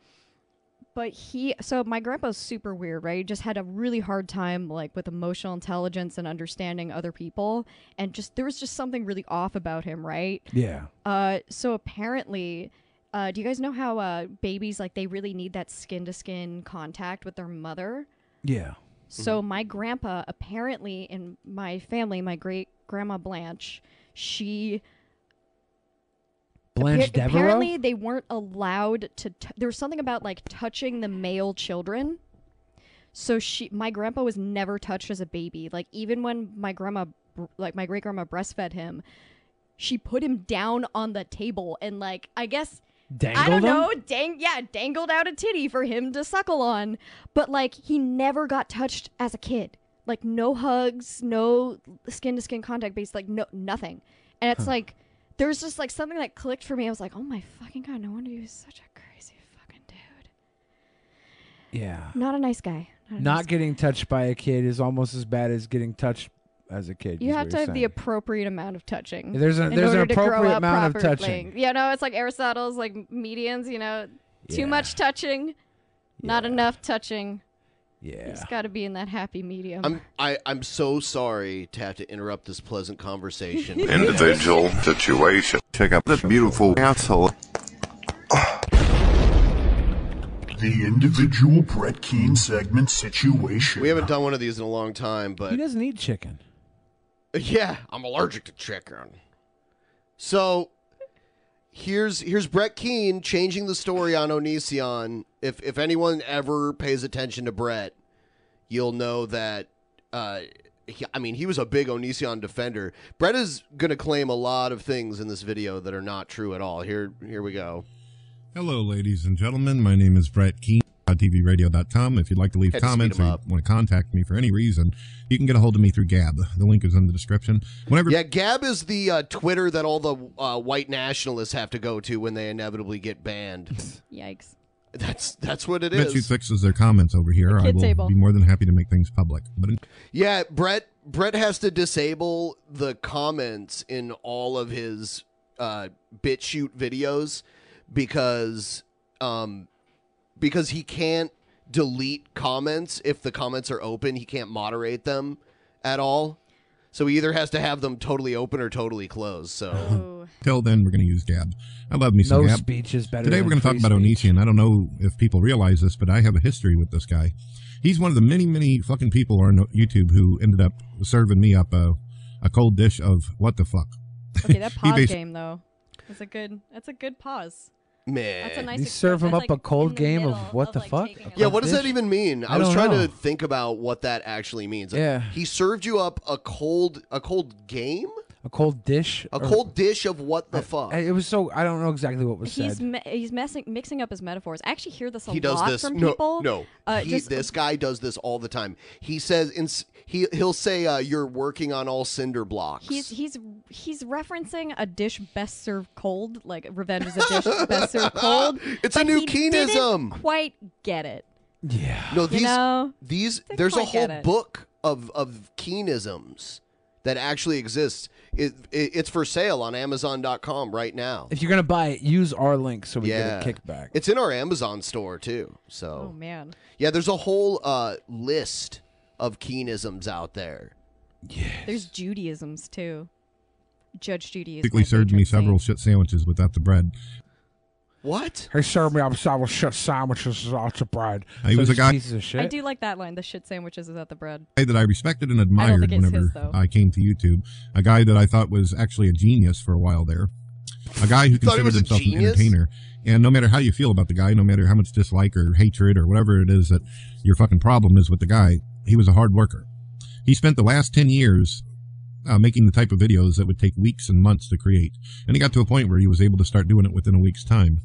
[SPEAKER 7] but he, so my grandpa's super weird, right? He just had a really hard time, like with emotional intelligence and understanding other people, and just there was just something really off about him, right?
[SPEAKER 6] yeah.
[SPEAKER 7] Uh, so apparently, uh, do you guys know how uh, babies like they really need that skin to skin contact with their mother?
[SPEAKER 6] Yeah.
[SPEAKER 7] So
[SPEAKER 6] Mm-hmm.
[SPEAKER 7] my grandpa apparently in my family, my great grandma Blanche, she
[SPEAKER 6] Blanche
[SPEAKER 7] Appa-
[SPEAKER 6] Devereaux.
[SPEAKER 7] Apparently, they weren't allowed to. T- there was something about like touching the male children. So she, my grandpa was never touched as a baby. Like even when my grandma, br- like my great grandma, breastfed him, she put him down on the table and like I guess I don't
[SPEAKER 6] Dangled him?
[SPEAKER 7] know, dang yeah, dangled out a titty for him to suckle on. But like he never got touched as a kid. Like no hugs, no skin to skin contact based, like no nothing. And it's like there was just like something that clicked for me. I was like, oh my fucking god, no wonder he was such a crazy fucking
[SPEAKER 6] Yeah.
[SPEAKER 7] not a nice guy. Not, a nice
[SPEAKER 6] Not getting touched by a kid is almost as bad as getting touched as a kid.
[SPEAKER 7] You
[SPEAKER 6] is
[SPEAKER 7] have
[SPEAKER 6] what
[SPEAKER 7] to
[SPEAKER 6] you're
[SPEAKER 7] have the
[SPEAKER 6] saying.
[SPEAKER 7] appropriate amount of touching.
[SPEAKER 6] There's an-
[SPEAKER 7] in
[SPEAKER 6] there's an
[SPEAKER 7] order to grow
[SPEAKER 6] appropriate
[SPEAKER 7] up
[SPEAKER 6] amount of
[SPEAKER 7] properly.
[SPEAKER 6] touching.
[SPEAKER 7] Yeah, no, it's like Aristotle's like medians. You know,
[SPEAKER 6] Yeah.
[SPEAKER 7] too much touching, not enough touching.
[SPEAKER 6] Yeah.
[SPEAKER 7] It's got to be in that happy medium.
[SPEAKER 1] I'm I, I'm so sorry to have to interrupt this pleasant conversation.
[SPEAKER 13] Individual situation. Check out this beautiful asshole.
[SPEAKER 17] The individual Brett Keen segment situation.
[SPEAKER 1] We haven't done one of these in a long time,
[SPEAKER 6] He
[SPEAKER 1] but
[SPEAKER 6] doesn't eat chicken.
[SPEAKER 1] yeah, I'm allergic to chicken. So here's here's Brett Keen changing the story on Onision. If if anyone ever pays attention to Brett, you'll know that. Uh, he, I mean, he was a big Onision defender. Brett is going to claim a lot of things in this video that are not true at all. Here here we go.
[SPEAKER 18] Hello, ladies and gentlemen. My name is Brett Keene. TVRadio.com. If you'd like to leave
[SPEAKER 1] Had to speed
[SPEAKER 18] comments or
[SPEAKER 1] him
[SPEAKER 18] you
[SPEAKER 1] up.
[SPEAKER 18] want to contact me for any reason, you can get a hold of me through Gab. The link is in the description. Whenever
[SPEAKER 1] Yeah, Gab is the uh, Twitter that all the uh, white nationalists have to go to when they inevitably get banned.
[SPEAKER 7] Yikes.
[SPEAKER 1] That's that's what it
[SPEAKER 18] Betsy
[SPEAKER 1] is.
[SPEAKER 18] fixes their comments over here, I
[SPEAKER 1] kid's
[SPEAKER 18] will
[SPEAKER 1] able.
[SPEAKER 18] be more than happy to make things public. But in-
[SPEAKER 1] Yeah, Brett Brett has to disable the comments in all of his uh BitChute videos because um because he can't delete comments if the comments are open, he can't moderate them at all. So he either has to have them totally open or totally closed. So
[SPEAKER 18] till then, we're going to use Gab. I love me some
[SPEAKER 6] No
[SPEAKER 18] Gab.
[SPEAKER 6] speech is better
[SPEAKER 18] Today,
[SPEAKER 6] than
[SPEAKER 18] we're going to talk
[SPEAKER 6] free
[SPEAKER 18] about Onision. I don't know if people realize this, but I have a history with this guy. He's one of the many, many fucking people on YouTube who ended up serving me up a, a cold dish of what the fuck.
[SPEAKER 7] Okay, that
[SPEAKER 18] He
[SPEAKER 7] pause
[SPEAKER 18] basi-
[SPEAKER 7] game though. That's a good. That's a good pause.
[SPEAKER 1] Man,
[SPEAKER 7] That's a nice
[SPEAKER 6] you serve him up a cold game of what the fuck?
[SPEAKER 1] Yeah, what does that even mean? I,
[SPEAKER 6] I
[SPEAKER 1] was
[SPEAKER 6] don't
[SPEAKER 1] trying
[SPEAKER 6] know.
[SPEAKER 1] to think about what that actually means.
[SPEAKER 6] Yeah.
[SPEAKER 1] He served you up a cold a cold game?
[SPEAKER 6] A cold dish.
[SPEAKER 1] A
[SPEAKER 6] or-
[SPEAKER 1] cold dish of what the fuck?
[SPEAKER 6] Er. I- It was so I don't know exactly what was
[SPEAKER 7] He's
[SPEAKER 6] said.
[SPEAKER 7] me- he's messing mixing up his metaphors. I actually hear this a
[SPEAKER 1] he does
[SPEAKER 7] lot
[SPEAKER 1] this.
[SPEAKER 7] from
[SPEAKER 1] no,
[SPEAKER 7] people.
[SPEAKER 1] no.
[SPEAKER 7] uh,
[SPEAKER 1] he,
[SPEAKER 7] just
[SPEAKER 1] this guy does this all the time. He says ins he he'll say uh, you're working on all cinder blocks.
[SPEAKER 7] He's he's he's referencing a dish best served cold, like revenge is a dish best served cold.
[SPEAKER 1] It's a
[SPEAKER 7] but
[SPEAKER 1] new
[SPEAKER 7] he
[SPEAKER 1] Keenism.
[SPEAKER 7] Didn't quite get it.
[SPEAKER 1] No, these
[SPEAKER 7] know,
[SPEAKER 1] these
[SPEAKER 7] didn't
[SPEAKER 1] there's a
[SPEAKER 7] quite get
[SPEAKER 1] whole
[SPEAKER 7] it.
[SPEAKER 1] book of of Keenisms that actually exists. It, it it's for sale on Amazon.com right now.
[SPEAKER 6] If you're gonna buy it, use our link so we
[SPEAKER 1] yeah,
[SPEAKER 6] get a kickback.
[SPEAKER 1] It's in our Amazon store too. So
[SPEAKER 7] Oh man,
[SPEAKER 1] yeah, there's a whole uh, list of Keenisms out there.
[SPEAKER 7] there's Judaisms too. Judge Judy is
[SPEAKER 18] Basically served me several shit sandwiches without the bread.
[SPEAKER 1] What?
[SPEAKER 6] He served me up several shit sandwiches without the bread.
[SPEAKER 18] He was a
[SPEAKER 6] these
[SPEAKER 18] guy-
[SPEAKER 6] pieces of shit.
[SPEAKER 7] I do like that line. The shit sandwiches is at the bread.
[SPEAKER 18] guy that I respected and
[SPEAKER 7] I don't
[SPEAKER 18] admired
[SPEAKER 7] think it's his,
[SPEAKER 18] whenever
[SPEAKER 7] though.
[SPEAKER 18] I came to YouTube. A guy that I thought was actually a genius for a while there. A guy who
[SPEAKER 1] Thought he
[SPEAKER 18] considered
[SPEAKER 1] was a
[SPEAKER 18] himself an
[SPEAKER 1] genius?
[SPEAKER 18] entertainer. And no matter how you feel about the guy, no matter how much dislike or hatred or whatever it is that your fucking problem is with the guy, he was a hard worker. He spent the last 10 years uh, making the type of videos that would take weeks and months to create. And he got to a point where he was able to start doing it within a week's time.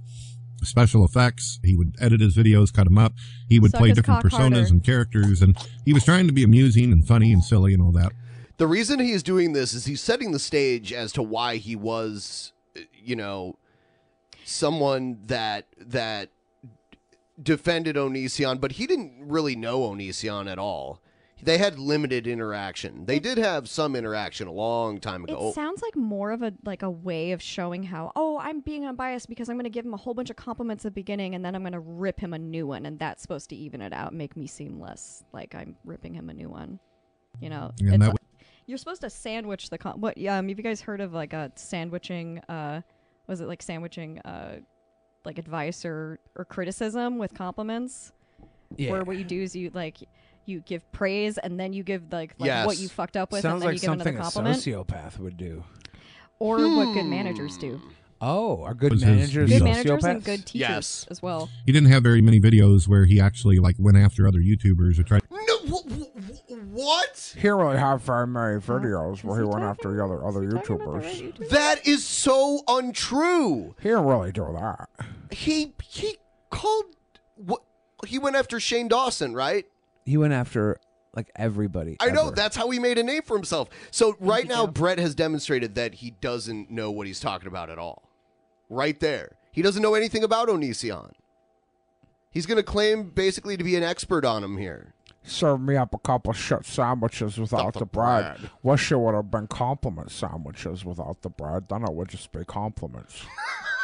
[SPEAKER 18] Special effects, he would edit his videos, cut them up. He would
[SPEAKER 1] Suck
[SPEAKER 18] play
[SPEAKER 1] his
[SPEAKER 18] different
[SPEAKER 1] cock
[SPEAKER 18] personas
[SPEAKER 1] harder.
[SPEAKER 18] and characters. And he was trying to be amusing and funny and silly and all that.
[SPEAKER 1] The reason he is doing this is he's setting the stage as to why he was, uh, you know, someone that that defended Onision, but he didn't really know Onision at all. They had limited interaction. They did have some interaction a long time
[SPEAKER 7] It
[SPEAKER 1] ago. Oh.
[SPEAKER 7] sounds like more of a like a way of showing how oh I'm being unbiased because I'm going to give him a whole bunch of compliments at the beginning and then I'm going to rip him a new one and that's supposed to even it out and make me seem less like I'm ripping him a new one. You know,
[SPEAKER 18] Yeah, and
[SPEAKER 7] It's
[SPEAKER 18] that
[SPEAKER 7] a-
[SPEAKER 18] w-
[SPEAKER 7] you're supposed to sandwich the com- what um have you guys heard of like a sandwiching uh was it like sandwiching uh like advice or or criticism with compliments?
[SPEAKER 6] Yeah.
[SPEAKER 7] Where what you do is you like you give praise and then you give like, like what
[SPEAKER 6] Yes.
[SPEAKER 7] you fucked up with and
[SPEAKER 6] Sounds
[SPEAKER 7] then
[SPEAKER 6] like
[SPEAKER 7] you give another
[SPEAKER 6] something a
[SPEAKER 7] compliment
[SPEAKER 6] sociopath would do.
[SPEAKER 7] or what good managers do.
[SPEAKER 6] Oh, are good
[SPEAKER 18] Was his
[SPEAKER 6] managers
[SPEAKER 18] deal.
[SPEAKER 7] Good
[SPEAKER 18] Sociopaths?
[SPEAKER 7] managers and good teachers
[SPEAKER 1] Yes.
[SPEAKER 7] as well.
[SPEAKER 18] He didn't have very many videos where he actually like went after other YouTubers or tried
[SPEAKER 1] what?
[SPEAKER 6] He only had very many videos where he went after the other other YouTubers.
[SPEAKER 1] That is so untrue.
[SPEAKER 6] He didn't really do that.
[SPEAKER 1] He he called what he went after Shane Dawson, right?
[SPEAKER 6] He went after like everybody.
[SPEAKER 1] I know
[SPEAKER 6] ever.
[SPEAKER 1] that's how he made a name for himself. So right now, Brett has demonstrated that he doesn't know what he's talking about at all. Right there, he doesn't know anything about Onision. He's going to claim basically to be an expert on him here.
[SPEAKER 6] Served me up a couple of shit sandwiches without the, bread. Wish it would have been compliment sandwiches without the bread. Then it would just be compliments.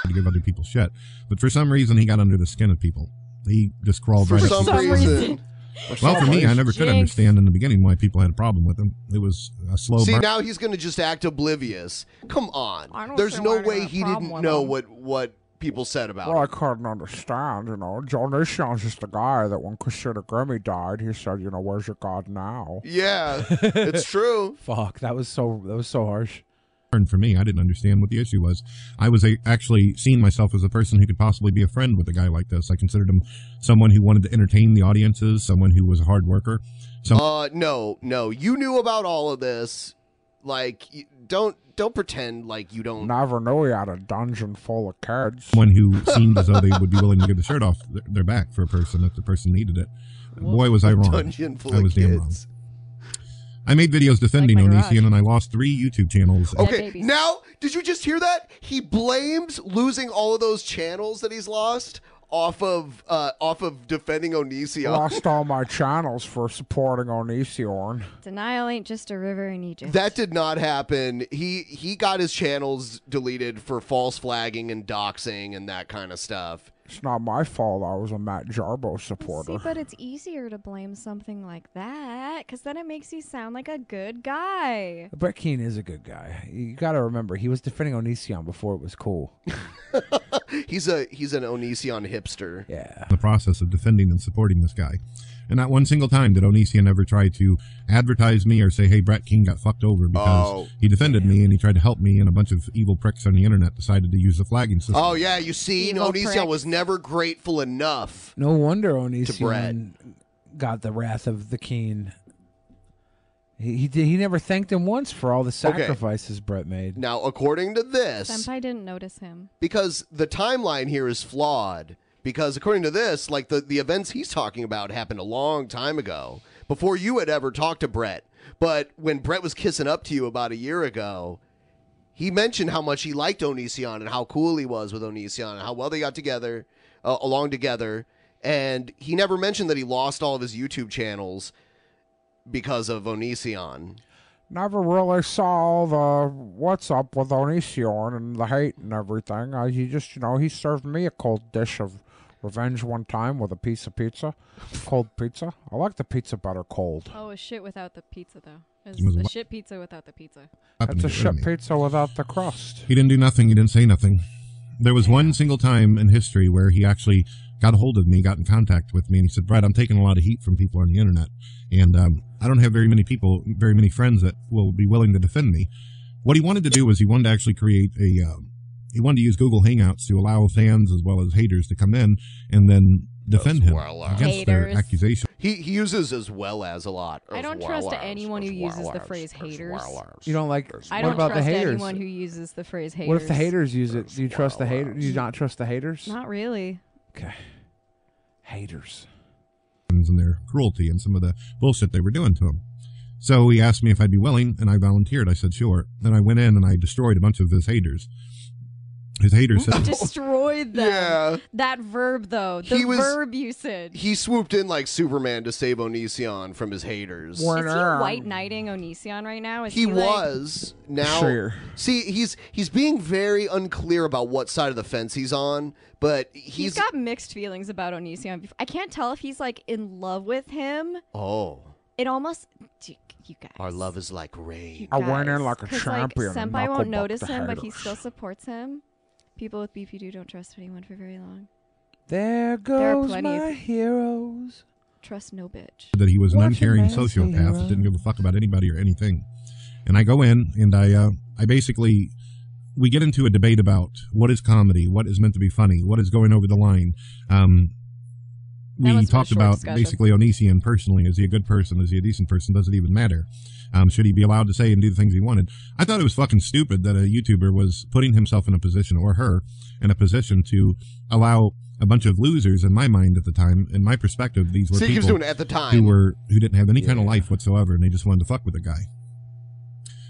[SPEAKER 18] to give other people shit. But for some reason, he got under the skin of people. He just crawled
[SPEAKER 1] For
[SPEAKER 18] right
[SPEAKER 1] some
[SPEAKER 18] up to them.
[SPEAKER 1] reason. For
[SPEAKER 18] Well, for
[SPEAKER 1] some
[SPEAKER 18] me, I
[SPEAKER 1] reason.
[SPEAKER 18] never could
[SPEAKER 1] Jinx.
[SPEAKER 18] understand in the beginning why people had a problem with him. It was a slow
[SPEAKER 1] See,
[SPEAKER 18] burn.
[SPEAKER 1] now he's going to just act oblivious. Come on,
[SPEAKER 6] don't
[SPEAKER 1] there's
[SPEAKER 6] see
[SPEAKER 1] no
[SPEAKER 6] why I
[SPEAKER 1] way
[SPEAKER 6] got a
[SPEAKER 1] he
[SPEAKER 6] problem
[SPEAKER 1] didn't
[SPEAKER 6] with
[SPEAKER 1] know
[SPEAKER 6] him.
[SPEAKER 1] what what people said about.
[SPEAKER 6] Well, I couldn't understand, you know. John Nishion's just a guy that when Kushida Grimmy died, he said, you know, where's your God now?
[SPEAKER 1] him. Yeah, it's true.
[SPEAKER 6] Fuck, that was so that was so harsh.
[SPEAKER 18] And for me, I didn't understand what the issue was. I was a, actually seeing myself as a person who could possibly be a friend with a guy like this. I considered him someone who wanted to entertain the audiences, someone who was a hard worker. Some,
[SPEAKER 1] Uh, no, no, you knew about all of this. Like, y- don't don't pretend like you don't.
[SPEAKER 6] Never knew he had a dungeon full of kids.
[SPEAKER 18] someone who seemed as though they would be willing to give the shirt off th- their back for a person if the person needed it. Boy, was I wrong.
[SPEAKER 1] Dungeon full
[SPEAKER 18] I
[SPEAKER 1] of
[SPEAKER 18] was damn wrong.
[SPEAKER 1] kids.
[SPEAKER 18] I made videos defending Onision, and I lost three YouTube channels.
[SPEAKER 1] Okay, now did you just hear that? He blames losing all of those channels that he's lost off of uh, off of defending Onision.
[SPEAKER 6] Lost all my channels for supporting Onision.
[SPEAKER 7] Denial ain't just a river in Egypt.
[SPEAKER 1] That did not happen. He he got his channels deleted for false flagging and doxing and that kind of stuff.
[SPEAKER 6] It's not my fault I was a Matt Jarbo supporter.
[SPEAKER 7] See, but it's easier to blame something like that because then it makes you sound like a good guy.
[SPEAKER 6] Brett Keane is a good guy. You got to remember, he was defending Onision before it was cool.
[SPEAKER 1] he's a he's an Onision hipster.
[SPEAKER 6] Yeah.
[SPEAKER 18] the process of defending and supporting this guy. And not one single time did Onision ever try to advertise me or say, hey, Brett King got fucked over because
[SPEAKER 1] Oh.
[SPEAKER 18] he defended me and he tried to help me, and a bunch of evil pricks on the internet decided to use the flagging system.
[SPEAKER 1] Oh yeah, you see,
[SPEAKER 6] Evil
[SPEAKER 1] Onision
[SPEAKER 6] prick.
[SPEAKER 1] was never grateful enough.
[SPEAKER 6] No wonder Onision got the wrath of the king. He he, did, he never thanked him once for all the
[SPEAKER 1] Okay.
[SPEAKER 6] sacrifices Brett made.
[SPEAKER 1] Now, according to this,
[SPEAKER 7] Senpai didn't notice him.
[SPEAKER 1] because the timeline here is flawed because according to this like the, the events he's talking about happened a long time ago before you had ever talked to brett but when brett was kissing up to you about a year ago he mentioned how much he liked onision and how cool he was with onision and how well they got together uh, along together and he never mentioned that he lost all of his youtube channels because of onision
[SPEAKER 6] Never really saw the what's up with Onision and the hate and everything. Uh, he just, you know, he served me a cold dish of revenge one time with a piece of pizza, cold pizza. I like the pizza better cold.
[SPEAKER 7] Oh, a shit without the pizza though. It's
[SPEAKER 18] It was
[SPEAKER 7] a
[SPEAKER 18] what?
[SPEAKER 7] shit pizza without the pizza.
[SPEAKER 18] Happened
[SPEAKER 6] That's a
[SPEAKER 18] to get rid of
[SPEAKER 6] shit pizza without the crust.
[SPEAKER 18] He didn't do nothing. He didn't say nothing. There was one single time in history where he actually got a hold of me, got in contact with me, and he said, "Brad, I'm taking a lot of heat from people on the internet, and um, I don't have very many people, very many friends that will be willing to defend me." What he wanted to do was he wanted to actually create a, uh, he wanted to use Google Hangouts to allow fans as well as haters to come in and then defend him against their
[SPEAKER 7] Haters.
[SPEAKER 18] accusation.
[SPEAKER 1] he, he uses as well as a lot
[SPEAKER 7] I don't trust anyone who uses the phrase haters.
[SPEAKER 6] You don't like.
[SPEAKER 7] I
[SPEAKER 6] what
[SPEAKER 7] don't
[SPEAKER 6] about
[SPEAKER 7] trust
[SPEAKER 6] the haters?
[SPEAKER 7] anyone who uses the phrase haters.
[SPEAKER 6] What if the haters use it? Do you trust the haters? Do you not trust the haters?
[SPEAKER 7] Not really.
[SPEAKER 6] Haters.
[SPEAKER 18] actions and their cruelty and some of the bullshit they were doing to him. So he asked me if I'd be willing, and I volunteered. I said sure. Then I went in and I destroyed a bunch of his haters. His haters said,
[SPEAKER 7] Destroyed them.
[SPEAKER 1] Yeah.
[SPEAKER 7] That verb though. The
[SPEAKER 1] He was-
[SPEAKER 7] verb usage.
[SPEAKER 1] he swooped in like Superman to save Onision from his haters.
[SPEAKER 7] Is he white knighting Onision right now? Is
[SPEAKER 1] He
[SPEAKER 7] he, like-
[SPEAKER 1] was now.
[SPEAKER 6] Sure.
[SPEAKER 1] See, he's he's being very unclear about what side of the fence he's on, but he's,
[SPEAKER 7] he's got mixed feelings about Onision. bef- I can't tell if he's like in love with him.
[SPEAKER 1] oh,
[SPEAKER 7] It almost. Dude, you guys.
[SPEAKER 1] our love is like rain.
[SPEAKER 6] I went in like a
[SPEAKER 7] 'Cause,
[SPEAKER 6] champion.
[SPEAKER 7] Like,
[SPEAKER 6] and
[SPEAKER 7] Senpai won't
[SPEAKER 6] knucklebucked
[SPEAKER 7] notice
[SPEAKER 6] the
[SPEAKER 7] him, but he
[SPEAKER 6] haters.
[SPEAKER 7] still supports him. People with BPD don't trust anyone for very long.
[SPEAKER 6] There
[SPEAKER 7] there are
[SPEAKER 6] goes
[SPEAKER 7] plenty
[SPEAKER 6] my
[SPEAKER 7] of
[SPEAKER 6] heroes.
[SPEAKER 7] Trust no bitch.
[SPEAKER 18] that he was an
[SPEAKER 7] What a
[SPEAKER 18] uncaring
[SPEAKER 7] nasty
[SPEAKER 18] sociopath that
[SPEAKER 7] hero.
[SPEAKER 18] didn't give a fuck about anybody or anything. And I go in and I uh, I basically we get into a debate about what is comedy, what is meant to be funny, what is going over the line. Um, we
[SPEAKER 13] That must've been a
[SPEAKER 18] talked
[SPEAKER 13] short
[SPEAKER 18] about
[SPEAKER 13] discussion.
[SPEAKER 18] basically Onision personally. Is he a good person? Is he a decent person? Does it even matter? Um, should he be allowed to say and do the things he wanted? I thought it was fucking stupid that a YouTuber was putting himself in a position or her in a position to allow a bunch of losers in my mind at the time, in my perspective, these were
[SPEAKER 1] See, he was
[SPEAKER 18] people
[SPEAKER 1] doing it at the
[SPEAKER 18] who
[SPEAKER 1] time.
[SPEAKER 18] were who didn't have any kind of life whatsoever, and they just wanted to fuck with a guy.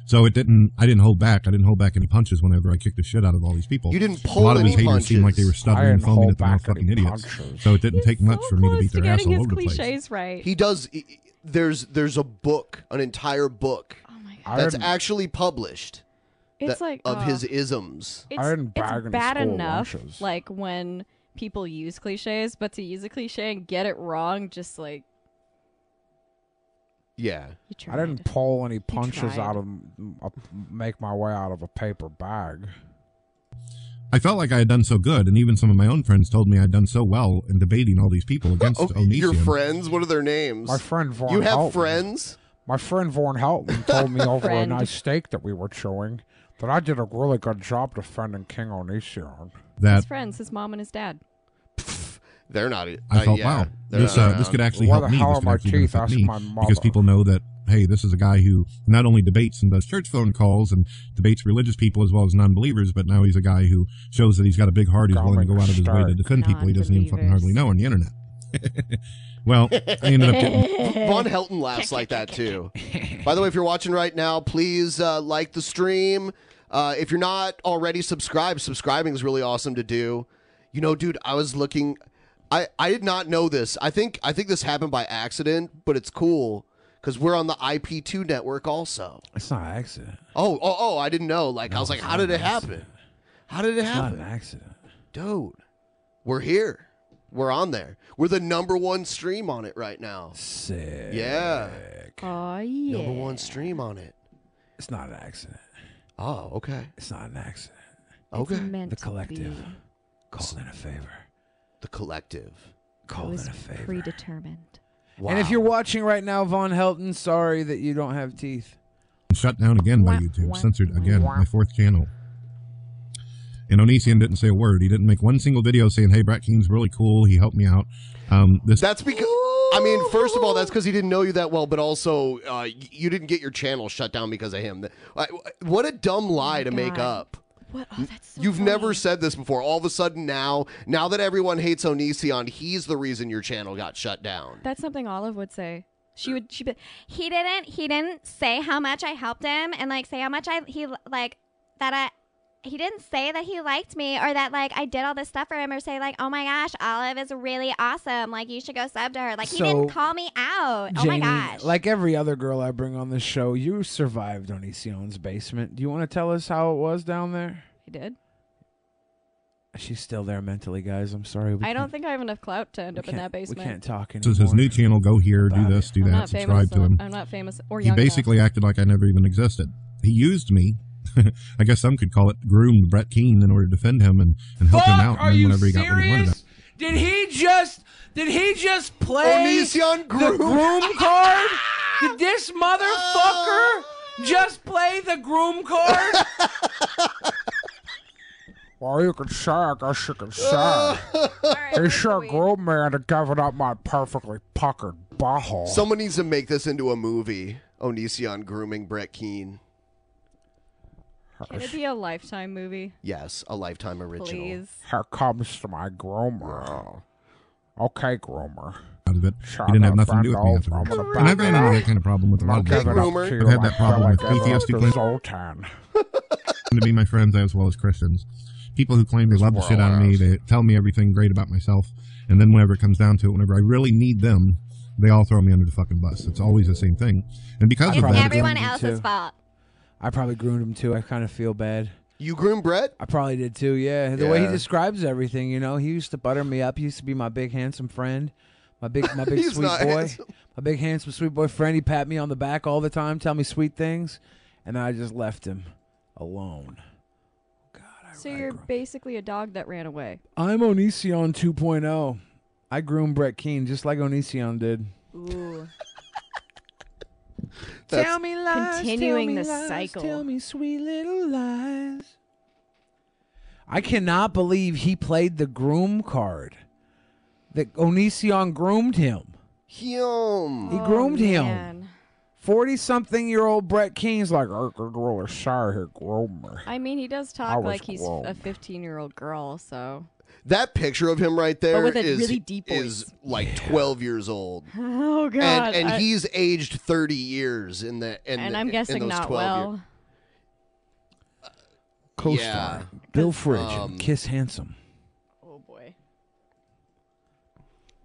[SPEAKER 18] So it didn't. I didn't hold back. I didn't hold back any punches whenever I kicked the shit out of all these people.
[SPEAKER 1] You didn't
[SPEAKER 18] A lot
[SPEAKER 1] pull
[SPEAKER 18] of these
[SPEAKER 1] any
[SPEAKER 18] haters seemed like they were
[SPEAKER 1] punches.
[SPEAKER 18] stuttering
[SPEAKER 1] I
[SPEAKER 18] and
[SPEAKER 1] didn't
[SPEAKER 18] foaming
[SPEAKER 1] hold
[SPEAKER 18] at the mouth,
[SPEAKER 1] back any
[SPEAKER 18] fucking idiots.
[SPEAKER 1] punches.
[SPEAKER 18] So it didn't take much for me to beat
[SPEAKER 7] to
[SPEAKER 18] their ass
[SPEAKER 7] getting
[SPEAKER 18] all
[SPEAKER 7] his
[SPEAKER 18] over the place.
[SPEAKER 7] cliches right.
[SPEAKER 1] He does. he- he- There's there's a book, an entire book that's
[SPEAKER 6] I'm-
[SPEAKER 1] actually published.
[SPEAKER 7] Oh It's
[SPEAKER 1] that-
[SPEAKER 7] like,
[SPEAKER 1] of
[SPEAKER 7] uh,
[SPEAKER 1] his isms.
[SPEAKER 7] It's, it's bad enough, like when people use cliches, but to use a cliche and get it wrong, just like
[SPEAKER 1] Yeah.
[SPEAKER 6] I didn't pull any punches
[SPEAKER 7] tried.
[SPEAKER 6] out of, uh, make my way out of a paper bag.
[SPEAKER 18] I felt like I had done so good, and even some of my own friends told me I'd done so well in debating all these people against
[SPEAKER 1] Oh, your
[SPEAKER 18] Onision.
[SPEAKER 1] friends? What are their names?
[SPEAKER 6] My friend Vaughn
[SPEAKER 1] You have
[SPEAKER 6] Helton.
[SPEAKER 1] friends?
[SPEAKER 6] My friend Vaughn Helton told me over a
[SPEAKER 1] Friend.
[SPEAKER 6] nice steak that we were chewing that I did a really good job defending King Onision.
[SPEAKER 7] his friends, his mom and his dad.
[SPEAKER 1] They're not.
[SPEAKER 18] I
[SPEAKER 1] uh,
[SPEAKER 18] felt,
[SPEAKER 1] yeah,
[SPEAKER 18] wow,
[SPEAKER 1] they're
[SPEAKER 18] this,
[SPEAKER 1] not
[SPEAKER 18] uh, this
[SPEAKER 1] around.
[SPEAKER 18] could actually
[SPEAKER 6] Why
[SPEAKER 18] help
[SPEAKER 6] the
[SPEAKER 18] me.
[SPEAKER 6] hell
[SPEAKER 18] This
[SPEAKER 6] are
[SPEAKER 18] could
[SPEAKER 6] my
[SPEAKER 18] actually
[SPEAKER 6] teeth?
[SPEAKER 18] benefit
[SPEAKER 6] Ask
[SPEAKER 18] me
[SPEAKER 6] my
[SPEAKER 18] because
[SPEAKER 6] mother.
[SPEAKER 18] people know that hey, this is a guy who not only debates and does church phone calls and debates religious people as well as non-believers, but now he's a guy who shows that he's got a big heart. He's willing to go out of his way to
[SPEAKER 6] Stark.
[SPEAKER 18] defend people he doesn't even fucking hardly know on the internet. well, I ended up getting
[SPEAKER 1] Von Helton laughs like that too. By the way, if you're watching right now, please uh, like the stream. Uh, if you're not already subscribed, subscribing is really awesome to do. You know, dude, I was looking. I, I did not know this. I think I think this happened by accident, but it's cool because we're on the IP2 network also.
[SPEAKER 6] It's not an accident.
[SPEAKER 1] Oh oh oh! I didn't know. Like I was like,
[SPEAKER 6] it's
[SPEAKER 1] how
[SPEAKER 6] not
[SPEAKER 1] did it
[SPEAKER 6] an
[SPEAKER 1] happen? How did it
[SPEAKER 6] It's not an
[SPEAKER 1] happen,
[SPEAKER 6] accident.
[SPEAKER 1] dude? We're here. We're on there. We're the number one stream on it right now.
[SPEAKER 6] Sick.
[SPEAKER 1] Yeah.
[SPEAKER 7] Oh yeah.
[SPEAKER 1] Number one stream on it.
[SPEAKER 6] It's not an accident.
[SPEAKER 1] Oh, okay.
[SPEAKER 6] It's not an accident.
[SPEAKER 1] Okay.
[SPEAKER 6] The collective. Called in a favor.
[SPEAKER 1] The collective.
[SPEAKER 7] it
[SPEAKER 6] Called in
[SPEAKER 7] was
[SPEAKER 6] a favor.
[SPEAKER 7] predetermined.
[SPEAKER 6] And if you're watching right now, Von Helton, sorry that you don't have teeth.
[SPEAKER 18] Shut down again by YouTube. Censored again. My fourth channel. And Onision didn't say a word. He didn't make one single video saying, "Hey, Brett King's really cool. He helped me out." Um, this
[SPEAKER 1] That's because I mean, first of all, that's because he didn't know you that well, but also uh, y- you didn't get your channel shut down because of him. I- What a dumb lie to make up.
[SPEAKER 7] What? Oh,
[SPEAKER 1] You've never said this before. All of a sudden now, now that everyone hates Onision, he's the reason your channel got shut down.
[SPEAKER 7] That's something Olive would say. She would. She would.
[SPEAKER 10] He didn't. He didn't say how much I helped him, and like say how much I he like that I. He didn't say that he liked me or that like I did all this stuff for him or say like, oh my gosh, Olive is really awesome. Like you should go sub to her. Like he didn't
[SPEAKER 6] So-
[SPEAKER 10] call me out. Oh my
[SPEAKER 6] Janie,
[SPEAKER 10] gosh.
[SPEAKER 6] like every other girl I bring on this show, you survived Onision's basement. Do you want to tell us how it was down there?
[SPEAKER 7] I did.
[SPEAKER 6] She's still there mentally, guys. I'm sorry. We
[SPEAKER 7] I don't
[SPEAKER 6] can't-
[SPEAKER 7] think I have enough clout to end up in that
[SPEAKER 6] we
[SPEAKER 7] basement.
[SPEAKER 6] can't talk
[SPEAKER 18] This is his new channel. Go here, do this, do
[SPEAKER 7] I'm
[SPEAKER 18] that.
[SPEAKER 7] not
[SPEAKER 18] Subscribe
[SPEAKER 7] famous. uh,
[SPEAKER 18] to him.
[SPEAKER 7] I'm not famous or
[SPEAKER 18] he
[SPEAKER 7] young.
[SPEAKER 18] basically acted like I never even existed. He used me. I guess some could call it groomed Brett Keane in order to defend him and, and help him out. And then whenever he got what he wanted, out.
[SPEAKER 6] Did he just? Did he just play
[SPEAKER 1] Onision
[SPEAKER 6] the groom card? Did this
[SPEAKER 1] Oh.
[SPEAKER 6] motherfucker just play the groom card? Well, you can say, I guess you can say. He sure groomed me into giving up my perfectly puckered butthole.
[SPEAKER 1] Someone needs to make this into a movie. Onision grooming Brett Keane.
[SPEAKER 7] Can it be a lifetime movie?
[SPEAKER 1] Yes, a lifetime original.
[SPEAKER 7] Please.
[SPEAKER 6] Here comes to my groomer. Okay, groomer.
[SPEAKER 18] out of it, he didn't have nothing to do with me afterwards. And I've ran into that kind of problem with a lot of
[SPEAKER 6] Okay,
[SPEAKER 18] people.
[SPEAKER 6] groomer.
[SPEAKER 18] I've had that problem with atheistic claims
[SPEAKER 6] This Zoltan.
[SPEAKER 18] to be my friends as well as Christians. People who claim they love the shit out of me, they tell me everything great about myself, and then whenever it comes down to it, whenever I really need them, they all throw me under the fucking bus. It's always the same thing. And because of
[SPEAKER 10] it's
[SPEAKER 18] that,
[SPEAKER 10] everyone else's fault.
[SPEAKER 6] I probably groomed him too. I kind of feel bad.
[SPEAKER 1] You groomed Brett?
[SPEAKER 6] I probably did too. Yeah, the way he
[SPEAKER 1] Yeah.
[SPEAKER 6] describes everything, you know, he used to butter me up. He used to be my big handsome friend, my big my big
[SPEAKER 1] He's
[SPEAKER 6] sweet boy,
[SPEAKER 1] not handsome.
[SPEAKER 6] my big handsome sweet boy friend. He pat me on the back all the time, tell me sweet things, and then I just left him alone.
[SPEAKER 7] So you're basically a dog that ran away.
[SPEAKER 6] I'm Onision 2.0. I groomed Brett Keane just like Onision did.
[SPEAKER 7] Ooh.
[SPEAKER 6] Tell me lies.
[SPEAKER 7] Continuing
[SPEAKER 6] tell me
[SPEAKER 7] the
[SPEAKER 6] lies,
[SPEAKER 7] cycle.
[SPEAKER 6] Tell me sweet little lies. I cannot believe he played the groom card. That Onision groomed him.
[SPEAKER 1] Him.
[SPEAKER 6] He groomed him. Forty something year old Brett King's like, "Er, er, grower, sorry, here, groomer.
[SPEAKER 7] I mean, he does
[SPEAKER 6] I
[SPEAKER 7] talk
[SPEAKER 6] was
[SPEAKER 7] like he's
[SPEAKER 6] wrong.
[SPEAKER 7] a 15 year old girl, so.
[SPEAKER 1] That picture of him right there
[SPEAKER 7] with a
[SPEAKER 1] is-
[SPEAKER 7] really deep
[SPEAKER 1] is like 12 years old.
[SPEAKER 7] Oh, God.
[SPEAKER 1] and and
[SPEAKER 7] I-
[SPEAKER 1] he's aged 30 years in the in
[SPEAKER 7] and
[SPEAKER 1] the-
[SPEAKER 7] I'm
[SPEAKER 1] in
[SPEAKER 7] guessing
[SPEAKER 1] those
[SPEAKER 7] not
[SPEAKER 1] 12 year-
[SPEAKER 7] well.
[SPEAKER 6] Co-star Bill Fridge, and Kiss Handsome.
[SPEAKER 7] Oh, boy.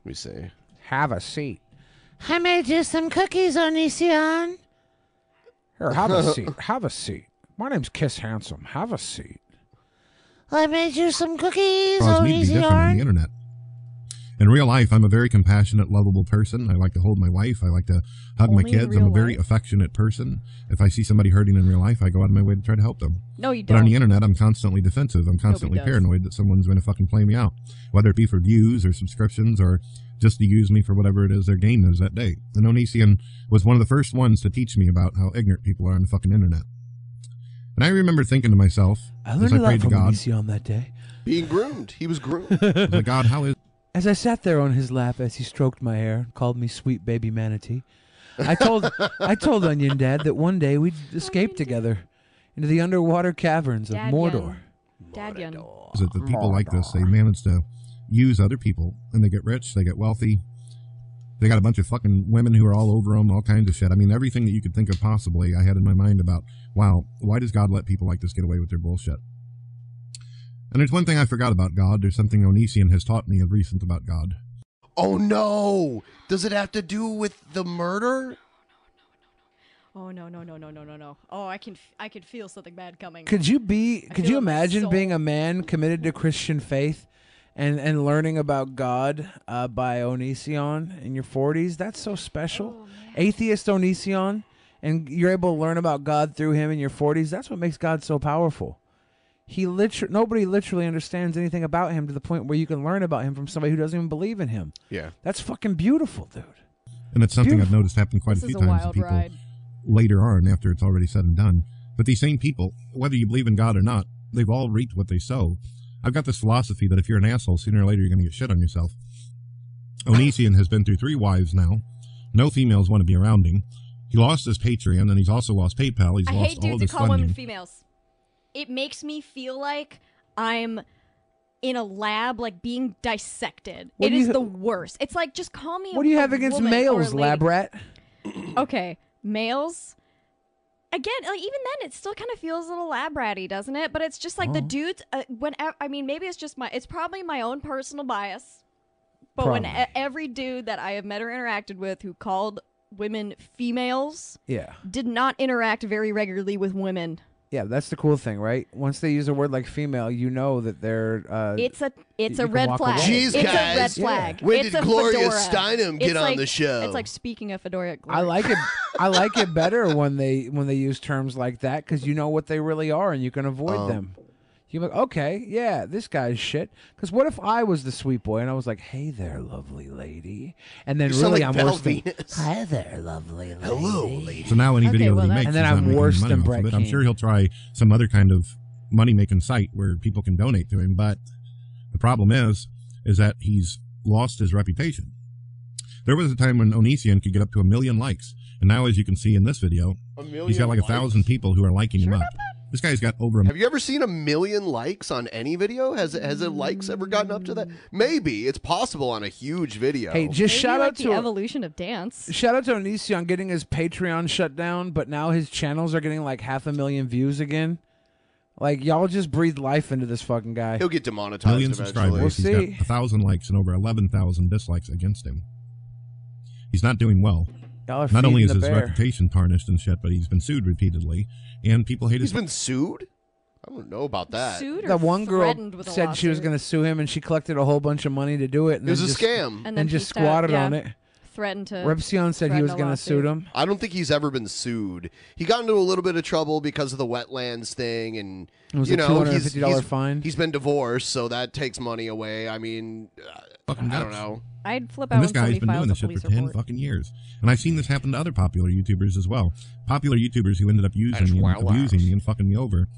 [SPEAKER 1] We say,
[SPEAKER 6] have a seat.
[SPEAKER 8] I made you some cookies, Onision.
[SPEAKER 6] Here, have a seat. Have a seat. My name's Kiss Handsome. Have a seat.
[SPEAKER 8] I made you some
[SPEAKER 7] oh,
[SPEAKER 8] cookies,
[SPEAKER 18] cause me to be different on the
[SPEAKER 8] Onision.
[SPEAKER 18] internet. In real life, I'm a very compassionate, lovable person. I like to hold my wife. I like to hug
[SPEAKER 7] Only
[SPEAKER 18] my
[SPEAKER 7] in
[SPEAKER 18] kids. I'm
[SPEAKER 7] real
[SPEAKER 18] a very
[SPEAKER 7] life?
[SPEAKER 18] affectionate person. If I see somebody hurting in real life, I go out of my way to try to help them.
[SPEAKER 7] No, you
[SPEAKER 18] But on
[SPEAKER 7] don't.
[SPEAKER 18] the internet, I'm constantly defensive. I'm constantly
[SPEAKER 7] does.
[SPEAKER 18] paranoid that someone's going to fucking play me out, whether it be for views or subscriptions or just to use me for whatever it is their game is that day. And Onision was one of the first ones to teach me about how ignorant people are on the fucking internet. And I remember thinking to myself,
[SPEAKER 6] I
[SPEAKER 18] as
[SPEAKER 6] learned
[SPEAKER 18] I
[SPEAKER 6] a lot
[SPEAKER 18] prayed to
[SPEAKER 6] from
[SPEAKER 18] God,
[SPEAKER 6] Onision that day.
[SPEAKER 1] being groomed. He was groomed.
[SPEAKER 18] the God, how is
[SPEAKER 6] As I sat there on his lap as he stroked my hair and called me sweet baby manatee, I told I told Onion Dad that one day we'd escape together into the underwater caverns of
[SPEAKER 7] Dad
[SPEAKER 6] Mordor.
[SPEAKER 7] Dad Yun.
[SPEAKER 18] is it that people like this? They manage to use other people and they get rich, they get wealthy. They got a bunch of fucking women who are all over them, all kinds of shit. I mean, everything that you could think of possibly, I had in my mind about, wow, why does God let people like this get away with their bullshit? And there's one thing I forgot about God. There's something Onision has taught me of recent about God.
[SPEAKER 1] Oh no! Does it have to do with the murder?
[SPEAKER 7] Oh no no no no no no no! Oh, I can f- I can feel something bad coming.
[SPEAKER 6] Could you be?
[SPEAKER 7] I
[SPEAKER 6] Could
[SPEAKER 7] feel
[SPEAKER 6] you
[SPEAKER 7] it in my
[SPEAKER 6] imagine
[SPEAKER 7] soul.
[SPEAKER 6] being a man committed to Christian faith, and and learning about God uh, by Onision in your forties? That's so special.
[SPEAKER 7] Oh,
[SPEAKER 6] Atheist Onision, and you're able to learn about God through him in your forties. That's what makes God so powerful. He literally nobody literally understands anything about him to the point where you can learn about him from somebody who doesn't even believe in him.
[SPEAKER 1] Yeah.
[SPEAKER 6] That's fucking beautiful, dude.
[SPEAKER 18] And it's something I've
[SPEAKER 6] Beautiful.
[SPEAKER 18] noticed happen quite
[SPEAKER 6] This
[SPEAKER 18] a
[SPEAKER 6] is
[SPEAKER 18] few
[SPEAKER 6] a
[SPEAKER 18] times. to
[SPEAKER 6] wild
[SPEAKER 18] people
[SPEAKER 6] ride.
[SPEAKER 18] later on, after it's already said and done. But these same people, whether you believe in God or not, they've all reaped what they sow. I've got this philosophy that if you're an asshole, sooner or later you're going to get shit on yourself. Onesian has been through three wives now. No females want to be around him. He lost his Patreon, and he's also lost PayPal. He's
[SPEAKER 7] I
[SPEAKER 18] lost
[SPEAKER 7] hate
[SPEAKER 18] all of
[SPEAKER 7] dudes who
[SPEAKER 18] his
[SPEAKER 7] call
[SPEAKER 18] funding.
[SPEAKER 7] women females. It makes me feel like I'm in a lab, like being dissected.
[SPEAKER 6] What
[SPEAKER 7] It
[SPEAKER 6] do
[SPEAKER 7] is
[SPEAKER 6] you-
[SPEAKER 7] the worst. It's like just call me.
[SPEAKER 6] What
[SPEAKER 7] a,
[SPEAKER 6] do you
[SPEAKER 7] a
[SPEAKER 6] have against
[SPEAKER 7] woman or a
[SPEAKER 6] males, lab
[SPEAKER 7] lady.
[SPEAKER 6] rat?
[SPEAKER 7] Okay, males. Again, like even then, it still kind of feels a little lab ratty, doesn't it? But it's just like the
[SPEAKER 6] Oh.
[SPEAKER 7] dudes. Uh, when I mean, maybe it's just my. It's probably my own personal bias. But when
[SPEAKER 6] Probably.
[SPEAKER 7] e- every dude that I have met or interacted with who called women females
[SPEAKER 6] Yeah.
[SPEAKER 7] did not interact very regularly with women.
[SPEAKER 6] Yeah, that's the cool thing, right? Once they use a word like female, you know that they're uh,
[SPEAKER 7] It's a it's
[SPEAKER 6] you
[SPEAKER 7] a
[SPEAKER 6] can
[SPEAKER 7] red
[SPEAKER 6] walk
[SPEAKER 7] flag.
[SPEAKER 6] away.
[SPEAKER 1] Jeez,
[SPEAKER 7] it's a red
[SPEAKER 1] guys.
[SPEAKER 7] flag.
[SPEAKER 1] When
[SPEAKER 7] it's
[SPEAKER 1] did
[SPEAKER 7] a
[SPEAKER 1] Gloria
[SPEAKER 7] fedora.
[SPEAKER 1] Steinem get
[SPEAKER 7] It's
[SPEAKER 1] on
[SPEAKER 7] like-
[SPEAKER 1] the show?
[SPEAKER 7] It's like speaking of fedora.
[SPEAKER 6] I like it. I like it better when they when they use terms like that because you know what they really are and you can avoid
[SPEAKER 1] Um,
[SPEAKER 6] them. You're like, okay, yeah, this guy's shit. Because what if I was the sweet boy and I was like, hey there, lovely lady, and then
[SPEAKER 1] You sound
[SPEAKER 6] really
[SPEAKER 1] like
[SPEAKER 6] I'm
[SPEAKER 1] Val
[SPEAKER 6] worse than
[SPEAKER 1] Venus.
[SPEAKER 6] hi there, lovely lady.
[SPEAKER 1] Hello, lady.
[SPEAKER 18] So now any video that he makes,
[SPEAKER 6] and then
[SPEAKER 18] he's not
[SPEAKER 6] I'm
[SPEAKER 18] making any
[SPEAKER 6] worse
[SPEAKER 18] money
[SPEAKER 6] than
[SPEAKER 18] off of
[SPEAKER 6] Brett.
[SPEAKER 18] it. I'm
[SPEAKER 6] Keane.
[SPEAKER 18] sure he'll try some other kind of money making site where people can donate to him. But the problem is, is that he's lost his reputation. There was a time when Onision could get up to a million likes, and now, as you can see in this video,
[SPEAKER 1] A
[SPEAKER 18] he's got
[SPEAKER 1] million
[SPEAKER 18] like a thousand people who are liking him up. This guy's got over a
[SPEAKER 1] Have you ever seen a million likes on any video? Has has the likes ever gotten up to that? Maybe it's possible on a huge video.
[SPEAKER 6] Hey, just shout
[SPEAKER 7] like
[SPEAKER 6] out
[SPEAKER 7] the
[SPEAKER 6] to
[SPEAKER 7] evolution of dance.
[SPEAKER 6] Shout out to Onision on getting his Patreon shut down, but now his channels are getting like half a million views again. Like y'all just breathe life into this fucking guy.
[SPEAKER 1] He'll get demonetized
[SPEAKER 18] million
[SPEAKER 1] eventually.
[SPEAKER 18] subscribers. He's got a thousand likes and over eleven thousand dislikes against him. He's not doing well.
[SPEAKER 6] Y'all are
[SPEAKER 18] Not only is
[SPEAKER 6] feeding
[SPEAKER 18] his
[SPEAKER 6] the bear.
[SPEAKER 18] reputation tarnished and shit, but he's been sued repeatedly, and people hate his.
[SPEAKER 1] He's been sued. I don't know about that.
[SPEAKER 7] Sued or
[SPEAKER 6] The one girl
[SPEAKER 7] threatened with a
[SPEAKER 6] said she was
[SPEAKER 7] lawsuit.
[SPEAKER 6] going to sue him, and she collected a whole bunch of money to do it. And
[SPEAKER 1] It was
[SPEAKER 6] then
[SPEAKER 1] a
[SPEAKER 6] just-
[SPEAKER 1] scam.
[SPEAKER 7] And
[SPEAKER 6] and,
[SPEAKER 7] then
[SPEAKER 6] just
[SPEAKER 7] peaced out,
[SPEAKER 6] squatted
[SPEAKER 7] yeah.
[SPEAKER 6] on it.
[SPEAKER 7] Threatened to.
[SPEAKER 6] Repsion said he
[SPEAKER 7] threaten
[SPEAKER 6] was
[SPEAKER 7] a
[SPEAKER 6] going to
[SPEAKER 7] lawsuit.
[SPEAKER 6] sue him.
[SPEAKER 1] I don't think he's ever been sued. He got into a little bit of trouble because of the wetlands thing, and
[SPEAKER 6] It was
[SPEAKER 1] you
[SPEAKER 6] a
[SPEAKER 1] know,
[SPEAKER 6] $250
[SPEAKER 1] he's, he's-
[SPEAKER 6] fine.
[SPEAKER 1] He's been divorced, so that takes money away. I mean, uh,
[SPEAKER 18] Fucking
[SPEAKER 1] I don't
[SPEAKER 18] nuts.
[SPEAKER 1] know.
[SPEAKER 7] I'd flip out
[SPEAKER 18] And this
[SPEAKER 7] when
[SPEAKER 18] guy's
[SPEAKER 7] somebody
[SPEAKER 18] been
[SPEAKER 7] files a
[SPEAKER 18] doing this shit
[SPEAKER 7] police
[SPEAKER 18] for ten
[SPEAKER 7] report.
[SPEAKER 18] fucking years, and I've seen this happen to other popular YouTubers as well. Popular YouTubers who ended up using
[SPEAKER 1] That's
[SPEAKER 18] me, and
[SPEAKER 1] wild
[SPEAKER 18] abusing me, and fucking me over.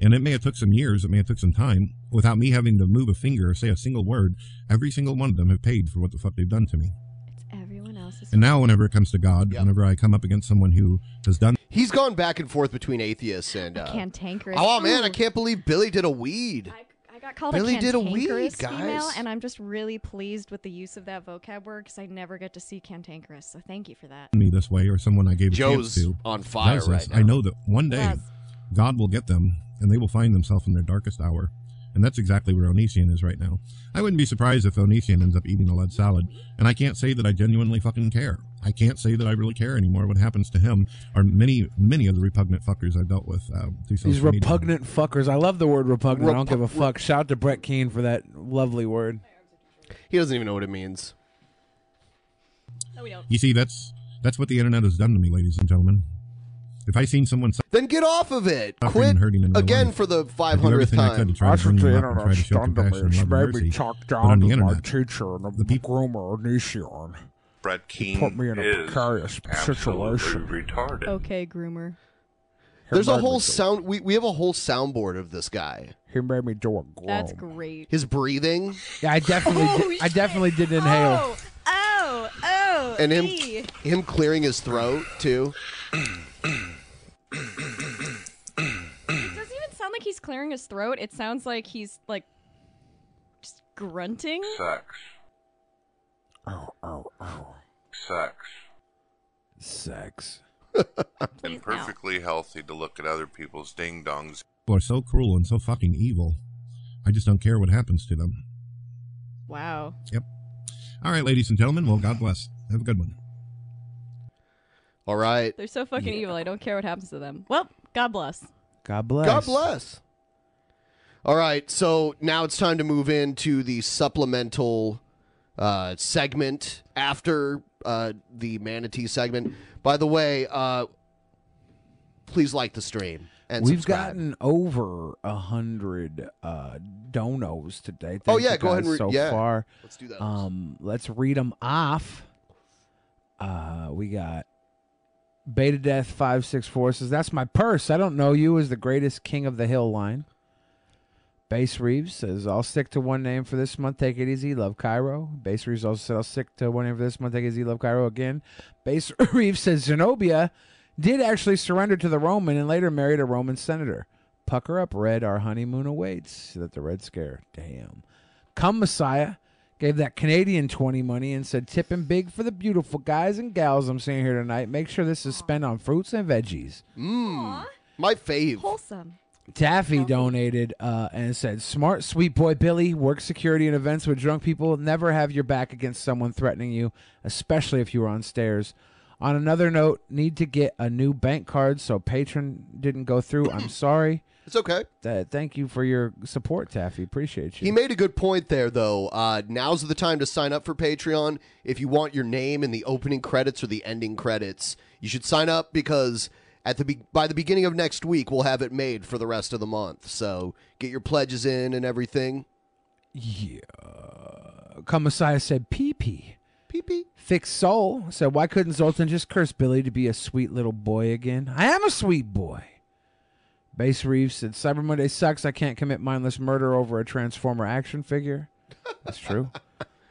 [SPEAKER 18] And it may have took some years, it may have took some time, without me having to move a finger or say a single word. Every single one of them have paid for what the fuck they've done to me.
[SPEAKER 7] It's everyone else's.
[SPEAKER 18] And now, whenever it comes to God, whenever I come up against someone who has done
[SPEAKER 1] He's gone back and forth between atheists and uh,
[SPEAKER 7] Cantankerous.
[SPEAKER 1] Oh man, I
[SPEAKER 7] Ooh.
[SPEAKER 1] can't believe Billy did a weed.
[SPEAKER 7] I got called
[SPEAKER 1] Billy
[SPEAKER 7] a
[SPEAKER 1] did a weed,
[SPEAKER 7] cantankerous female,
[SPEAKER 1] guys.
[SPEAKER 7] and I'm just really pleased with the use of that vocab word because I never get to see cantankerous. So thank you for that.
[SPEAKER 18] me this way, or someone I gave a
[SPEAKER 1] Joe's
[SPEAKER 18] chance to,
[SPEAKER 1] on fire
[SPEAKER 18] does this,
[SPEAKER 1] right now.
[SPEAKER 18] I know that one day
[SPEAKER 7] Yes.
[SPEAKER 18] God will get them, and they will find themselves in their darkest hour, and that's exactly where Onision is right now. I wouldn't be surprised if Onision ends up eating a lead salad, and I can't say that I genuinely fucking care. I can't say that I really care anymore. What happens to him are many, many of the repugnant fuckers I've dealt with uh, through social
[SPEAKER 6] These
[SPEAKER 18] media.
[SPEAKER 6] repugnant fuckers. I love the word repugnant. I don't
[SPEAKER 1] Repu-
[SPEAKER 6] give a fuck. Shout out to Brett Keane for that lovely word.
[SPEAKER 1] He doesn't even know what it means.
[SPEAKER 18] You see, that's that's what the internet has done to me, ladies and gentlemen. If I seen someone
[SPEAKER 1] Then get off of it.
[SPEAKER 18] Suffering
[SPEAKER 1] Quit
[SPEAKER 18] and hurting in real
[SPEAKER 1] again
[SPEAKER 18] life.
[SPEAKER 1] for the
[SPEAKER 18] I do
[SPEAKER 1] 500th
[SPEAKER 18] everything I could
[SPEAKER 1] time.
[SPEAKER 18] to try to bring them up and try to show compassion and love and mercy. But on the internet,
[SPEAKER 6] teacher and a the groomer Onision.
[SPEAKER 13] Brett Keane
[SPEAKER 6] put me in a
[SPEAKER 13] is
[SPEAKER 6] precarious
[SPEAKER 13] absolutely
[SPEAKER 6] situation.
[SPEAKER 13] retarded.
[SPEAKER 7] Okay, groomer.
[SPEAKER 1] There's a
[SPEAKER 6] Herb
[SPEAKER 1] whole
[SPEAKER 6] Edwards.
[SPEAKER 1] sound. We, we have a whole soundboard of this guy.
[SPEAKER 6] He made me do a groan.
[SPEAKER 7] That's great.
[SPEAKER 1] His breathing
[SPEAKER 6] Yeah, I definitely, did, I definitely did inhale.
[SPEAKER 7] Oh, oh,
[SPEAKER 1] and him him clearing his throat too.
[SPEAKER 7] It doesn't even sound like he's clearing his throat. It sounds like he's like just grunting.
[SPEAKER 13] Sex.
[SPEAKER 6] Oh, oh, oh.
[SPEAKER 13] Sex.
[SPEAKER 6] Sex.
[SPEAKER 13] and perfectly healthy to look at other people's ding dongs
[SPEAKER 18] people are so cruel and so fucking evil. I just don't care what happens to them.
[SPEAKER 7] Wow.
[SPEAKER 18] Yep. All right, ladies and gentlemen. Well, God bless. Have a good one.
[SPEAKER 1] All right.
[SPEAKER 7] They're so fucking evil. I don't care what happens to them. Well, God bless.
[SPEAKER 6] God bless.
[SPEAKER 1] God bless. All right, so now it's time to move into the supplemental uh, segment after uh, the manatee segment. By the way, uh, please like the stream. and
[SPEAKER 6] We've
[SPEAKER 1] subscribe.
[SPEAKER 6] gotten over a hundred uh, donos today.
[SPEAKER 1] Oh,
[SPEAKER 6] Thank
[SPEAKER 1] yeah,
[SPEAKER 6] you
[SPEAKER 1] go ahead
[SPEAKER 6] guys
[SPEAKER 1] and
[SPEAKER 6] so
[SPEAKER 1] re- yeah.
[SPEAKER 6] far.
[SPEAKER 1] Let's do those.
[SPEAKER 6] Um, let's read them off. Uh, we got Beta Death five six four says that's my purse. I don't know you is the greatest king of the hill line. Base Reeves says, I'll stick to one name for this month. Take it easy. Love Cairo. Base Reeves also said, I'll stick to one name for this month. Take it easy. Love Cairo again. Base Reeves says, Zenobia did actually surrender to the Roman and later married a Roman senator. Pucker up, Red. Our honeymoon awaits. That the Red Scare. Damn. Come Messiah gave that Canadian 20 money and said, Tip him big for the beautiful guys and gals I'm seeing here tonight. Make sure this is spent on fruits and veggies.
[SPEAKER 1] Mm, my fave.
[SPEAKER 7] Wholesome.
[SPEAKER 6] Taffy donated uh, and said, "Smart, sweet boy Billy. Work security and events with drunk people. Never have your back against someone threatening you, especially if you are on stairs." On another note, need to get a new bank card so patron didn't go through. I'm sorry.
[SPEAKER 1] It's okay.
[SPEAKER 6] Uh, thank you for your support, Taffy. Appreciate you.
[SPEAKER 1] He made a good point there, though. Uh, now's the time to sign up for Patreon. If you want your name in the opening credits or the ending credits, you should sign up because at the be- by the beginning of next week, we'll have it made for the rest of the month. So get your pledges in and everything.
[SPEAKER 6] Yeah. Come Messiah said, "Pee pee, pee pee." Fix Soul said, "Why couldn't Zoltan just curse Billy to be a sweet little boy again? I am a sweet boy." Base Reeves said, "Cyber Monday sucks. I can't commit mindless murder over a Transformer action figure." That's true.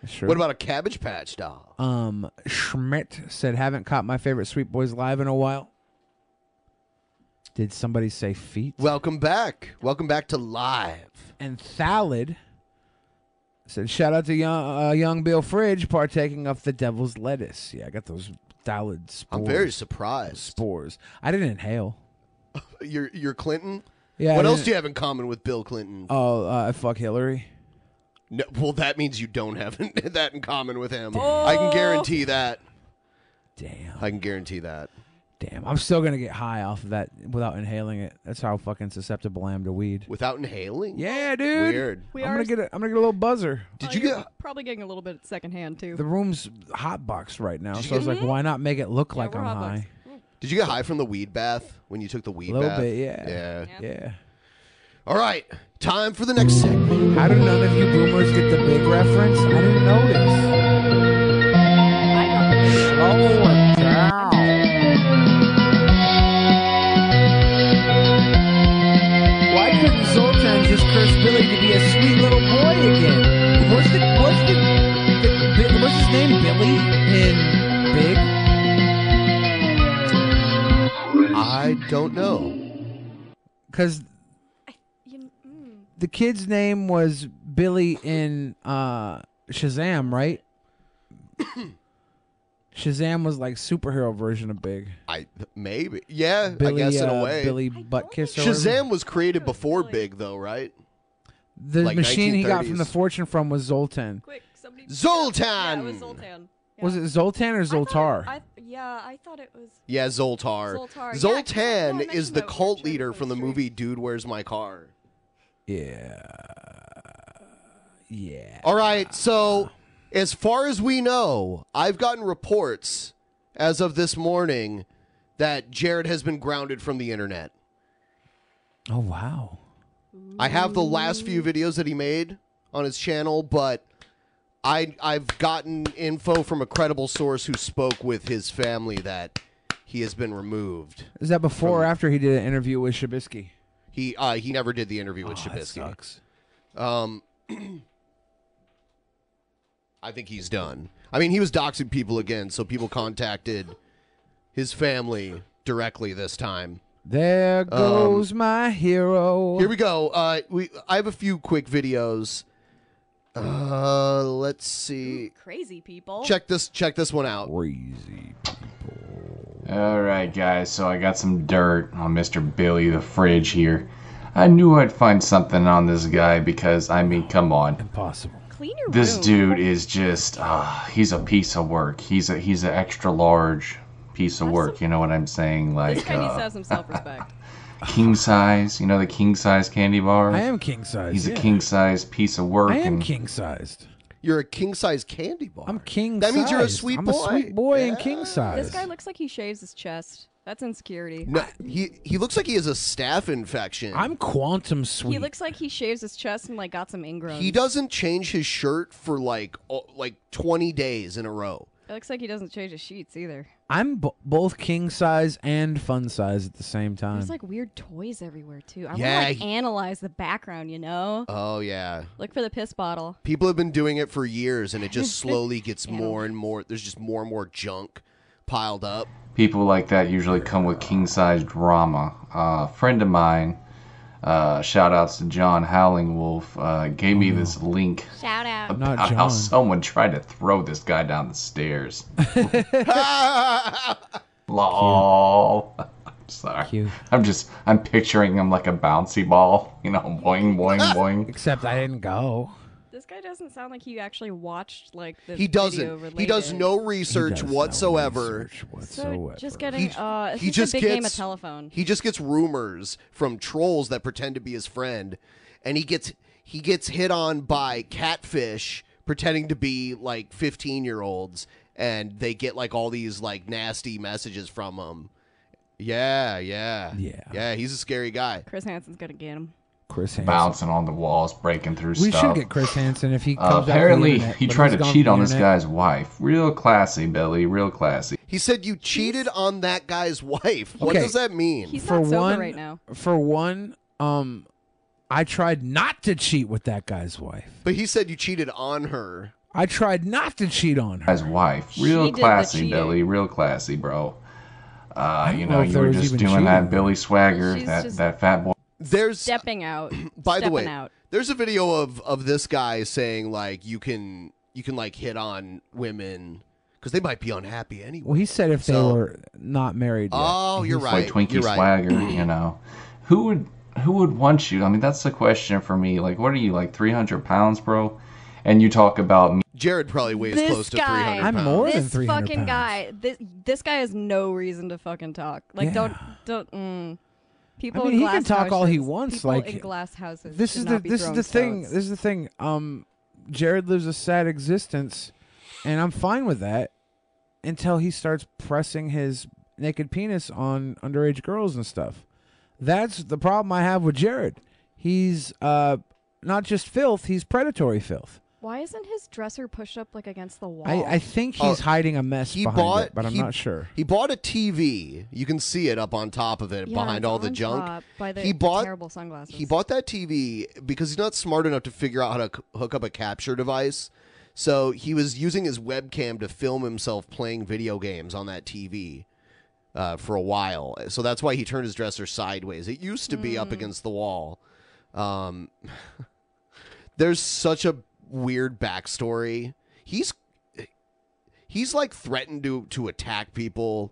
[SPEAKER 6] That's true.
[SPEAKER 1] What about a Cabbage Patch doll?
[SPEAKER 6] Um, Schmidt said, "Haven't caught my favorite Sweet Boys live in a while." Did somebody say feet?
[SPEAKER 1] Welcome back. Welcome back to live.
[SPEAKER 6] And Thalid said, "Shout out to young uh, young Bill Fridge partaking of the devil's lettuce." Yeah, I got those Thalid spores.
[SPEAKER 1] I'm very surprised.
[SPEAKER 6] Spores. I didn't inhale.
[SPEAKER 1] You're you're Clinton.
[SPEAKER 6] Yeah,
[SPEAKER 1] What
[SPEAKER 6] I
[SPEAKER 1] else
[SPEAKER 6] didn't-
[SPEAKER 1] do you have in common with Bill Clinton?
[SPEAKER 6] Oh, uh, I fuck Hillary.
[SPEAKER 1] No, well, that means you don't have that in common with him. I can guarantee that.
[SPEAKER 6] Damn.
[SPEAKER 1] I can guarantee that.
[SPEAKER 6] Damn, I'm still gonna get high off of that without inhaling it. That's how fucking susceptible I am to weed.
[SPEAKER 1] Without inhaling?
[SPEAKER 6] Yeah, dude.
[SPEAKER 1] Weird.
[SPEAKER 7] We
[SPEAKER 6] I'm
[SPEAKER 7] are- Oh,
[SPEAKER 6] gonna get a, I'm gonna get a little buzzer.
[SPEAKER 1] Did
[SPEAKER 7] you get probably getting a little bit secondhand too?
[SPEAKER 6] The room's hot boxed right now, so I was like, why not make it look like I'm high?
[SPEAKER 7] Mm.
[SPEAKER 1] Did you get high from the weed bath when you took the weed
[SPEAKER 6] A little
[SPEAKER 1] bath?
[SPEAKER 6] bit, yeah.
[SPEAKER 1] Yeah.
[SPEAKER 6] Yeah.
[SPEAKER 1] All right, time for the next segment.
[SPEAKER 6] How do none of you boomers get the big reference? I didn't know this. Oh, Why couldn't Zoltan just curse Billy to be a sweet little boy again? What's the what's the, the- the- what's his name? Billy in Big.
[SPEAKER 1] I don't know.
[SPEAKER 6] Cause the kid's name was Billy in uh, Shazam, right? Shazam was like superhero version of Big.
[SPEAKER 1] I maybe. Yeah,
[SPEAKER 6] Billy,
[SPEAKER 1] I guess in
[SPEAKER 6] uh,
[SPEAKER 1] a way.
[SPEAKER 6] Billy Butt Kiss. or whatever.
[SPEAKER 1] Shazam was created before Big, though, right?
[SPEAKER 6] The
[SPEAKER 1] like
[SPEAKER 6] machine he got from the
[SPEAKER 1] 1930s.
[SPEAKER 6] fortune from was Zoltan.
[SPEAKER 7] Quick, somebody.
[SPEAKER 1] Zoltan!
[SPEAKER 7] Yeah, it was Zoltan.
[SPEAKER 6] Was it Zoltan or Zoltar?
[SPEAKER 7] I yeah, I thought it was.
[SPEAKER 1] Yeah, Zoltar.
[SPEAKER 7] Zoltar, yeah, 'cause
[SPEAKER 1] Zoltan is the cult leader from the movie Dude, Where's My Car?
[SPEAKER 6] Yeah. Yeah.
[SPEAKER 1] All right, so as far as we know, I've gotten reports as of this morning that Jared has been grounded from the internet.
[SPEAKER 6] Oh wow.
[SPEAKER 1] I have the last few videos that he made on his channel, but I I've gotten info from a credible source who spoke with his family that he has been removed.
[SPEAKER 6] Is that before or after he did an interview with Shabisky?
[SPEAKER 1] He uh, he never did the interview with
[SPEAKER 6] Aw, that
[SPEAKER 1] Shabisky. Um, I think he's done. I mean, he was doxing people again, so people contacted his family directly this time.
[SPEAKER 6] There
[SPEAKER 1] Um,
[SPEAKER 6] goes my hero.
[SPEAKER 1] Here we go. Uh, we I have a few quick videos. Uh, let's see.
[SPEAKER 7] Crazy people.
[SPEAKER 1] Check this. Check this one out.
[SPEAKER 9] All right, guys. So I got some dirt on Mr. Billy the Fridge here. I knew I'd find something on this guy because I mean, come on.
[SPEAKER 6] Impossible.
[SPEAKER 7] Clean your
[SPEAKER 9] This
[SPEAKER 7] room.
[SPEAKER 9] dude is just uh, he's a piece of work. He's a he's an extra large piece of work, you know what I'm saying?
[SPEAKER 7] This
[SPEAKER 9] Like
[SPEAKER 7] guy needs to
[SPEAKER 9] uh,
[SPEAKER 7] have some self-respect.
[SPEAKER 9] king size, you know the king size candy bar?
[SPEAKER 6] I am king size,
[SPEAKER 9] He's a
[SPEAKER 6] yeah.
[SPEAKER 9] king size piece of work
[SPEAKER 6] I am
[SPEAKER 9] and
[SPEAKER 6] king sized.
[SPEAKER 1] You're a king size candy bar.
[SPEAKER 6] I'm king.
[SPEAKER 1] That means you're a
[SPEAKER 6] sized.
[SPEAKER 1] sweet
[SPEAKER 6] I'm
[SPEAKER 1] boy.
[SPEAKER 6] A sweet boy and king size.
[SPEAKER 7] This guy looks like he shaves his chest. That's insecurity.
[SPEAKER 1] No, he he looks like he has a staph infection.
[SPEAKER 6] I'm quantum
[SPEAKER 7] He
[SPEAKER 6] sweet.
[SPEAKER 7] looks like he shaves his chest and like got some ingrown.
[SPEAKER 1] He doesn't change his shirt for like o- like 20 days in a row.
[SPEAKER 7] It looks like he doesn't change his sheets either.
[SPEAKER 6] I'm b- both king size and fun size at the same time.
[SPEAKER 7] There's like weird toys everywhere too. I
[SPEAKER 1] Yeah,
[SPEAKER 7] want to
[SPEAKER 1] he-
[SPEAKER 7] like analyze the background, you know?
[SPEAKER 1] Oh yeah.
[SPEAKER 7] Look for the piss bottle.
[SPEAKER 1] People have been doing it for years and it just slowly gets more and more there's just more and more junk piled up.
[SPEAKER 9] people like that usually come with king size drama. Uh, a friend of mine, uh, shout outs to John Howling Wolf, uh, gave
[SPEAKER 6] Oh,
[SPEAKER 9] me this link
[SPEAKER 10] Shout out.
[SPEAKER 9] about how someone tried to throw this guy down the stairs. Lol. I'm sorry. I'm just, I'm picturing him like a bouncy ball, you know, boing, boing, boing.
[SPEAKER 6] Except I didn't go.
[SPEAKER 7] This guy doesn't sound like he actually watched like the
[SPEAKER 1] He
[SPEAKER 7] video
[SPEAKER 1] doesn't. He does
[SPEAKER 7] related.
[SPEAKER 1] no research whatsoever.
[SPEAKER 7] So just getting uh it's
[SPEAKER 1] he
[SPEAKER 7] just
[SPEAKER 1] just
[SPEAKER 7] a big
[SPEAKER 1] gets
[SPEAKER 7] game of telephone.
[SPEAKER 1] He just gets rumors from trolls that pretend to be his friend, and he gets he gets hit on by catfish pretending to be like fifteen year olds, and they get like all these like nasty messages from him. Yeah, yeah, yeah, yeah. He's a scary guy.
[SPEAKER 7] Chris Hansen's gonna get him.
[SPEAKER 6] Chris Hansen.
[SPEAKER 9] Bouncing on the walls, breaking through
[SPEAKER 6] we
[SPEAKER 9] stuff.
[SPEAKER 6] should get Chris Hansen if he comes
[SPEAKER 9] Uh,
[SPEAKER 6] out to the
[SPEAKER 9] apparently,
[SPEAKER 6] internet,
[SPEAKER 9] he
[SPEAKER 6] but
[SPEAKER 9] tried
[SPEAKER 6] he's
[SPEAKER 9] to
[SPEAKER 6] gone
[SPEAKER 9] cheat
[SPEAKER 6] from
[SPEAKER 9] on
[SPEAKER 6] the
[SPEAKER 9] this
[SPEAKER 6] internet.
[SPEAKER 9] guy's wife. Real classy, Billy. Real classy.
[SPEAKER 1] He said you cheated on that guy's wife. What
[SPEAKER 6] Okay.
[SPEAKER 1] does that mean?
[SPEAKER 6] for one, For one, um, I tried not to cheat with that guy's wife.
[SPEAKER 1] But he said you cheated on her.
[SPEAKER 6] I tried not to cheat on her.
[SPEAKER 9] As wife. Real classy, Billy. Real classy, bro. Uh, you
[SPEAKER 6] don't
[SPEAKER 9] know,
[SPEAKER 6] know if
[SPEAKER 9] you
[SPEAKER 6] there
[SPEAKER 9] were
[SPEAKER 6] was
[SPEAKER 9] just
[SPEAKER 6] even
[SPEAKER 9] doing
[SPEAKER 6] cheating.
[SPEAKER 9] that Billy Swagger,
[SPEAKER 7] She's
[SPEAKER 9] that,
[SPEAKER 7] just-
[SPEAKER 9] that fat boy.
[SPEAKER 1] There's
[SPEAKER 7] stepping out.
[SPEAKER 1] By the
[SPEAKER 7] stepping
[SPEAKER 1] way,
[SPEAKER 7] out.
[SPEAKER 1] there's a video of of this guy saying like you can you can like hit on women because they might be unhappy anyway.
[SPEAKER 6] Well, he said if they were not married. Yet.
[SPEAKER 1] Oh, you're
[SPEAKER 9] It's
[SPEAKER 1] right.
[SPEAKER 9] Like Twinkie
[SPEAKER 1] you're right.
[SPEAKER 9] Swagger, you know. Who would who would want you? I mean, that's the question for me. Like, what are you like, three hundred pounds, bro? And you talk about me.
[SPEAKER 1] Jared probably weighs
[SPEAKER 7] This close to guy. 300 pounds.
[SPEAKER 6] more
[SPEAKER 7] this fucking guy. This this guy has no reason to fucking talk. Like
[SPEAKER 6] Yeah.
[SPEAKER 7] don't don't. Mm. People
[SPEAKER 6] I mean,
[SPEAKER 7] in
[SPEAKER 6] he
[SPEAKER 7] glass
[SPEAKER 6] can talk all he
[SPEAKER 7] houses-
[SPEAKER 6] wants.
[SPEAKER 7] people
[SPEAKER 6] like
[SPEAKER 7] in glass houses.
[SPEAKER 6] This
[SPEAKER 7] should
[SPEAKER 6] is the
[SPEAKER 7] not be
[SPEAKER 6] this is
[SPEAKER 7] throwing
[SPEAKER 6] the thing.
[SPEAKER 7] stones.
[SPEAKER 6] This is the thing. Um, Jared lives a sad existence, and I'm fine with that until he starts pressing his naked penis on underage girls and stuff. That's the problem I have with Jared. He's uh not just filth. He's predatory filth.
[SPEAKER 7] Why isn't his dresser pushed up like against the wall?
[SPEAKER 6] I, I think he's
[SPEAKER 1] Oh,
[SPEAKER 6] hiding a mess
[SPEAKER 1] He
[SPEAKER 6] behind
[SPEAKER 1] bought,
[SPEAKER 6] it, but I'm
[SPEAKER 1] he-
[SPEAKER 6] not sure.
[SPEAKER 1] He bought a TV. You can see it up on top of it
[SPEAKER 7] Yeah,
[SPEAKER 1] behind
[SPEAKER 7] it's
[SPEAKER 1] all the
[SPEAKER 7] on
[SPEAKER 1] junk.
[SPEAKER 7] top by the
[SPEAKER 1] he bought
[SPEAKER 7] terrible sunglasses.
[SPEAKER 1] He bought that TV because he's not smart enough to figure out how to c- hook up a capture device. So he was using his webcam to film himself playing video games on that TV uh, for a while. So that's why he turned his dresser sideways. It used to be up against the wall. Um, there's such a weird backstory. He's he's like threatened to to attack people.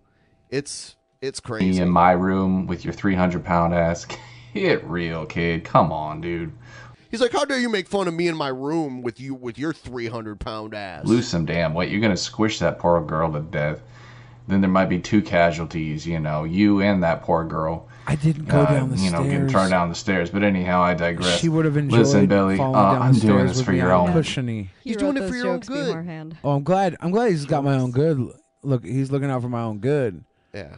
[SPEAKER 1] It's it's
[SPEAKER 9] Me
[SPEAKER 1] crazy.
[SPEAKER 9] in my room with your 300 pound ass. Get real, kid. Come on, dude.
[SPEAKER 1] He's like, how dare you make fun of me in my room with you with your three hundred pound ass?
[SPEAKER 9] Lose some damn weight. You're going to squish that poor girl to death. Then there might be two casualties, you know, you and that poor girl. Uh,
[SPEAKER 6] I didn't go down the
[SPEAKER 9] You know, getting
[SPEAKER 6] stairs.
[SPEAKER 9] thrown down the stairs. But anyhow, I digress.
[SPEAKER 6] She would have enjoyed
[SPEAKER 9] Listen, Billy,
[SPEAKER 6] falling
[SPEAKER 9] uh,
[SPEAKER 6] down
[SPEAKER 9] I'm
[SPEAKER 6] the stairs
[SPEAKER 9] doing this
[SPEAKER 6] with
[SPEAKER 9] for
[SPEAKER 6] me
[SPEAKER 9] your
[SPEAKER 6] on
[SPEAKER 9] own.
[SPEAKER 6] Cushiony.
[SPEAKER 7] He
[SPEAKER 1] He's
[SPEAKER 7] wrote
[SPEAKER 1] doing it
[SPEAKER 7] those
[SPEAKER 1] for your own
[SPEAKER 7] jokes
[SPEAKER 1] good.
[SPEAKER 7] beforehand.
[SPEAKER 6] Oh, I'm glad. I'm glad he's got my own good. Look, he's looking out for my own good.
[SPEAKER 1] Yeah.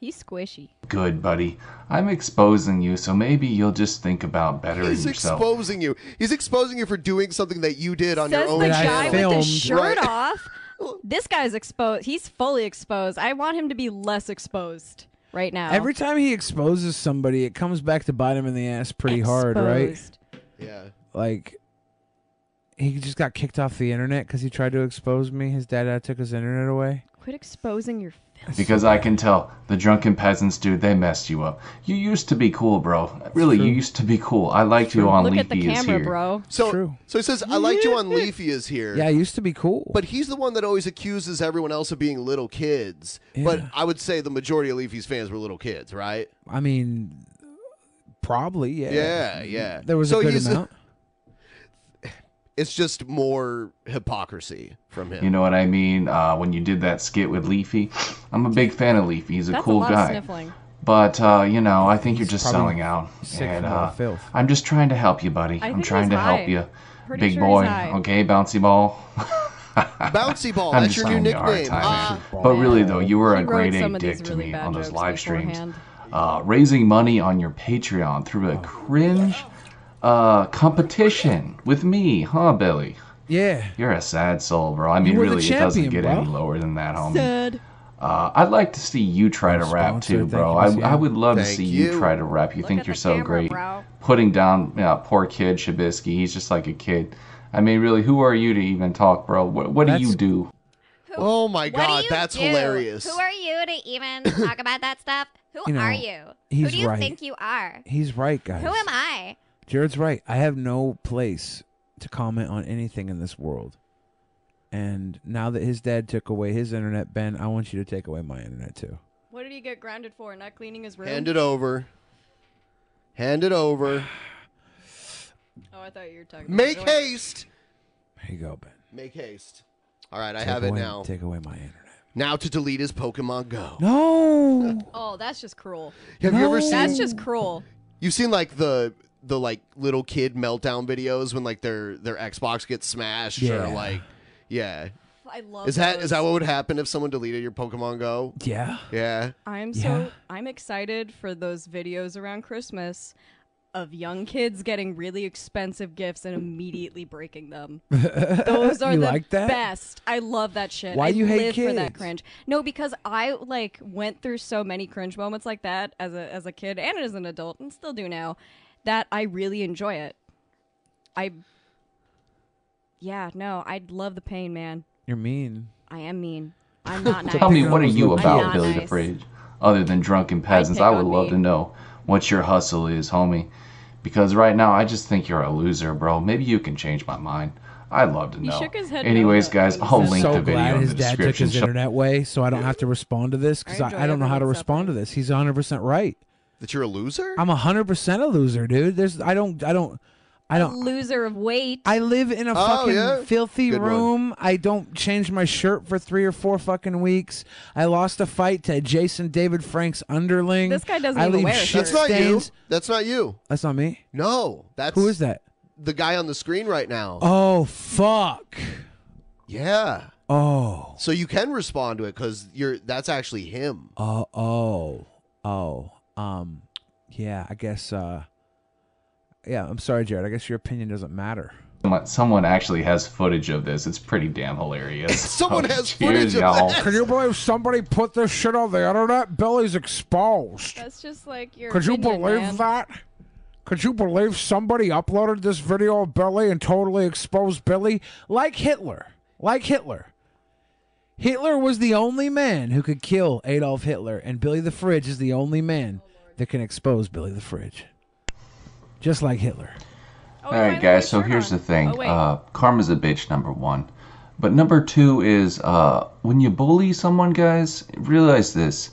[SPEAKER 7] He's squishy.
[SPEAKER 9] Good, buddy. I'm exposing you, so maybe you'll just think about bettering
[SPEAKER 1] He's
[SPEAKER 9] yourself.
[SPEAKER 1] exposing you. He's exposing you for doing something that you did on your
[SPEAKER 7] Says
[SPEAKER 1] own.
[SPEAKER 7] the guy
[SPEAKER 1] channel.
[SPEAKER 7] with his shirt
[SPEAKER 1] Right.
[SPEAKER 7] off. This guy's exposed. He's fully exposed. I want him to be less exposed right now.
[SPEAKER 6] Every time he exposes somebody, it comes back to bite him in the ass pretty hard, right?
[SPEAKER 7] Exposed.
[SPEAKER 1] Yeah.
[SPEAKER 6] Like he just got kicked off the internet because he tried to expose me. His dad uh, took his internet away.
[SPEAKER 7] Quit exposing your.
[SPEAKER 9] Because I can tell the drunken peasants, dude, they messed you up. You used to be cool, bro. Really, you used to be cool. I liked you on Leafy is here.
[SPEAKER 1] So, so he says, "I liked you on Leafy is here."
[SPEAKER 6] Yeah, I used to be cool.
[SPEAKER 1] But he's the one that always accuses everyone else of being little kids. But I would say the majority of Leafy's fans were little kids, right?
[SPEAKER 6] I mean, probably yeah.
[SPEAKER 1] Yeah, yeah.
[SPEAKER 6] There was
[SPEAKER 1] So
[SPEAKER 6] a good
[SPEAKER 1] he's-
[SPEAKER 6] amount.
[SPEAKER 1] It's just more hypocrisy from him.
[SPEAKER 9] You know what I mean? Uh, when you did that skit with Leafy, I'm a big fan of Leafy. He's a cool guy.
[SPEAKER 7] sniffling.
[SPEAKER 9] But uh, you know, I think you're just
[SPEAKER 6] probably
[SPEAKER 9] selling out.
[SPEAKER 6] sick
[SPEAKER 9] And
[SPEAKER 6] from all the
[SPEAKER 9] uh,
[SPEAKER 6] filth.
[SPEAKER 9] I'm just trying to help you, buddy.
[SPEAKER 7] I
[SPEAKER 9] I'm
[SPEAKER 7] think
[SPEAKER 9] trying
[SPEAKER 7] he's
[SPEAKER 9] to
[SPEAKER 7] high.
[SPEAKER 9] help you,
[SPEAKER 7] Pretty
[SPEAKER 9] big
[SPEAKER 7] sure he's
[SPEAKER 9] boy.
[SPEAKER 7] high.
[SPEAKER 9] Okay, bouncy ball.
[SPEAKER 1] Bouncy ball.
[SPEAKER 9] I'm
[SPEAKER 1] that's
[SPEAKER 9] just
[SPEAKER 1] your new
[SPEAKER 9] having a hard
[SPEAKER 1] nickname.
[SPEAKER 9] time.
[SPEAKER 1] Ah.
[SPEAKER 9] but really, though, you were
[SPEAKER 1] He
[SPEAKER 9] a
[SPEAKER 1] wrote
[SPEAKER 9] great egg
[SPEAKER 1] some of
[SPEAKER 9] dick
[SPEAKER 1] these
[SPEAKER 9] to
[SPEAKER 1] really
[SPEAKER 9] me
[SPEAKER 1] bad
[SPEAKER 9] on those
[SPEAKER 1] jokes
[SPEAKER 9] live streams.
[SPEAKER 1] beforehand.
[SPEAKER 9] Uh, raising money on your Patreon through a cringe uh, competition with me, huh, Billy?
[SPEAKER 6] Yeah.
[SPEAKER 9] You're a sad soul, bro. I mean,
[SPEAKER 6] were the
[SPEAKER 9] really, it doesn't
[SPEAKER 6] champion,
[SPEAKER 9] get
[SPEAKER 6] bro.
[SPEAKER 9] any lower than that, homie.
[SPEAKER 6] Sad.
[SPEAKER 9] Uh, I'd like to see you try to rap
[SPEAKER 6] Sponsor,
[SPEAKER 9] too,
[SPEAKER 6] thank
[SPEAKER 9] bro.
[SPEAKER 6] you,
[SPEAKER 9] I,
[SPEAKER 6] Miss
[SPEAKER 9] I
[SPEAKER 6] Yang.
[SPEAKER 9] would love to
[SPEAKER 6] Thank
[SPEAKER 9] see you.
[SPEAKER 6] you.
[SPEAKER 9] try to rap. You
[SPEAKER 6] Look
[SPEAKER 9] think
[SPEAKER 6] at
[SPEAKER 9] you're
[SPEAKER 6] the
[SPEAKER 9] so
[SPEAKER 6] camera,
[SPEAKER 9] great.
[SPEAKER 6] bro.
[SPEAKER 9] Putting down yeah, poor kid Shabisky. He's just like a kid. I mean, really, who are you to even talk, bro? What, what do you do?
[SPEAKER 1] Oh my
[SPEAKER 10] What do
[SPEAKER 1] god,
[SPEAKER 10] you
[SPEAKER 1] that's
[SPEAKER 10] do?
[SPEAKER 1] hilarious.
[SPEAKER 10] Who are you to even talk about that stuff? Who
[SPEAKER 6] You know,
[SPEAKER 10] are you? Who
[SPEAKER 6] he's
[SPEAKER 10] do you
[SPEAKER 6] right.
[SPEAKER 10] think you are?
[SPEAKER 6] He's right, guys.
[SPEAKER 10] Who am I?
[SPEAKER 6] Jared's right. I have no place to comment on anything in this world. And now that his dad took away his internet, Ben, I want you to take away my internet too.
[SPEAKER 7] What did he get grounded for? Not cleaning his room?
[SPEAKER 1] Hand it over. Hand it over.
[SPEAKER 7] Oh, I thought you were talking
[SPEAKER 1] Make
[SPEAKER 7] about Billy.
[SPEAKER 1] haste.
[SPEAKER 6] There you go, Ben.
[SPEAKER 1] Make haste. All right, I
[SPEAKER 6] Take
[SPEAKER 1] have
[SPEAKER 6] away-
[SPEAKER 1] it now.
[SPEAKER 6] Take away my internet.
[SPEAKER 1] Now to delete his Pokemon Go.
[SPEAKER 6] No.
[SPEAKER 7] Oh, that's just cruel.
[SPEAKER 1] Have you ever
[SPEAKER 7] That's
[SPEAKER 1] seen-
[SPEAKER 7] just cruel.
[SPEAKER 1] You've seen like the the like little kid meltdown videos when like their their Xbox gets smashed or
[SPEAKER 6] Yeah.
[SPEAKER 1] like yeah.
[SPEAKER 7] I love
[SPEAKER 1] Is that is
[SPEAKER 7] those.
[SPEAKER 1] that what would happen if someone deleted your Pokemon Go?
[SPEAKER 6] Yeah.
[SPEAKER 1] Yeah.
[SPEAKER 7] I'm so I'm excited for those videos around Christmas of young kids getting really expensive gifts and immediately breaking them. Those are
[SPEAKER 6] You
[SPEAKER 7] the
[SPEAKER 6] like that?
[SPEAKER 7] best. I love that shit.
[SPEAKER 6] Why
[SPEAKER 7] I
[SPEAKER 6] do you hate
[SPEAKER 7] live for that
[SPEAKER 6] kids?
[SPEAKER 7] cringe. No, because I like went through so many cringe moments like that as a as a kid and as an adult and still do now that I really enjoy it. I Yeah, no, I love the pain, man.
[SPEAKER 6] You're mean.
[SPEAKER 7] I am mean. I'm not nice.
[SPEAKER 9] Tell me, what are you
[SPEAKER 7] I'm
[SPEAKER 9] about,
[SPEAKER 7] not
[SPEAKER 9] Billy the
[SPEAKER 7] nice.
[SPEAKER 9] Fridge? Other than drunken peasants,
[SPEAKER 7] pick
[SPEAKER 9] I would
[SPEAKER 7] on
[SPEAKER 9] love
[SPEAKER 7] me.
[SPEAKER 9] to know what your hustle is, homie. Because right now, I just think you're a loser, bro. Maybe you can change my mind. I'd love to
[SPEAKER 7] He
[SPEAKER 9] know.
[SPEAKER 7] shook his head no
[SPEAKER 9] Anyways,
[SPEAKER 7] when-
[SPEAKER 9] guys,
[SPEAKER 7] when he
[SPEAKER 9] I'll
[SPEAKER 7] said
[SPEAKER 9] link
[SPEAKER 6] so
[SPEAKER 9] the
[SPEAKER 6] glad
[SPEAKER 9] video in
[SPEAKER 6] his
[SPEAKER 9] the
[SPEAKER 6] dad took
[SPEAKER 9] description.
[SPEAKER 6] his internet away, so I don't have to respond to this because I, I don't know how to respond to this. He's 100 percent right.
[SPEAKER 1] That you're a loser.
[SPEAKER 6] I'm 100 percent a loser, dude. There's I don't I don't I don't
[SPEAKER 7] loser of weight.
[SPEAKER 6] I live in a
[SPEAKER 7] Oh,
[SPEAKER 6] fucking
[SPEAKER 7] yeah.
[SPEAKER 6] filthy
[SPEAKER 7] Good one.
[SPEAKER 6] room. I don't change my shirt for three or four fucking weeks. I lost a fight to Jason David Frank's underling.
[SPEAKER 7] This guy doesn't
[SPEAKER 6] I
[SPEAKER 7] even
[SPEAKER 6] leave
[SPEAKER 7] wear a
[SPEAKER 6] shit
[SPEAKER 1] That's not you.
[SPEAKER 6] stains.
[SPEAKER 1] That's not you.
[SPEAKER 6] That's not me.
[SPEAKER 1] No, that's
[SPEAKER 6] Who is that?
[SPEAKER 1] the guy on the screen right now.
[SPEAKER 6] Oh fuck.
[SPEAKER 1] Yeah.
[SPEAKER 6] Oh.
[SPEAKER 1] So you can respond to it because you're that's actually him.
[SPEAKER 6] Oh oh oh. Um. Yeah. I guess. uh Yeah. I'm sorry, Jared. I guess your opinion doesn't matter.
[SPEAKER 9] Someone- Someone actually has footage of this. It's pretty damn hilarious. Oh,
[SPEAKER 6] Someone has
[SPEAKER 9] Cheers, y'all.
[SPEAKER 6] Could you believe somebody put this shit on the internet? Billy's exposed.
[SPEAKER 7] That's just like your.
[SPEAKER 6] Could you
[SPEAKER 7] opinion,
[SPEAKER 6] believe
[SPEAKER 7] man.
[SPEAKER 6] that? Could you believe somebody uploaded this video of Billy and totally exposed Billy? Like Hitler. Like Hitler. Hitler was the only man who could kill Adolf Hitler, and Billy the Fridge is the only man that can expose Billy the Fridge. Just like Hitler. Oh,
[SPEAKER 9] All right, guys. So here's the thing. uh, karma's a bitch, number one. But number two is uh, when you bully someone, guys, realize this.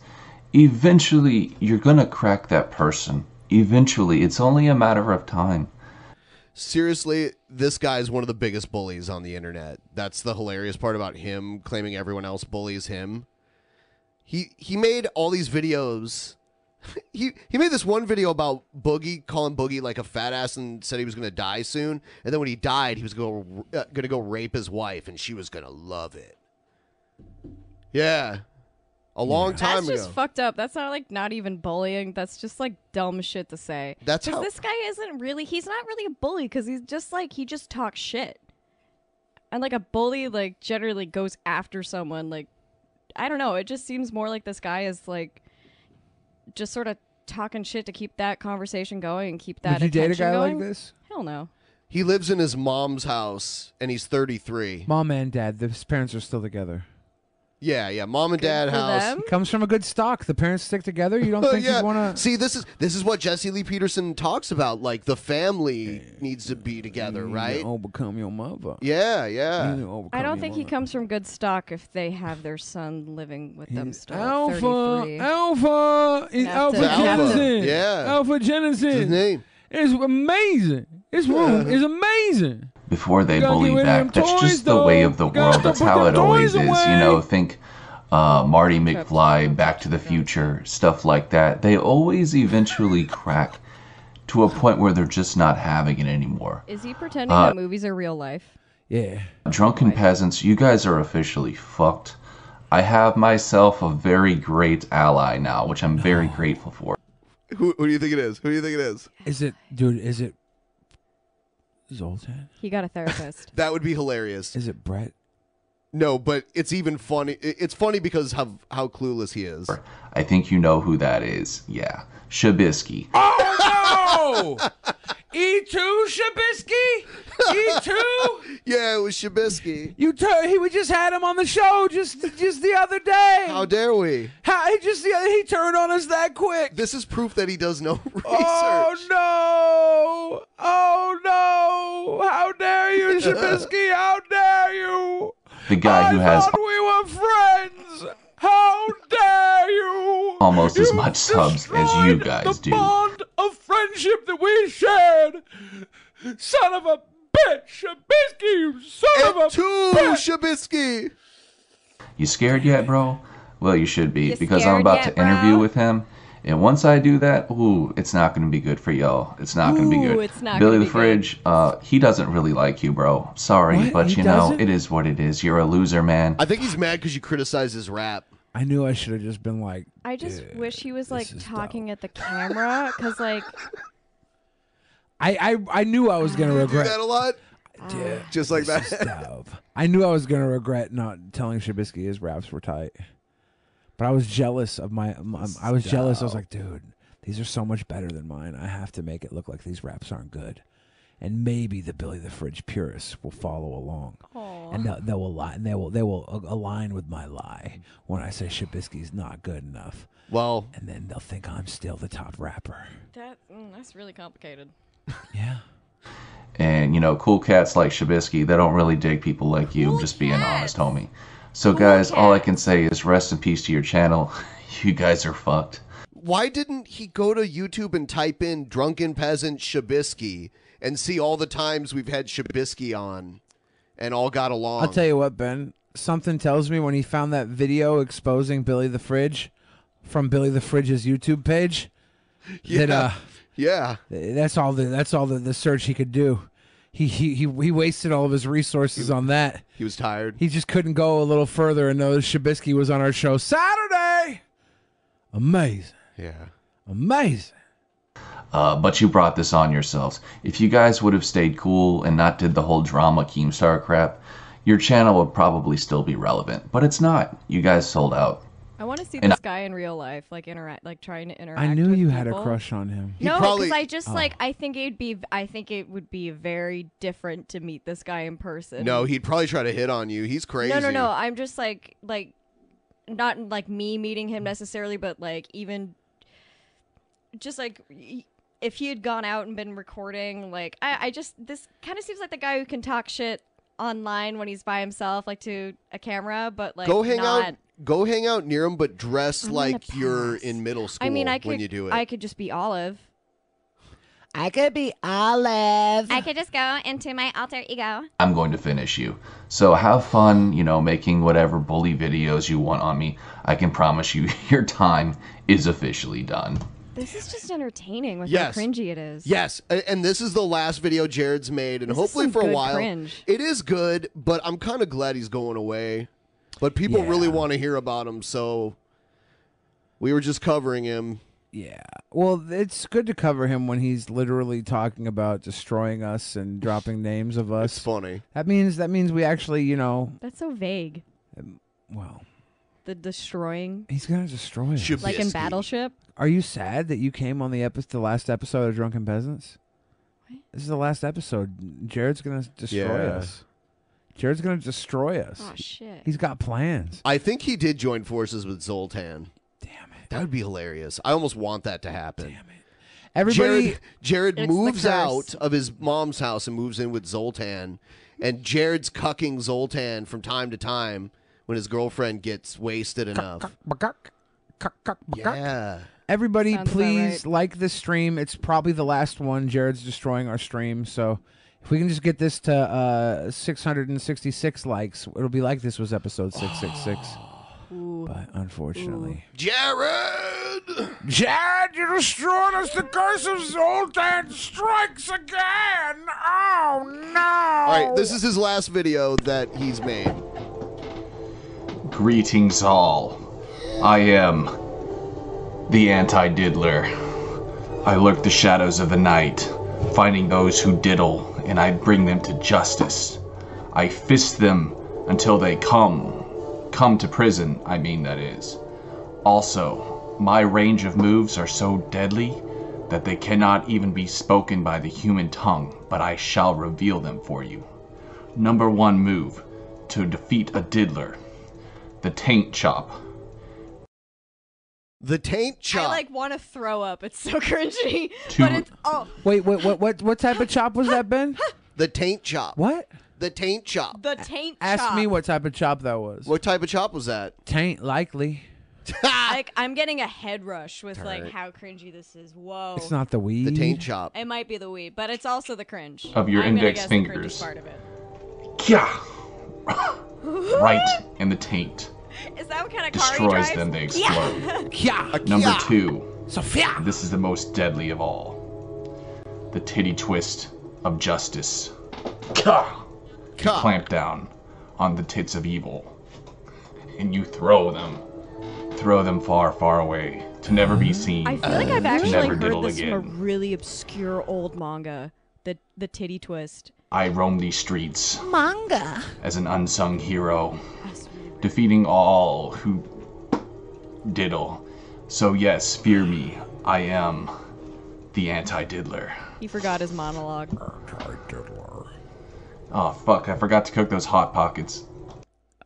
[SPEAKER 9] Eventually, you're gonna crack that person. Eventually, it's only a matter of time.
[SPEAKER 1] Seriously, this guy is one of the biggest bullies on the internet. That's the hilarious part about him claiming everyone else bullies him. He he made all these videos. He he made this one video about Boogie calling Boogie like a fat ass and said he was gonna die soon. And then when he died, he was go, uh, gonna go rape his wife, and she was gonna love it. Yeah, a long time
[SPEAKER 7] That's just
[SPEAKER 1] ago.
[SPEAKER 7] fucked up. That's not like not even bullying. That's just like dumb shit to say.
[SPEAKER 1] That's
[SPEAKER 7] 'Cause
[SPEAKER 1] how-
[SPEAKER 7] this guy isn't really. He's not really a bully because he's just like he just talks shit. And like a bully, like generally goes after someone. Like I don't know. It just seems more like this guy is like just sort of talking shit to keep that conversation going and keep that.
[SPEAKER 1] you date a
[SPEAKER 7] attention
[SPEAKER 1] guy like
[SPEAKER 7] going.
[SPEAKER 6] this?
[SPEAKER 7] Hell no.
[SPEAKER 1] he lives in his mom's house, and he's thirty three.
[SPEAKER 6] Mom and dad, his parents are still together.
[SPEAKER 1] Yeah, yeah, mom and dad house. Uh,
[SPEAKER 6] He comes from a good stock. The parents stick together. You don't think
[SPEAKER 1] yeah.
[SPEAKER 6] you want to.
[SPEAKER 1] see this is this is what Jesse Lee Peterson talks about. Like the family needs to be together, right?
[SPEAKER 6] Overcome your mother.
[SPEAKER 1] Yeah, yeah.
[SPEAKER 7] I don't think he comes from good stock if they have their son living with them still. at
[SPEAKER 6] Alpha,
[SPEAKER 7] 33.
[SPEAKER 6] Alpha, is
[SPEAKER 7] Naphtha-
[SPEAKER 6] Alpha
[SPEAKER 7] Naphtha.
[SPEAKER 6] Genesis.
[SPEAKER 7] Yeah.
[SPEAKER 6] Alpha Genesis.
[SPEAKER 7] his name.
[SPEAKER 6] It's amazing. This room is amazing.
[SPEAKER 9] Before they
[SPEAKER 6] You gotta
[SPEAKER 9] bully
[SPEAKER 6] get rid of them
[SPEAKER 9] back, that's
[SPEAKER 6] toys,
[SPEAKER 9] just the way of the world. That's how it always is. You know, think uh, Marty McFly, Back to the Future, stuff like that. They always eventually crack to a point where they're just not having it anymore.
[SPEAKER 7] Is he pretending
[SPEAKER 9] Uh,
[SPEAKER 7] that movies are real life?
[SPEAKER 6] Yeah.
[SPEAKER 9] Drunken peasants, you guys are officially fucked. I have myself a very great ally now, which I'm very grateful for.
[SPEAKER 1] Who, who do you think it is? Who do you think it is?
[SPEAKER 6] Is it, dude? Is it Zoltan?
[SPEAKER 7] He got a therapist.
[SPEAKER 1] That would be hilarious.
[SPEAKER 6] Is it Brett?
[SPEAKER 1] No, but it's even funny. i- It's funny because how how clueless he is.
[SPEAKER 9] I think you know who that is. Yeah. Shabisky.
[SPEAKER 19] Oh!
[SPEAKER 6] E
[SPEAKER 19] E2 Shabisky? E2?
[SPEAKER 1] yeah, it was Shabisky.
[SPEAKER 6] You tur he we just had him on the show just just the other day.
[SPEAKER 1] How dare we?
[SPEAKER 6] How he just the other, he turned on us that quick.
[SPEAKER 1] This is proof that he does no research.
[SPEAKER 6] Oh no! Oh no! How dare you, Shabisky? How dare you?
[SPEAKER 9] The guy who has
[SPEAKER 6] We were friends. How dare you?
[SPEAKER 9] almost as much subs as you guys do.
[SPEAKER 19] Bond of friendship that we shared. Son of a bitch, Shabisky, you son of a bitch.
[SPEAKER 1] Shabisky.
[SPEAKER 9] You scared yet, bro? Well, you should be
[SPEAKER 19] You
[SPEAKER 9] because
[SPEAKER 19] scared
[SPEAKER 9] I'm about
[SPEAKER 19] yet,
[SPEAKER 9] to interview
[SPEAKER 19] bro?
[SPEAKER 9] with him. And once I do that, ooh, it's not going to be good for y'all. It's not going to be
[SPEAKER 19] Ooh,
[SPEAKER 9] good.
[SPEAKER 19] it's not
[SPEAKER 9] Billy
[SPEAKER 19] gonna be
[SPEAKER 9] the
[SPEAKER 19] good.
[SPEAKER 9] Fridge, uh, he doesn't really like you, bro. Sorry,
[SPEAKER 1] What?
[SPEAKER 9] but
[SPEAKER 1] He
[SPEAKER 9] you know,
[SPEAKER 1] doesn't?
[SPEAKER 9] it is what it is. You're a loser, man.
[SPEAKER 1] I think he's mad because you criticized his rap.
[SPEAKER 6] I knew I should have just been like,
[SPEAKER 7] I just wish he was like talking at the camera because like
[SPEAKER 6] I I, I knew I was gonna regret.
[SPEAKER 1] that a lot. Just like that.
[SPEAKER 6] I knew I was gonna regret not telling Shabisky his raps were tight, but I was jealous of my. um, um, I was jealous. I was like, dude, these are so much better than mine. I have to make it look like these raps aren't good, and maybe the Billy the Fridge purists will follow along, and they'll, they will lie, and they will they will a- align with my lie when I say Shabisky's not good enough.
[SPEAKER 1] Well,
[SPEAKER 6] and then they'll think I'm still the top rapper.
[SPEAKER 7] that mm, that's really complicated.
[SPEAKER 9] And you know, cool cats like Shabisky, they don't really dig people like you. I'm just being honest, homie. So, guys, all I can say is rest in peace to your channel. you guys are fucked.
[SPEAKER 1] Why didn't he go to YouTube and type in drunken peasant Shabisky and see all the times we've had Shabisky on and all got along?
[SPEAKER 6] I'll tell you what, Ben. Something tells me when he found that video exposing Billy the Fridge from Billy the Fridge's YouTube page, that
[SPEAKER 1] Yeah.
[SPEAKER 6] uh,
[SPEAKER 1] yeah,
[SPEAKER 6] that's all the that's all the, the search he could do. He, he he he wasted all of his resources on that.
[SPEAKER 1] He was tired.
[SPEAKER 6] He just couldn't go a little further and know that Shabisky was on our show Saturday. Amazing,
[SPEAKER 1] yeah,
[SPEAKER 6] amazing.
[SPEAKER 9] Uh, but you brought this on yourselves. If you guys would have stayed cool and not did the whole drama Keemstar crap, your channel would probably still be relevant. But it's not. You guys sold out.
[SPEAKER 7] I want to see
[SPEAKER 9] And
[SPEAKER 7] this
[SPEAKER 9] I-
[SPEAKER 7] guy in real life, like interact, like trying to interact.
[SPEAKER 6] I knew
[SPEAKER 7] with
[SPEAKER 6] you had a
[SPEAKER 7] people.
[SPEAKER 6] crush on him. Oh.
[SPEAKER 7] no, because I just like I think it'd be I think it would be very different to meet this guy in person.
[SPEAKER 1] No, he'd probably try to hit on you. He's crazy.
[SPEAKER 7] No, no, no. I'm just like like not like me meeting him necessarily, but like even just like y- if he had gone out and been recording, like I, I just this kind of seems like the guy who can talk shit online when he's by himself, like to a camera, but like
[SPEAKER 1] go hang
[SPEAKER 7] not,
[SPEAKER 1] out. Go hang out near him, but dress like you're in middle school.
[SPEAKER 7] I mean, I could
[SPEAKER 1] when you do it.
[SPEAKER 7] I could just be Olive.
[SPEAKER 10] I could be Olive. I could just go into my alter ego.
[SPEAKER 9] I'm going to finish you. So have fun, you know, making whatever bully videos you want on me. I can promise you, your time is officially done.
[SPEAKER 7] This is just entertaining with
[SPEAKER 1] Yes.
[SPEAKER 7] how cringy it is.
[SPEAKER 1] Yes, a- and this is the last video Jared's made, and
[SPEAKER 7] This is
[SPEAKER 1] hopefully
[SPEAKER 7] some
[SPEAKER 1] for a
[SPEAKER 7] good
[SPEAKER 1] while
[SPEAKER 7] cringe.
[SPEAKER 1] it is good. But I'm kind of glad he's going away. But people really want to hear about him, so we were just covering him.
[SPEAKER 6] Yeah. Well, it's good to cover him when he's literally talking about destroying us and dropping names of us. It's
[SPEAKER 1] funny.
[SPEAKER 6] That means that means we actually, you know,
[SPEAKER 7] That's so vague.
[SPEAKER 6] well,
[SPEAKER 7] The destroying,
[SPEAKER 6] he's gonna destroy us.
[SPEAKER 7] like in Battleship.
[SPEAKER 6] Are you sad that you came on the episode, the last episode of Drunken Peasants? This is the last episode. Jared's gonna destroy
[SPEAKER 1] Yeah.
[SPEAKER 6] us. Jared's gonna destroy us.
[SPEAKER 1] Aw,
[SPEAKER 7] Oh, shit.
[SPEAKER 6] He's got plans.
[SPEAKER 1] I think he did join forces with Zoltan. Damn it, that would be hilarious. I almost want that to happen. Damn it,
[SPEAKER 6] Everybody-
[SPEAKER 1] Jared,
[SPEAKER 6] It's the
[SPEAKER 1] Jared moves
[SPEAKER 6] curse.
[SPEAKER 1] out of his mom's house and moves in with Zoltan, and Jared's cucking Zoltan from time to time when his girlfriend gets wasted enough. Yeah.
[SPEAKER 6] Everybody,
[SPEAKER 1] Sounds about
[SPEAKER 6] please like this stream. It's probably the last one. Jared's destroying our stream, so if we can just get this to uh, 666 likes, it'll be like this was episode 666. but unfortunately,
[SPEAKER 19] Jared! Jared, you destroyed us! The curse of Zoltan strikes again! Oh no!
[SPEAKER 1] All right, this is his last video that he's made.
[SPEAKER 9] Greetings, all. I am the anti diddler. I lurk the shadows of the night, finding those who diddle, and I bring them to justice. I fist them until they come. Come to prison, I mean, that is. Also, my range of moves are so deadly that they cannot even be spoken by the human tongue, but I shall reveal them for you. Number one move to defeat a diddler the taint chop.
[SPEAKER 1] The taint
[SPEAKER 7] I
[SPEAKER 1] chop.
[SPEAKER 7] like want to throw up. It's so cringy,
[SPEAKER 9] Two-
[SPEAKER 7] but it's oh
[SPEAKER 6] wait, wait, what, what, what type of chop was that, Ben?
[SPEAKER 1] The taint chop.
[SPEAKER 6] What?
[SPEAKER 1] The taint chop.
[SPEAKER 7] the taint
[SPEAKER 6] Ask
[SPEAKER 7] chop.
[SPEAKER 6] me what type of chop that was. What
[SPEAKER 1] type of chop was that?
[SPEAKER 6] Taint likely.
[SPEAKER 7] like I'm getting a head rush with like
[SPEAKER 6] Alright.
[SPEAKER 7] how cringy this is. Whoa.
[SPEAKER 6] It's not the weed. The
[SPEAKER 1] taint chop.
[SPEAKER 7] It might be the weed, but it's also the cringe
[SPEAKER 9] Of your
[SPEAKER 7] I'm gonna
[SPEAKER 9] index
[SPEAKER 7] guess the cringy
[SPEAKER 9] fingers.
[SPEAKER 7] part of it.
[SPEAKER 9] Kya! right in the taint.
[SPEAKER 7] Is that what kind of car he
[SPEAKER 9] Destroys
[SPEAKER 7] drives?
[SPEAKER 9] them, they
[SPEAKER 7] Yeah.
[SPEAKER 9] explode.
[SPEAKER 6] Kya.
[SPEAKER 9] Number two.
[SPEAKER 6] Sophia.
[SPEAKER 9] This is the most deadly of all. The titty twist of justice. Ka. You
[SPEAKER 1] Ka.
[SPEAKER 9] clamp down on the tits of evil, and you throw them, throw them far, far away to never be seen.
[SPEAKER 7] Mm-hmm. I feel like I've
[SPEAKER 9] to
[SPEAKER 7] actually
[SPEAKER 9] never
[SPEAKER 7] heard
[SPEAKER 9] diddle
[SPEAKER 7] this from a
[SPEAKER 9] again.
[SPEAKER 7] really obscure old manga. The the titty twist.
[SPEAKER 9] I roam these streets
[SPEAKER 8] Manga.
[SPEAKER 9] as an unsung hero, defeating all who diddle. So yes, fear me. I am the anti-diddler.
[SPEAKER 7] He forgot his monologue.
[SPEAKER 9] Oh fuck! I forgot to cook those hot pockets.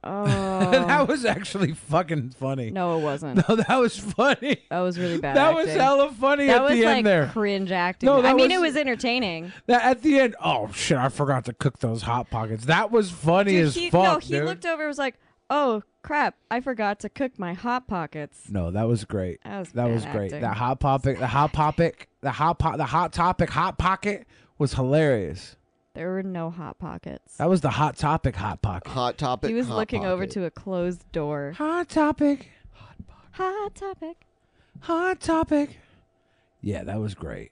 [SPEAKER 7] Oh.
[SPEAKER 6] that was actually fucking funny.
[SPEAKER 7] No, it wasn't.
[SPEAKER 6] No, that was funny.
[SPEAKER 7] That was really bad.
[SPEAKER 6] That was
[SPEAKER 7] acting.
[SPEAKER 6] hella funny
[SPEAKER 7] That
[SPEAKER 6] at
[SPEAKER 7] was
[SPEAKER 6] the
[SPEAKER 7] like
[SPEAKER 6] end there.
[SPEAKER 7] cringe acting.
[SPEAKER 6] No, that
[SPEAKER 7] I mean it
[SPEAKER 6] was-
[SPEAKER 7] was entertaining.
[SPEAKER 6] That at the end, oh shit! I forgot to cook those hot pockets. That was funny
[SPEAKER 7] Dude,
[SPEAKER 6] as
[SPEAKER 7] he,
[SPEAKER 6] fuck,
[SPEAKER 7] no, he
[SPEAKER 6] dude.
[SPEAKER 7] looked over and was like, "Oh crap! I forgot to cook my hot pockets."
[SPEAKER 6] No, that was great.
[SPEAKER 7] That was
[SPEAKER 6] that
[SPEAKER 7] bad
[SPEAKER 6] was great.
[SPEAKER 7] acting.
[SPEAKER 6] That hot topic, the hot topic, the hot po- the hot topic, hot pocket was hilarious.
[SPEAKER 7] There were no hot pockets.
[SPEAKER 6] That was the hot topic, hot pocket.
[SPEAKER 1] Hot topic.
[SPEAKER 7] He was looking over to a closed door.
[SPEAKER 6] Hot topic.
[SPEAKER 7] Hot topic.
[SPEAKER 6] Hot topic. Yeah, that was great.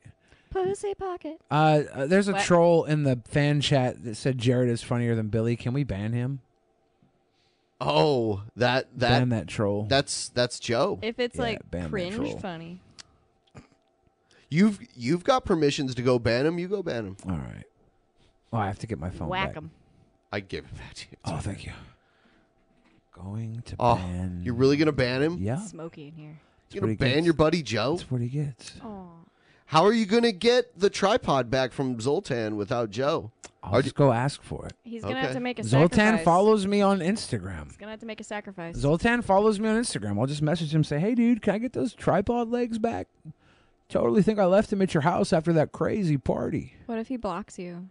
[SPEAKER 7] Pussy pocket.
[SPEAKER 6] Uh, uh, there's a
[SPEAKER 7] What?
[SPEAKER 6] troll in the fan chat that said Jared is funnier than Billy. Can we ban him?
[SPEAKER 1] Oh, that that
[SPEAKER 6] Ban that troll.
[SPEAKER 1] That's that's Joe.
[SPEAKER 7] If it's
[SPEAKER 1] Yeah, ban
[SPEAKER 7] like
[SPEAKER 1] that
[SPEAKER 7] cringe
[SPEAKER 1] troll.
[SPEAKER 7] funny.
[SPEAKER 1] You've you've got permissions to go ban him. You go ban him.
[SPEAKER 6] All right. Oh, I have to get my phone
[SPEAKER 7] Whack
[SPEAKER 6] back.
[SPEAKER 7] him.
[SPEAKER 1] I give it back to you.
[SPEAKER 6] Oh, thank you. Going to
[SPEAKER 1] Oh,
[SPEAKER 6] ban.
[SPEAKER 1] you're really gonna ban him?
[SPEAKER 6] Yeah.
[SPEAKER 7] Smoky in here.
[SPEAKER 1] You're
[SPEAKER 6] what
[SPEAKER 1] gonna
[SPEAKER 6] he
[SPEAKER 1] ban
[SPEAKER 6] gets.
[SPEAKER 1] your buddy Joe?
[SPEAKER 6] That's what he gets.
[SPEAKER 1] How are you gonna get the tripod back from Zoltan without Joe?
[SPEAKER 6] I'll just go ask for it.
[SPEAKER 7] He's gonna have to make a
[SPEAKER 6] Zoltan
[SPEAKER 7] sacrifice.
[SPEAKER 6] follows me on Instagram.
[SPEAKER 7] He's gonna have to make a sacrifice.
[SPEAKER 6] Zoltan follows me on Instagram. I'll just message him say, "Hey, dude, can I get those tripod legs back?" Totally think I left him at your house after that crazy party.
[SPEAKER 7] what if he blocks you?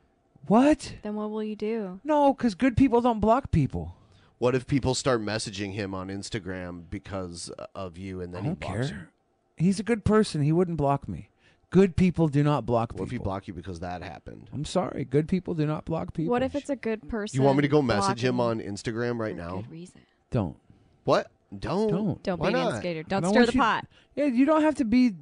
[SPEAKER 6] What?
[SPEAKER 7] Then what will you do?
[SPEAKER 6] No, because good people don't block people.
[SPEAKER 1] What if people start messaging him on Instagram because of you, and then
[SPEAKER 6] I don't
[SPEAKER 1] he blocks you?
[SPEAKER 6] care. He's a good person. He wouldn't block me. Good people do not block
[SPEAKER 1] What if he
[SPEAKER 6] people.
[SPEAKER 1] blocked you because that happened?
[SPEAKER 6] I'm sorry. Good people do not block people.
[SPEAKER 7] What if it's a good person?
[SPEAKER 1] you want me to go
[SPEAKER 7] blocking
[SPEAKER 1] message him
[SPEAKER 7] you?
[SPEAKER 1] on Instagram right now?
[SPEAKER 7] Reason.
[SPEAKER 6] Don't.
[SPEAKER 1] What? Don't.
[SPEAKER 6] Don't.
[SPEAKER 7] Don't
[SPEAKER 1] Why
[SPEAKER 7] be an
[SPEAKER 1] not?
[SPEAKER 7] instigator. Don't
[SPEAKER 6] I
[SPEAKER 7] stir
[SPEAKER 6] want
[SPEAKER 7] the
[SPEAKER 6] you-
[SPEAKER 7] pot.
[SPEAKER 6] Yeah, you don't have to be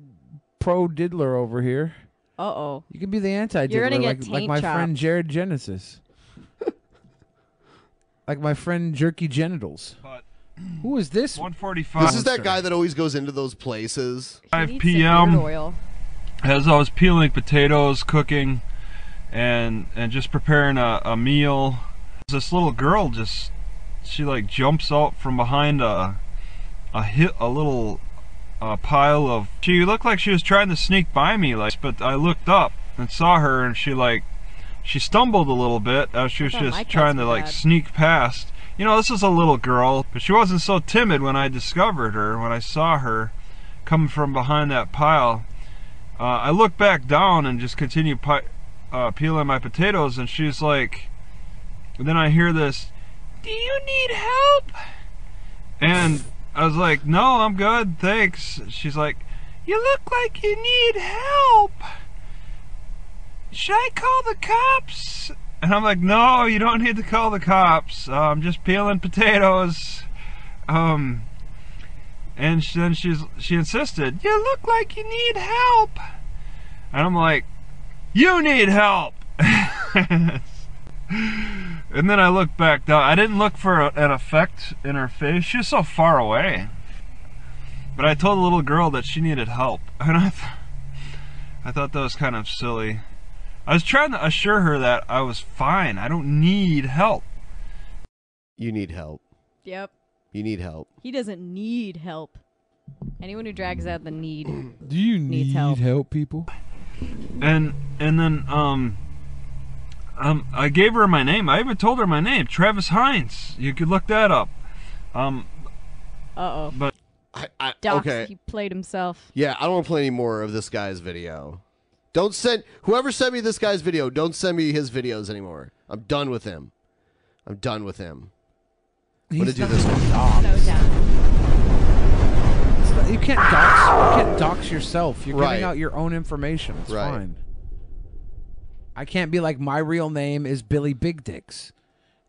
[SPEAKER 6] pro diddler over here.
[SPEAKER 7] Uh oh.
[SPEAKER 6] You can be the anti
[SPEAKER 7] You're
[SPEAKER 6] diddler
[SPEAKER 7] gonna
[SPEAKER 6] like,
[SPEAKER 7] get
[SPEAKER 6] like
[SPEAKER 7] taint
[SPEAKER 6] my
[SPEAKER 7] chop.
[SPEAKER 6] friend Jared Genesis. like my friend Jerky Genitals. Who is this?
[SPEAKER 20] 145.
[SPEAKER 1] This is that guy that always goes into those places.
[SPEAKER 20] 5 p.m. As I was peeling potatoes, cooking, and and just preparing a, a meal, this little girl just she like jumps out from behind a a hit a little uh pile of. She looked like she was trying to sneak by me, like. But I looked up and saw her, and she like she stumbled a little bit as she was
[SPEAKER 19] thought my
[SPEAKER 20] just
[SPEAKER 19] cats
[SPEAKER 20] trying to
[SPEAKER 19] were
[SPEAKER 20] like
[SPEAKER 19] bad.
[SPEAKER 20] sneak past. You know, this is a little girl, but she wasn't so timid when I discovered her, when I saw her coming from behind that pile. Uh, I looked back down and just continued pi- uh, peeling my potatoes, and she's like, and then I hear this, Do you need help? and I was like, No, I'm good, thanks. She's like, You look like you need help. Should I call the cops? And I'm like, no, you don't need to call the cops. Uh, I'm just peeling potatoes. Um, And she, then she's she insisted, "You look like you need help," and I'm like, "You need help." and then I looked back down. I didn't look for a, an effect in her face. She was so far away. But I told the little girl that she needed help, and I, th- I thought that was kind of silly. I was trying to assure her that I was fine. I don't need help.
[SPEAKER 1] You need help.
[SPEAKER 7] Yep.
[SPEAKER 1] You need help.
[SPEAKER 7] He doesn't need help. Anyone who drags out the need.
[SPEAKER 6] Do you need help. people?
[SPEAKER 20] And and then um, um, I gave her my name. I even told her my name, Travis Hines. You could look that up. Um,
[SPEAKER 7] Uh oh.
[SPEAKER 20] but
[SPEAKER 1] I, I,
[SPEAKER 7] Docs,
[SPEAKER 1] okay.
[SPEAKER 7] he played himself.
[SPEAKER 1] Yeah, I don't want to play any more of this guy's video. Don't send whoever sent me this guy's video. Don't send me his videos anymore. I'm done with him. I'm done with him. I'm gonna do this one.
[SPEAKER 7] So down.
[SPEAKER 6] It's not- You can't dox. You can't dox yourself. You're
[SPEAKER 1] Right.
[SPEAKER 6] giving out your own information. It's
[SPEAKER 1] Right.
[SPEAKER 6] fine. I can't be like my real name is Billy Big Dicks.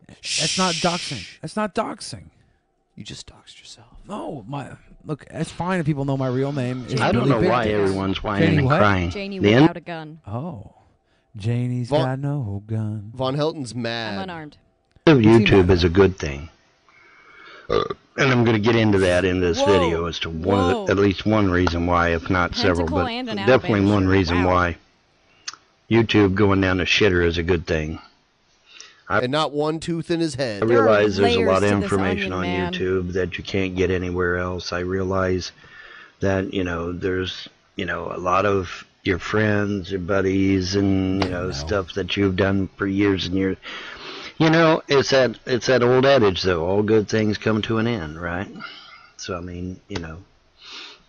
[SPEAKER 6] That's not doxing. That's not doxing.
[SPEAKER 1] You just doxed yourself.
[SPEAKER 6] No, my look. That's fine if people know my real name. Is
[SPEAKER 21] I don't
[SPEAKER 6] Billy
[SPEAKER 21] know
[SPEAKER 6] Big
[SPEAKER 21] why
[SPEAKER 6] Dicks.
[SPEAKER 21] everyone's whining
[SPEAKER 6] Janie
[SPEAKER 21] and
[SPEAKER 6] what?
[SPEAKER 21] crying.
[SPEAKER 7] Janie
[SPEAKER 21] The
[SPEAKER 7] without
[SPEAKER 21] end-
[SPEAKER 7] a gun.
[SPEAKER 6] Oh, Janie's
[SPEAKER 1] Von-
[SPEAKER 6] got no gun.
[SPEAKER 1] Von Helton's mad.
[SPEAKER 7] I'm unarmed.
[SPEAKER 21] Of YouTube is a good thing. Uh, And I'm going to get into that in this
[SPEAKER 7] Whoa,
[SPEAKER 21] video as to one, of the, at least one reason why, if not
[SPEAKER 7] Pentacle
[SPEAKER 21] several,
[SPEAKER 7] and an
[SPEAKER 21] but definitely
[SPEAKER 7] Alabama
[SPEAKER 21] one
[SPEAKER 7] shirt.
[SPEAKER 21] reason why YouTube going down the shitter is a good thing.
[SPEAKER 1] and not one tooth in his head.
[SPEAKER 21] I realize there's a lot of information on YouTube that you can't get anywhere else. I realize that you know there's you know a lot of your friends, your buddies, and you know stuff that you've done for years and years. You know, it's that it's that old adage though. All good things come to an end, right? So I mean, you know,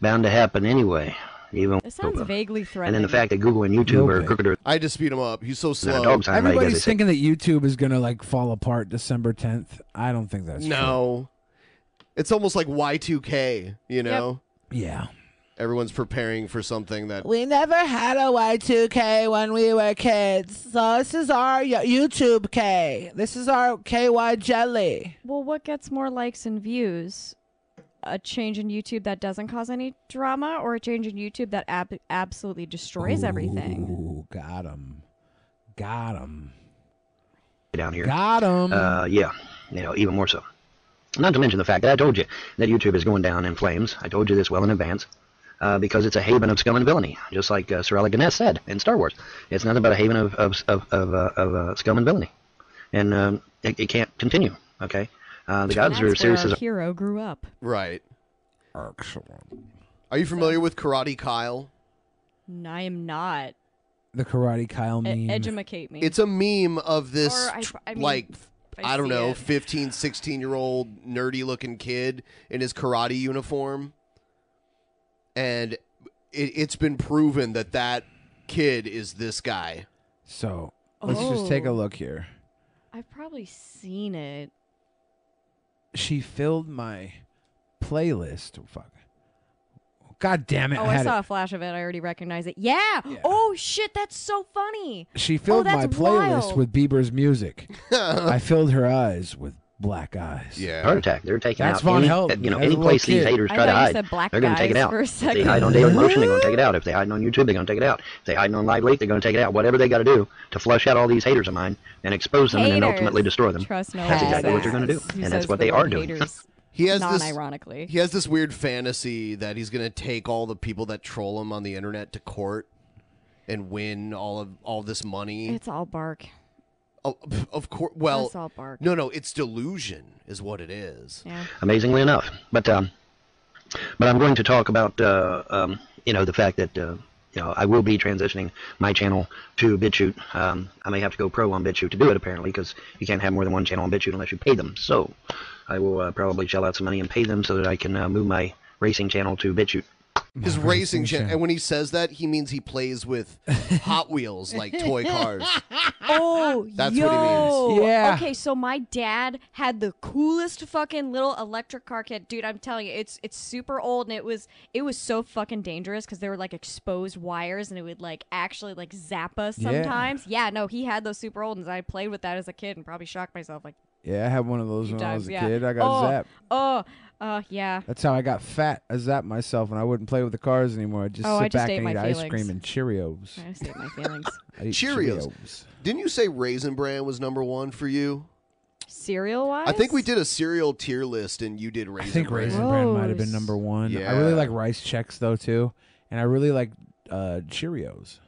[SPEAKER 21] bound to happen anyway. Even
[SPEAKER 7] It sounds vaguely
[SPEAKER 21] and
[SPEAKER 7] threatening.
[SPEAKER 21] then the fact that Google and YouTube are
[SPEAKER 6] Okay.
[SPEAKER 21] crooked
[SPEAKER 1] I just beat him up. He's so slow.
[SPEAKER 21] dog's not like
[SPEAKER 6] Everybody's
[SPEAKER 21] that.
[SPEAKER 6] thinking that YouTube is gonna like fall apart December 10th. I don't think that's
[SPEAKER 1] no. It's almost like Y2K, you know?
[SPEAKER 6] Yeah.
[SPEAKER 1] Everyone's preparing for something that
[SPEAKER 8] We never had a Y2K when we were kids, so this is our y- YouTube K. This is our KY jelly.
[SPEAKER 7] Well, what gets more likes and views? A change in YouTube that doesn't cause any drama, or a change in YouTube that ab- absolutely destroys everything?
[SPEAKER 6] Ooh, got him. Got him.
[SPEAKER 21] down here.
[SPEAKER 6] Got him.
[SPEAKER 21] Uh, yeah, you know, even more so. Not to mention the fact that I told you that YouTube is going down in flames. I told you this well in advance. Uh, because it's a haven of scum and villainy, just like uh, Sir Alec Guinness said in Star Wars. It's nothing but a haven of of of, of, uh, of uh, scum and villainy, and um, it, it can't continue. Okay, uh, the gods
[SPEAKER 7] That's
[SPEAKER 21] are
[SPEAKER 7] where
[SPEAKER 21] serious
[SPEAKER 7] our
[SPEAKER 21] as a
[SPEAKER 7] hero grew up.
[SPEAKER 1] Right. Excellent. Are you familiar with Karate Kyle?
[SPEAKER 7] N- I am not.
[SPEAKER 6] The Karate Kyle
[SPEAKER 7] E-
[SPEAKER 6] meme.
[SPEAKER 7] Edumacate me.
[SPEAKER 1] It's a meme of this,
[SPEAKER 7] Or I-
[SPEAKER 1] tr-
[SPEAKER 7] I mean,
[SPEAKER 1] like, I,
[SPEAKER 7] I
[SPEAKER 1] don't
[SPEAKER 7] see
[SPEAKER 1] know,
[SPEAKER 7] it.
[SPEAKER 1] 15, 16 year old nerdy looking kid in his karate uniform. And it, it's been proven that that kid is this guy.
[SPEAKER 6] So let's just take a
[SPEAKER 7] Oh.
[SPEAKER 6] look here.
[SPEAKER 7] I've probably seen it.
[SPEAKER 6] She filled my playlist. Fuck. God damn it.
[SPEAKER 7] oh,
[SPEAKER 6] I
[SPEAKER 7] I
[SPEAKER 6] had
[SPEAKER 7] saw a
[SPEAKER 6] it.
[SPEAKER 7] flash of it. I already recognize it. Yeah. Oh shit, that's so funny.
[SPEAKER 6] She filled
[SPEAKER 7] oh,
[SPEAKER 6] my
[SPEAKER 7] that's
[SPEAKER 6] playlist
[SPEAKER 7] wild.
[SPEAKER 6] with Bieber's music. I filled her eyes with black eyes.
[SPEAKER 1] Yeah.
[SPEAKER 21] heart attack. They're taking
[SPEAKER 6] That's
[SPEAKER 21] out
[SPEAKER 6] Von
[SPEAKER 21] any,
[SPEAKER 6] Helden
[SPEAKER 21] you know
[SPEAKER 6] as a
[SPEAKER 21] any
[SPEAKER 6] little
[SPEAKER 21] place these
[SPEAKER 6] kid.
[SPEAKER 21] haters
[SPEAKER 6] I
[SPEAKER 21] try to
[SPEAKER 6] thought you
[SPEAKER 21] hide.
[SPEAKER 6] said black
[SPEAKER 21] they're going to take it
[SPEAKER 6] guys
[SPEAKER 21] out.
[SPEAKER 6] for a
[SPEAKER 21] If they
[SPEAKER 6] second.
[SPEAKER 21] hide on Daily Motion, they're going to take it out. If they hide on YouTube, they're going to take it out. If they hide on Live Leak, they're going to take it out. Whatever they got to do to flush out all these haters of mine and expose them and then
[SPEAKER 7] Haters.
[SPEAKER 21] ultimately destroy them.
[SPEAKER 7] Trust no
[SPEAKER 21] that's
[SPEAKER 7] one
[SPEAKER 21] exactly what
[SPEAKER 7] says.
[SPEAKER 21] they're going to do,
[SPEAKER 7] Who
[SPEAKER 21] and
[SPEAKER 7] says
[SPEAKER 21] that's what
[SPEAKER 7] the
[SPEAKER 21] they are
[SPEAKER 7] word
[SPEAKER 21] doing.
[SPEAKER 7] haters?
[SPEAKER 1] He has this
[SPEAKER 7] non-ironically.
[SPEAKER 1] He has this weird fantasy that he's gonna take all the people that troll him on the internet to court and win all of all this money.
[SPEAKER 7] It's all bark.
[SPEAKER 1] Oh, of, course. Well,
[SPEAKER 7] It's all bark.
[SPEAKER 1] no, no, it's delusion is what it is.
[SPEAKER 7] Yeah.
[SPEAKER 21] amazingly enough. But um, but I'm going to talk about uh, um, you know the fact that uh, you know I will be transitioning my channel to BitChute. Um, I may have to go pro on BitChute to do it apparently because you can't have more than one channel on BitChute unless you pay them. So I will uh, probably shell out some money and pay them so that I can uh, move my racing channel to BitChute.
[SPEAKER 1] His racing channel, and when he says that, he means he plays with Hot Wheels like toy cars.
[SPEAKER 7] Oh,
[SPEAKER 1] That's
[SPEAKER 7] yo.
[SPEAKER 1] what he means. Yeah.
[SPEAKER 7] Okay, so my dad had the coolest fucking little electric car kit, dude. I'm telling you, it's it's super old, and it was it was so fucking dangerous because they were like exposed wires, and it would like actually like zap us
[SPEAKER 8] Yeah.
[SPEAKER 7] sometimes. Yeah, no, he had those super old ones. I played with that as a kid and probably shocked myself. Like,
[SPEAKER 6] Yeah, I had one of those when I
[SPEAKER 7] Dogs,
[SPEAKER 6] was a
[SPEAKER 7] yeah.
[SPEAKER 6] kid. I got
[SPEAKER 7] oh,
[SPEAKER 6] zapped.
[SPEAKER 7] Oh, oh, yeah.
[SPEAKER 6] That's how I got fat. I zapped myself, and I wouldn't play with the cars anymore. I'd just
[SPEAKER 7] Oh,
[SPEAKER 6] sit
[SPEAKER 7] I just
[SPEAKER 6] back
[SPEAKER 7] ate
[SPEAKER 6] and
[SPEAKER 7] my
[SPEAKER 6] eat ice
[SPEAKER 7] feelings.
[SPEAKER 6] cream and Cheerios.
[SPEAKER 7] I state my feelings.
[SPEAKER 6] I eat
[SPEAKER 1] Cheerios.
[SPEAKER 6] Cheerios.
[SPEAKER 1] Didn't you say Raisin Bran was number one for you?
[SPEAKER 7] Cereal wise?
[SPEAKER 1] I think we did a cereal tier list, and you did Raisin
[SPEAKER 6] I think
[SPEAKER 1] Bran.
[SPEAKER 6] Raisin Bran might have been number one. I really like Rice Chex though too, and I really like uh, Cheerios.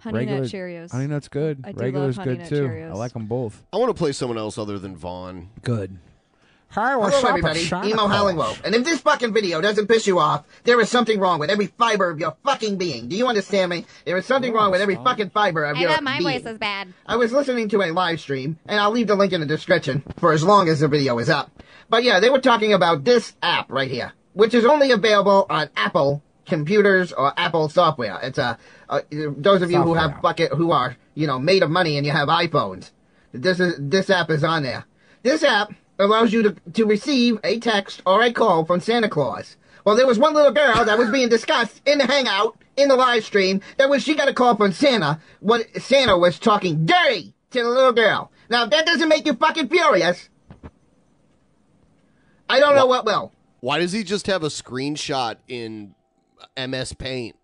[SPEAKER 7] Honey Nut Cheerios.
[SPEAKER 6] Honey Nut's good.
[SPEAKER 7] I do love
[SPEAKER 6] Regular's
[SPEAKER 7] Honey
[SPEAKER 6] good
[SPEAKER 7] Nut
[SPEAKER 6] too. I
[SPEAKER 7] Cheerios.
[SPEAKER 6] like them both.
[SPEAKER 1] I want to play someone else other than Vaughn.
[SPEAKER 6] Good. Hi,
[SPEAKER 22] Hello, everybody. Emo Halliwell. And if this fucking video doesn't piss you off, there is something wrong with every fiber of your fucking being. Do you understand me? There is something wrong with every fucking fiber of
[SPEAKER 10] I
[SPEAKER 22] your
[SPEAKER 10] thought my
[SPEAKER 22] being.
[SPEAKER 10] voice was bad.
[SPEAKER 22] I was listening to a live stream, and I'll leave the link in the description for as long as the video is up. But yeah, they were talking about this app right here, which is only available on Apple computers or Apple software. It's a, a those of you who have bucket who are you know made of money and you have iPhones. This is this app is on there. This app allows you to to receive a text or a call from Santa Claus. Well, there was one little girl that was being discussed in the hangout in the live stream that when she got a call from Santa, what Santa was talking dirty to the little girl. Now, if that doesn't make you fucking furious, I don't know what will.
[SPEAKER 1] Why does he just have a screenshot in MS Paint?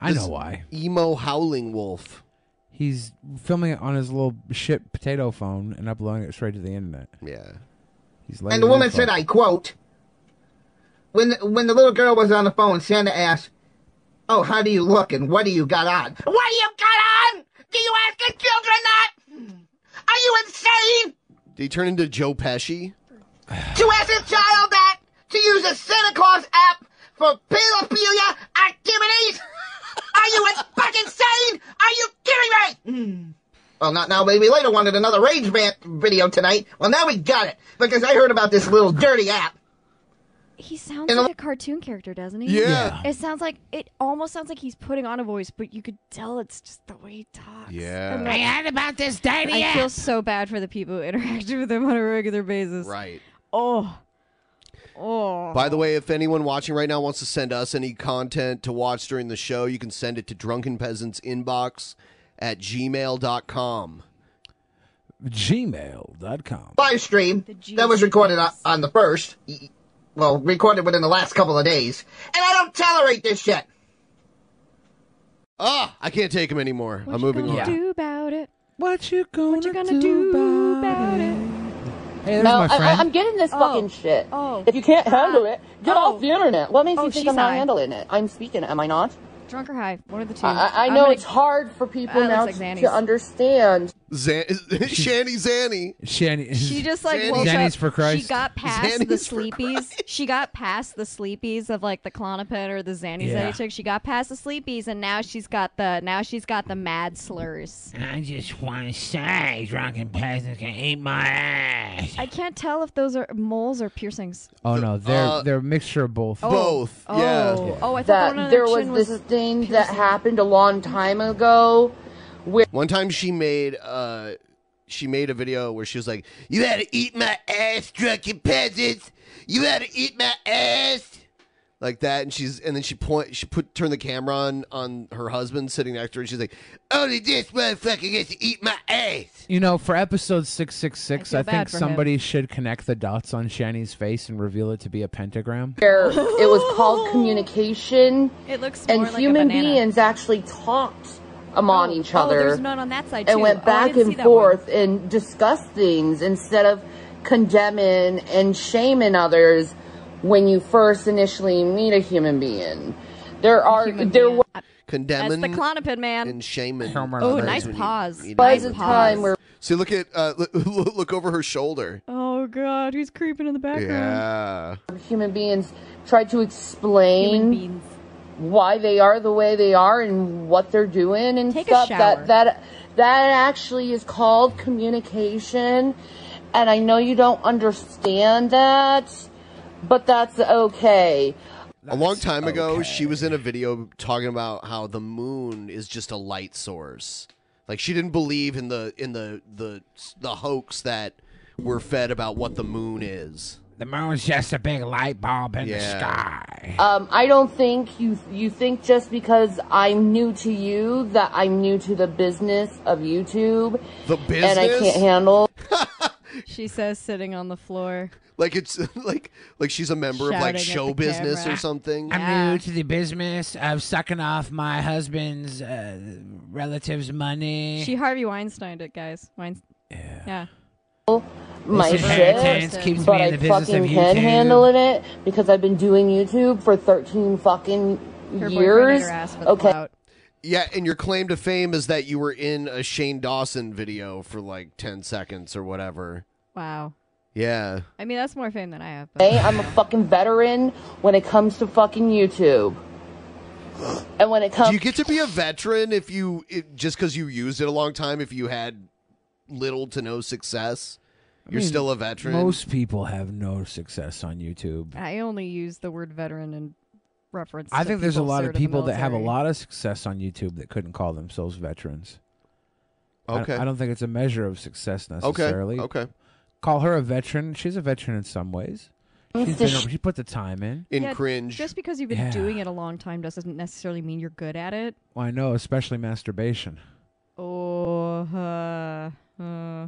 [SPEAKER 6] I
[SPEAKER 1] This
[SPEAKER 6] know why.
[SPEAKER 1] Emo Howling Wolf.
[SPEAKER 6] He's filming it on his little shit potato phone and uploading it straight to the internet.
[SPEAKER 1] Yeah.
[SPEAKER 6] He's
[SPEAKER 22] And the woman said,
[SPEAKER 6] "I."
[SPEAKER 22] I quote, when when the little girl was on the phone, Santa asked, "Oh, how do you look and what do you got on?"
[SPEAKER 14] What do you got on? Do you ask the children that? Are you insane?
[SPEAKER 1] Did he turn into Joe Pesci?
[SPEAKER 22] To ask a child that to use a Santa Claus app for pedophilia activities? Are you in- fucking insane? Are you kidding me?
[SPEAKER 5] Mm.
[SPEAKER 22] Well, not now, baby. Later wanted another Rage Band video tonight. Well, now we got it because I heard about this little dirty app.
[SPEAKER 7] He sounds like a cartoon character, doesn't he?
[SPEAKER 1] Yeah.
[SPEAKER 7] It sounds like it almost sounds like he's putting on a voice, but you could tell it's just the way he talks.
[SPEAKER 1] Yeah.
[SPEAKER 7] I'm like-
[SPEAKER 8] about this
[SPEAKER 7] I feel so bad for the people who interact with him on a regular basis.
[SPEAKER 1] Right.
[SPEAKER 7] Oh. Oh.
[SPEAKER 1] By the way, if anyone watching right now wants to send us any content to watch during the show, you can send it to Drunken Peasants Inbox at gmail.com.
[SPEAKER 6] Gmail.com.
[SPEAKER 22] live stream that was recorded on, on the first, y- well, recorded within the last couple of days, and I don't tolerate this shit.
[SPEAKER 1] Ah, I can't take him anymore. I'm moving on.
[SPEAKER 7] do about it?
[SPEAKER 6] What you gonna,
[SPEAKER 7] do, about, it?
[SPEAKER 6] Hey, there's
[SPEAKER 5] no,
[SPEAKER 6] my
[SPEAKER 5] I, I,
[SPEAKER 6] friend.
[SPEAKER 5] am getting this fucking shit.
[SPEAKER 7] Oh.
[SPEAKER 5] If you can't handle it, get off the internet. What makes
[SPEAKER 7] Oh,
[SPEAKER 5] you think
[SPEAKER 7] she's
[SPEAKER 5] I'm not
[SPEAKER 7] high.
[SPEAKER 5] handling it? I'm speaking, am I not?
[SPEAKER 7] Drunk or high? One of the two.
[SPEAKER 5] I, I- I
[SPEAKER 7] I'm
[SPEAKER 5] know
[SPEAKER 7] gonna-
[SPEAKER 5] it's hard for people
[SPEAKER 7] That
[SPEAKER 5] now
[SPEAKER 7] looks like
[SPEAKER 5] to,
[SPEAKER 7] Xannies.
[SPEAKER 5] to understand.
[SPEAKER 1] Zan- Shanny Zanny.
[SPEAKER 6] Shanny.
[SPEAKER 7] She just like woke
[SPEAKER 6] Xannies
[SPEAKER 7] up.
[SPEAKER 6] for Christ.
[SPEAKER 7] She got past the
[SPEAKER 1] Xannies for
[SPEAKER 7] sleepies. She got past the sleepies of like the clonopin or the Xannies
[SPEAKER 6] Yeah.
[SPEAKER 7] that he took. She got past the sleepies, and now she's got the now she's got the mad slurs.
[SPEAKER 8] I just want to say, drunken peasants can eat my ass.
[SPEAKER 7] I can't tell if those are moles or piercings.
[SPEAKER 6] Oh no, they're
[SPEAKER 8] uh,
[SPEAKER 6] they're a mixture of both.
[SPEAKER 7] Oh. Both, Oh. yeah. Oh, I thought the
[SPEAKER 5] that
[SPEAKER 7] one on
[SPEAKER 5] there
[SPEAKER 7] their
[SPEAKER 5] was
[SPEAKER 7] chin
[SPEAKER 5] this
[SPEAKER 7] was
[SPEAKER 5] thing that happened a long time ago. Where
[SPEAKER 1] One time she made uh she made a video where she was like, You had to eat my ass, drunken peasants. You had to eat my ass. Like that, and she's and then she point she put turn the camera on on her husband sitting next to her and she's like, Only this motherfucker gets to eat my ass.
[SPEAKER 6] You know, for episode six six six,
[SPEAKER 1] I feel
[SPEAKER 6] I think
[SPEAKER 1] bad for him.
[SPEAKER 6] somebody should connect the dots on Shani's face and reveal it to be a pentagram.
[SPEAKER 5] where it was called communication.
[SPEAKER 7] It looks
[SPEAKER 5] and
[SPEAKER 7] more like a
[SPEAKER 5] human
[SPEAKER 7] banana.
[SPEAKER 5] beings actually talked among each
[SPEAKER 7] Oh,
[SPEAKER 5] other
[SPEAKER 7] there's none on that side
[SPEAKER 5] and
[SPEAKER 7] too. Oh,
[SPEAKER 5] went
[SPEAKER 7] I
[SPEAKER 5] back
[SPEAKER 7] didn't see
[SPEAKER 5] and
[SPEAKER 7] that one.
[SPEAKER 5] forth and discussed things instead of condemning and shaming others when you first initially meet a human being. There are there was
[SPEAKER 1] Condemning
[SPEAKER 5] That's the
[SPEAKER 7] clonopin man
[SPEAKER 1] and shaming.
[SPEAKER 7] Oh, nice pause.
[SPEAKER 5] was
[SPEAKER 7] Nice
[SPEAKER 5] a time where
[SPEAKER 1] See, look at uh, look, look over her shoulder.
[SPEAKER 7] Oh god, he's creeping in the background. Uh-huh.
[SPEAKER 1] Yeah.
[SPEAKER 5] human beings try to explain why they are the way they are and what they're doing and
[SPEAKER 7] Take a
[SPEAKER 5] stuff
[SPEAKER 7] shower.
[SPEAKER 5] that that that actually is called communication and I know you don't understand that but that's okay
[SPEAKER 1] a long time ago, she was in a video talking about how the moon is just a light source. Like she didn't believe in the in the the the hoax that we're fed about what the moon is.
[SPEAKER 6] The moon's just a big light bulb in the
[SPEAKER 1] Yeah.
[SPEAKER 6] sky.
[SPEAKER 5] Um, I don't think you you think just because I'm new to you that I'm new to the business of YouTube.
[SPEAKER 1] The
[SPEAKER 5] and I
[SPEAKER 1] business?
[SPEAKER 5] can't handle.
[SPEAKER 7] she says, sitting on the floor.
[SPEAKER 1] Like it's like like she's a member of
[SPEAKER 7] Shouting
[SPEAKER 1] like
[SPEAKER 7] at
[SPEAKER 1] show
[SPEAKER 7] the
[SPEAKER 1] business
[SPEAKER 7] camera.
[SPEAKER 1] or something.
[SPEAKER 8] I'm new to the business of sucking off my husband's uh, relatives' money.
[SPEAKER 7] She Harvey Weinstein it, guys. Weinstein. Yeah.
[SPEAKER 5] my
[SPEAKER 8] This inheritance
[SPEAKER 5] shit,
[SPEAKER 8] keeps me
[SPEAKER 5] but
[SPEAKER 8] in
[SPEAKER 5] I
[SPEAKER 8] the business
[SPEAKER 5] fucking
[SPEAKER 8] of
[SPEAKER 5] can
[SPEAKER 8] YouTube.
[SPEAKER 5] handle it because I've been doing YouTube for 13 fucking
[SPEAKER 7] boyfriend ate
[SPEAKER 5] years.
[SPEAKER 7] her ass for the
[SPEAKER 5] Okay.
[SPEAKER 7] clout.
[SPEAKER 1] Yeah, and your claim to fame is that you were in a Shane Dawson video for like ten seconds or whatever.
[SPEAKER 7] Wow.
[SPEAKER 1] Yeah.
[SPEAKER 7] I mean, that's more fame than I have. But
[SPEAKER 5] Hey, I'm a fucking veteran when it comes to fucking YouTube. And when it comes
[SPEAKER 1] Do you get to be a veteran if you if, just because you used it a long time? If you had little to no success, you're
[SPEAKER 6] I mean,
[SPEAKER 1] still a veteran.
[SPEAKER 6] Most people have no success on YouTube.
[SPEAKER 7] I only use the word veteran in reference.
[SPEAKER 6] I
[SPEAKER 7] to
[SPEAKER 6] think there's a
[SPEAKER 7] people
[SPEAKER 6] lot of
[SPEAKER 7] served in the
[SPEAKER 6] people that have a
[SPEAKER 7] military.
[SPEAKER 6] lot of success on YouTube that couldn't call themselves veterans. I-
[SPEAKER 1] Okay.
[SPEAKER 6] I, don't think it's a measure of success necessarily.
[SPEAKER 1] okay.
[SPEAKER 6] Call her a veteran. She's a veteran in some ways.
[SPEAKER 5] It's
[SPEAKER 6] She's
[SPEAKER 5] the
[SPEAKER 6] been,
[SPEAKER 5] sh-
[SPEAKER 6] she put the time in.
[SPEAKER 7] Yeah, Just because you've been
[SPEAKER 6] Yeah.
[SPEAKER 7] doing it a long time doesn't necessarily mean you're good at it.
[SPEAKER 6] Well, I know, especially masturbation.
[SPEAKER 7] Oh, uh, uh.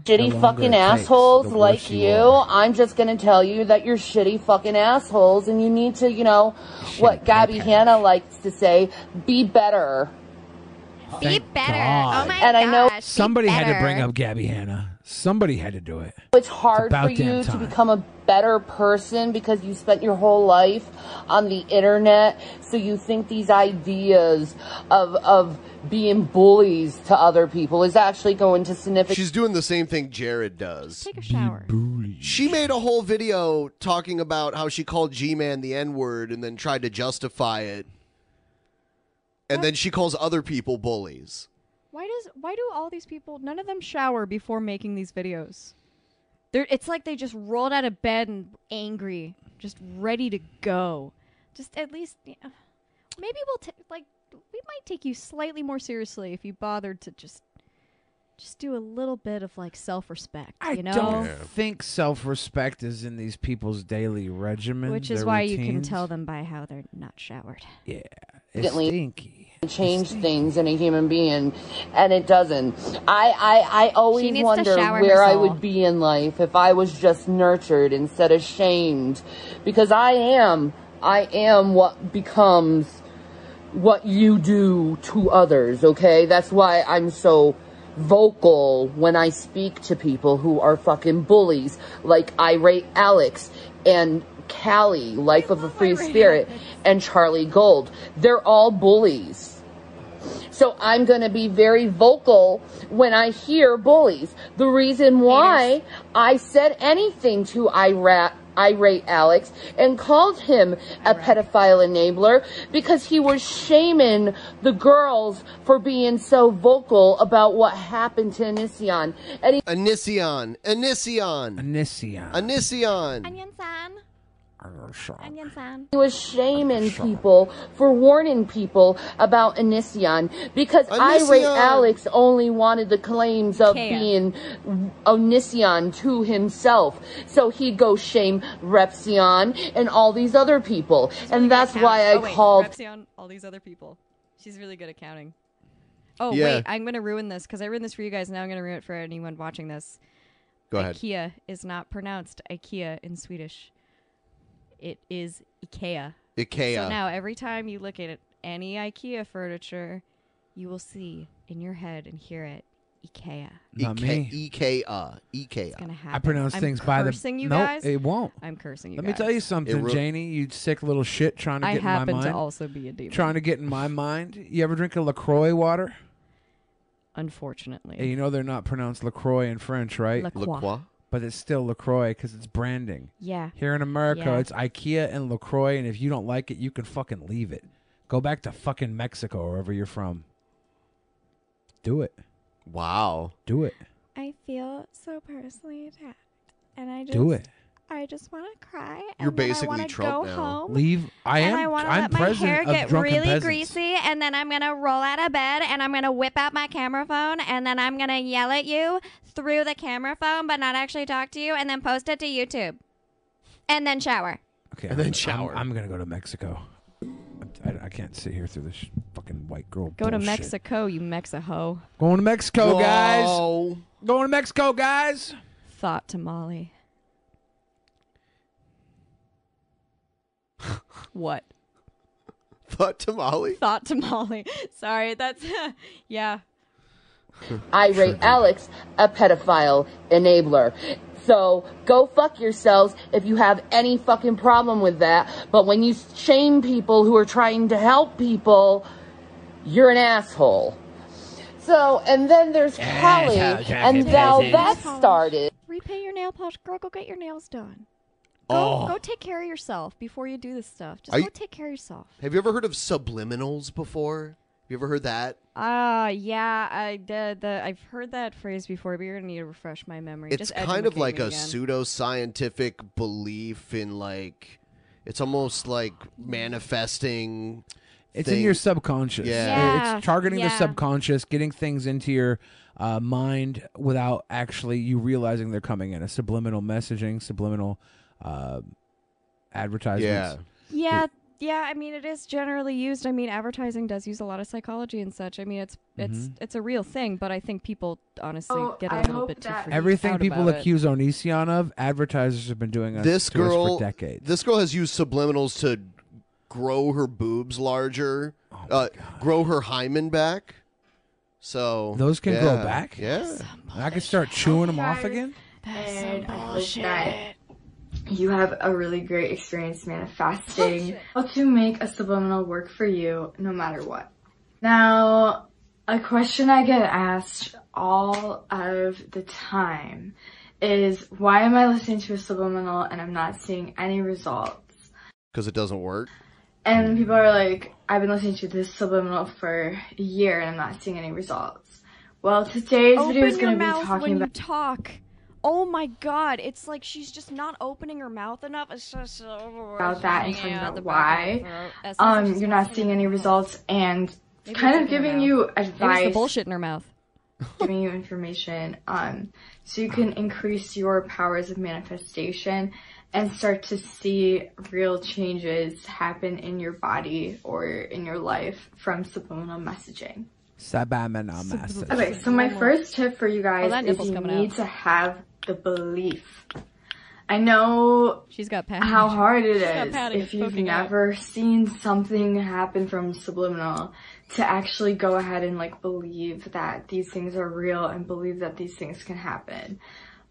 [SPEAKER 5] shitty fucking assholes like you, I'm just gonna tell you that you're shitty fucking assholes, and you need to, you know, what Gabby Hanna likes to say, be better.
[SPEAKER 6] Be better. Oh
[SPEAKER 5] my And I
[SPEAKER 7] Uh,
[SPEAKER 5] know- gosh, be
[SPEAKER 6] somebody had to bring
[SPEAKER 5] better.
[SPEAKER 6] up Gabby Hanna. Somebody had to do it.
[SPEAKER 5] It's hard
[SPEAKER 6] about
[SPEAKER 5] for you
[SPEAKER 6] damn
[SPEAKER 5] to
[SPEAKER 6] time.
[SPEAKER 5] become a better person because you spent your whole life on the internet, so you think these ideas of of being bullies to other people is actually going to significant.
[SPEAKER 1] She's doing the same thing Jared does. Take
[SPEAKER 7] a shower.
[SPEAKER 1] She made a whole video talking about how she called G Man the N word and then tried to justify it. And then she calls other people bullies.
[SPEAKER 7] Why does why do all these people? None of them shower before making these videos. They're, it's like they just rolled out of bed and angry, just ready to go. Just at least, yeah. maybe we'll t- like we might take you slightly more seriously if you bothered to just just do a little bit of like self respect. You know,
[SPEAKER 6] Don't think self-respect is in these people's daily regimen,
[SPEAKER 7] which is
[SPEAKER 6] their
[SPEAKER 7] why you can
[SPEAKER 6] routines.
[SPEAKER 7] tell them by how they're not showered.
[SPEAKER 6] Yeah. It's
[SPEAKER 5] significantly change things in a human being and it doesn't i i, I always
[SPEAKER 10] needs to
[SPEAKER 5] wonder
[SPEAKER 10] shower
[SPEAKER 5] where i
[SPEAKER 10] herself.
[SPEAKER 5] would be in life if i was just nurtured instead of shamed because i am i am what becomes what you do to others okay that's why i'm so vocal when i speak to people who are fucking bullies like irate alex and callie life of a free spirit and charlie gold they're all bullies so I'm going to be very vocal when I hear bullies. The reason why I said anything to Ira- irate Alex and called him a pedophile enabler because he was shaming the girls for being so vocal about what happened to Anision. And he-
[SPEAKER 1] Anision. Anision.
[SPEAKER 6] Anision.
[SPEAKER 1] Anision.
[SPEAKER 10] Onion san. Onion san.
[SPEAKER 5] He was shaming people for warning people about Anision because irate
[SPEAKER 10] Onision.
[SPEAKER 5] Alex only wanted the claims of
[SPEAKER 10] Kea.
[SPEAKER 5] being Onision to himself. So he'd go shame Repsion and all these other people. and that's why I
[SPEAKER 7] oh, wait,
[SPEAKER 5] called
[SPEAKER 7] Repsion, all these other people. She's really good at counting. Oh
[SPEAKER 5] Yeah.
[SPEAKER 7] wait, I'm gonna ruin this because I ruined this for you guys. Now I'm gonna ruin it for anyone watching this.
[SPEAKER 1] Go ahead.
[SPEAKER 7] IKEA is not pronounced IKEA in Swedish. It is IKEA.
[SPEAKER 1] Ikea.
[SPEAKER 7] So now every time you look at any IKEA furniture, you will see in your head and hear it IKEA.
[SPEAKER 1] E Ike-
[SPEAKER 6] Not me.
[SPEAKER 1] Ikea. Ikea.
[SPEAKER 7] It's gonna happen.
[SPEAKER 6] I pronounce
[SPEAKER 7] I'm
[SPEAKER 6] things by the.
[SPEAKER 7] cursing you
[SPEAKER 6] no,
[SPEAKER 7] guys.
[SPEAKER 6] it won't.
[SPEAKER 7] I'm cursing you.
[SPEAKER 6] Let
[SPEAKER 7] guys.
[SPEAKER 6] me tell you something,
[SPEAKER 1] ru-
[SPEAKER 6] Janie. You sick little shit trying to
[SPEAKER 7] I
[SPEAKER 6] get in my mind.
[SPEAKER 7] happen to also be a demon.
[SPEAKER 6] Trying to get in my mind. You ever drink a Lacroix water?
[SPEAKER 7] Unfortunately.
[SPEAKER 6] And you know they're not pronounced Lacroix in French, right?
[SPEAKER 7] Lacroix. Lacroix.
[SPEAKER 6] But it's still Lacroix because it's branding.
[SPEAKER 7] Yeah.
[SPEAKER 6] Here in America,
[SPEAKER 7] Yeah.
[SPEAKER 6] it's IKEA and Lacroix, and if you don't like it, you can fucking leave it. Go back to fucking Mexico, or wherever you're from. Do it.
[SPEAKER 1] Wow.
[SPEAKER 6] Do it.
[SPEAKER 10] I feel so personally attacked, and I just
[SPEAKER 6] Do it.
[SPEAKER 10] I just want to cry.
[SPEAKER 6] You're
[SPEAKER 10] and then
[SPEAKER 6] basically
[SPEAKER 10] I wanna
[SPEAKER 6] Trump
[SPEAKER 10] go
[SPEAKER 6] now.
[SPEAKER 7] Oh
[SPEAKER 10] Home,
[SPEAKER 6] Leave- I
[SPEAKER 10] and
[SPEAKER 6] am-
[SPEAKER 10] I wanna
[SPEAKER 6] I'm
[SPEAKER 10] let my
[SPEAKER 6] president
[SPEAKER 10] hair
[SPEAKER 6] of
[SPEAKER 10] get
[SPEAKER 6] Drunken
[SPEAKER 10] really
[SPEAKER 6] Peasants.
[SPEAKER 10] greasy, and then I'm gonna roll out of bed, and I'm gonna whip out my camera phone, and then I'm gonna yell at you through the camera phone, but not actually talk to you, and then post it to YouTube. and then shower.
[SPEAKER 6] Okay.
[SPEAKER 1] And then shower.
[SPEAKER 6] I'm, I'm gonna go to Mexico. I, I can't sit here through this sh- fucking white girl.
[SPEAKER 7] Go to
[SPEAKER 6] bullshit.
[SPEAKER 7] Mexico, you Mexico.
[SPEAKER 6] Going to Mexico, guys.
[SPEAKER 7] Whoa.
[SPEAKER 6] Going to Mexico, guys.
[SPEAKER 7] Thought tamale. what?
[SPEAKER 1] Thought tamale.
[SPEAKER 7] Thought tamale. Sorry, that's yeah.
[SPEAKER 5] I rate Alex a pedophile enabler. So go fuck yourselves if you have any fucking problem with that. But when you shame people who are trying to help people, you're an asshole. So, and then there's Holly, and now that started.
[SPEAKER 7] Repay your nail polish, girl. Go get your nails done. Go,
[SPEAKER 1] Oh.
[SPEAKER 7] go take care of yourself before you do this stuff. Just
[SPEAKER 1] Are
[SPEAKER 7] go
[SPEAKER 1] you-
[SPEAKER 7] take care of yourself.
[SPEAKER 1] Have you ever heard of subliminals before? Have you ever heard that?
[SPEAKER 7] Ah, yeah, I the, the I've heard that phrase before, but you're gonna need to refresh my memory.
[SPEAKER 1] It's
[SPEAKER 7] Just
[SPEAKER 1] kind of
[SPEAKER 7] educate
[SPEAKER 1] like
[SPEAKER 7] me
[SPEAKER 1] a
[SPEAKER 7] again.
[SPEAKER 1] pseudo-scientific belief in like it's almost like manifesting.
[SPEAKER 6] It's in your
[SPEAKER 1] things.
[SPEAKER 6] subconscious.
[SPEAKER 1] Yeah.
[SPEAKER 6] It's targeting the
[SPEAKER 1] Yeah.
[SPEAKER 6] subconscious, getting things into your uh, mind without actually you realizing they're coming in. A subliminal messaging, subliminal uh, advertisements.
[SPEAKER 7] Yeah, yeah. I mean, it is generally used. I mean, advertising does use a lot of psychology and such. I mean, it's it's
[SPEAKER 1] Mm-hmm.
[SPEAKER 7] it's a real thing, but I think people honestly get a
[SPEAKER 23] I
[SPEAKER 7] little
[SPEAKER 23] hope
[SPEAKER 7] bit too
[SPEAKER 23] that-
[SPEAKER 7] freaked
[SPEAKER 6] Everything
[SPEAKER 7] out
[SPEAKER 6] people
[SPEAKER 7] about it.
[SPEAKER 6] accuse Onision of, advertisers have been doing us,
[SPEAKER 1] This
[SPEAKER 6] to us
[SPEAKER 1] girl,
[SPEAKER 6] for decades.
[SPEAKER 1] this girl has used subliminals to grow her boobs larger,
[SPEAKER 6] Oh
[SPEAKER 1] uh, grow her hymen back. So
[SPEAKER 6] Those can grow
[SPEAKER 1] yeah,
[SPEAKER 6] back?
[SPEAKER 1] Yeah,
[SPEAKER 6] I could start
[SPEAKER 7] Oh
[SPEAKER 6] chewing them off again.
[SPEAKER 23] and I hope that you have a really great experience manifesting how to make a subliminal work for you no matter what. Now, a question I get asked all of the time is why am I listening to a subliminal and I'm not seeing any result?
[SPEAKER 1] because it doesn't work.
[SPEAKER 23] And people are like, I've been listening to this subliminal for a year and I'm not seeing any results. Well, today's
[SPEAKER 7] Open
[SPEAKER 23] video is
[SPEAKER 7] your
[SPEAKER 23] going to
[SPEAKER 7] mouth
[SPEAKER 23] be talking
[SPEAKER 7] when
[SPEAKER 23] about.
[SPEAKER 7] you talk. Oh my god, it's like she's just not opening her mouth enough. It's just
[SPEAKER 23] Um,
[SPEAKER 7] about
[SPEAKER 23] about that and talking about why um, you're not seeing any results and
[SPEAKER 7] Maybe it's
[SPEAKER 23] kind
[SPEAKER 7] in
[SPEAKER 23] of
[SPEAKER 7] her
[SPEAKER 23] giving
[SPEAKER 7] mouth.
[SPEAKER 23] you
[SPEAKER 7] Maybe it's the
[SPEAKER 23] advice
[SPEAKER 7] bullshit in her mouth
[SPEAKER 23] giving you information um, so you can increase your powers of manifestation and start to see real changes happen in your body or in your life from subliminal messaging
[SPEAKER 6] Subliminal message.
[SPEAKER 23] Okay, so my first tip for you guys
[SPEAKER 7] that
[SPEAKER 23] is
[SPEAKER 7] nipple's
[SPEAKER 23] you
[SPEAKER 7] coming
[SPEAKER 23] need
[SPEAKER 7] out.
[SPEAKER 23] to have the belief. I know
[SPEAKER 7] she's got
[SPEAKER 23] how hard it
[SPEAKER 7] She's got
[SPEAKER 23] is
[SPEAKER 7] padding, it's
[SPEAKER 23] if you've
[SPEAKER 7] poking out.
[SPEAKER 23] never seen something happen from subliminal to actually go ahead and like believe that these things are real and believe that these things can happen.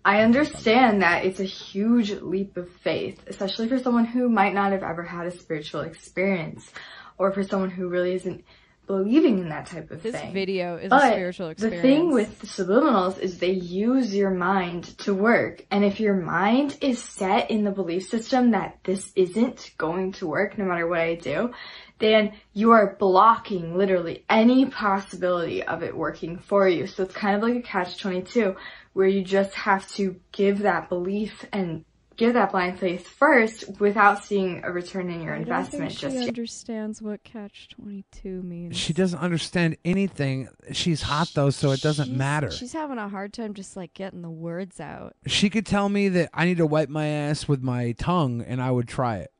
[SPEAKER 23] I understand that it's a huge leap of faith, especially for someone who might not have ever had a spiritual experience or for someone who really isn't believing in that type of
[SPEAKER 7] This
[SPEAKER 23] thing.
[SPEAKER 7] video is a
[SPEAKER 23] but
[SPEAKER 7] spiritual
[SPEAKER 23] The thing
[SPEAKER 7] experience.
[SPEAKER 23] with the subliminals is they use your mind to work. And if your mind is set in the belief system that this isn't going to work no matter what I do, then you are blocking literally any possibility of it working for you. So it's kind of like a catch 22 where you just have to give that belief and give that blind faith first without seeing a return in your
[SPEAKER 7] I don't
[SPEAKER 23] investment
[SPEAKER 7] think
[SPEAKER 23] just
[SPEAKER 7] she
[SPEAKER 23] yet.
[SPEAKER 7] understands what catch 22 means
[SPEAKER 6] She doesn't understand anything. She's hot though, so it doesn't
[SPEAKER 7] She's-
[SPEAKER 6] matter.
[SPEAKER 7] she's having a hard time just like getting the words out
[SPEAKER 6] She could tell me that I need to wipe my ass with my tongue and I would try it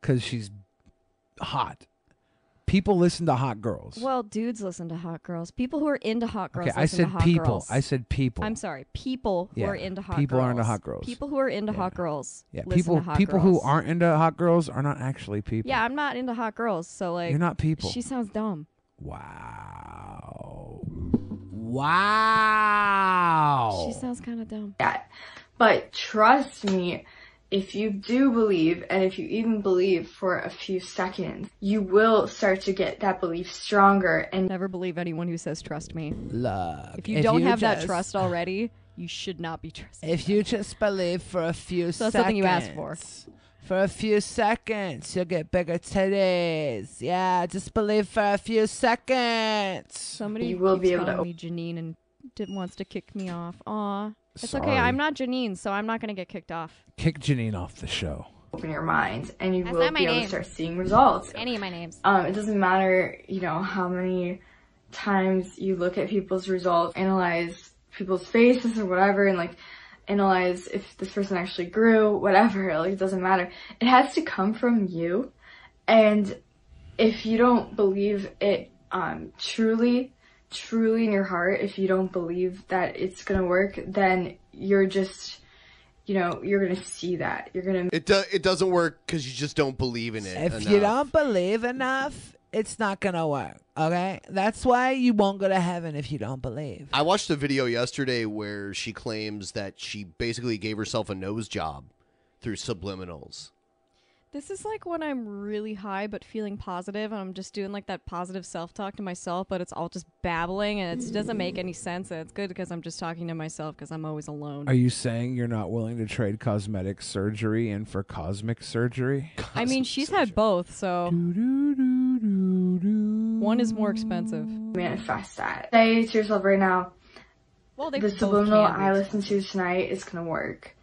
[SPEAKER 6] because she's hot. People listen to hot girls.
[SPEAKER 7] well dudes listen to hot girls people who are into hot girls
[SPEAKER 6] Okay, I
[SPEAKER 7] listen to
[SPEAKER 6] said
[SPEAKER 7] hot
[SPEAKER 6] people.
[SPEAKER 7] girls.
[SPEAKER 6] I said people.
[SPEAKER 7] i'm sorry people who
[SPEAKER 6] Yeah,
[SPEAKER 7] are into hot
[SPEAKER 6] people
[SPEAKER 7] girls
[SPEAKER 6] are into hot girls.
[SPEAKER 7] people who are into hot girls
[SPEAKER 6] Yeah,
[SPEAKER 7] listen
[SPEAKER 6] people
[SPEAKER 7] to hot
[SPEAKER 6] people
[SPEAKER 7] girls.
[SPEAKER 6] who aren't into hot girls are not actually people.
[SPEAKER 7] yeah i'm not into hot girls so like
[SPEAKER 6] You're not people.
[SPEAKER 7] she sounds dumb
[SPEAKER 6] Wow.
[SPEAKER 23] Oh.
[SPEAKER 7] she sounds kind of dumb
[SPEAKER 23] that. But trust me, if you do believe, and if you even believe for a few seconds, you will start to get that belief stronger and
[SPEAKER 7] never believe anyone who says trust me.
[SPEAKER 8] Look.
[SPEAKER 7] if you don't have that
[SPEAKER 8] just-
[SPEAKER 7] trust already you should not be trusted
[SPEAKER 8] If you just believe for a few
[SPEAKER 7] So
[SPEAKER 8] seconds.
[SPEAKER 7] that's something you asked for.
[SPEAKER 8] For a few seconds, you'll get bigger titties. Yeah, just believe for a few seconds.
[SPEAKER 7] Somebody
[SPEAKER 8] you will
[SPEAKER 7] keeps
[SPEAKER 8] be able to.
[SPEAKER 7] calling me Janine and did, wants to kick me off. Aw, it's okay.
[SPEAKER 6] Sorry.
[SPEAKER 7] I'm not Janine, so I'm not gonna get kicked off.
[SPEAKER 6] Kick Janine off the show.
[SPEAKER 23] open your mind, and you
[SPEAKER 7] That's
[SPEAKER 23] will
[SPEAKER 7] not my
[SPEAKER 23] be able
[SPEAKER 7] name.
[SPEAKER 23] to start seeing results.
[SPEAKER 7] Any of my names.
[SPEAKER 23] Um, it doesn't matter, you know, how many times you look at people's results, analyze people's faces or whatever, and like, analyze if this person actually grew, whatever, like it doesn't matter. It has to come from you. And if you don't believe it um truly, truly in your heart, if you don't believe that it's gonna work, then you're just you know, you're gonna see that. You're gonna
[SPEAKER 1] It do- it doesn't work because you just don't believe in it.
[SPEAKER 8] If
[SPEAKER 1] enough.
[SPEAKER 8] you don't believe enough, it's not gonna work. Okay, that's why you won't go to heaven if you don't believe.
[SPEAKER 1] I watched a video yesterday where she claims that she basically gave herself a nose job through subliminals.
[SPEAKER 7] This is like when I'm really high but feeling positive and I'm just doing like that positive self-talk to myself but it's all just babbling and it doesn't make any sense and it's good because I'm just talking to myself because I'm always alone.
[SPEAKER 6] Are you saying you're not willing to trade cosmetic surgery in for cosmic surgery?
[SPEAKER 7] I mean, she's had both, so one is more expensive.
[SPEAKER 23] Manifest that. Say to yourself right now,
[SPEAKER 7] well,
[SPEAKER 23] the subliminal I listen to tonight is gonna work.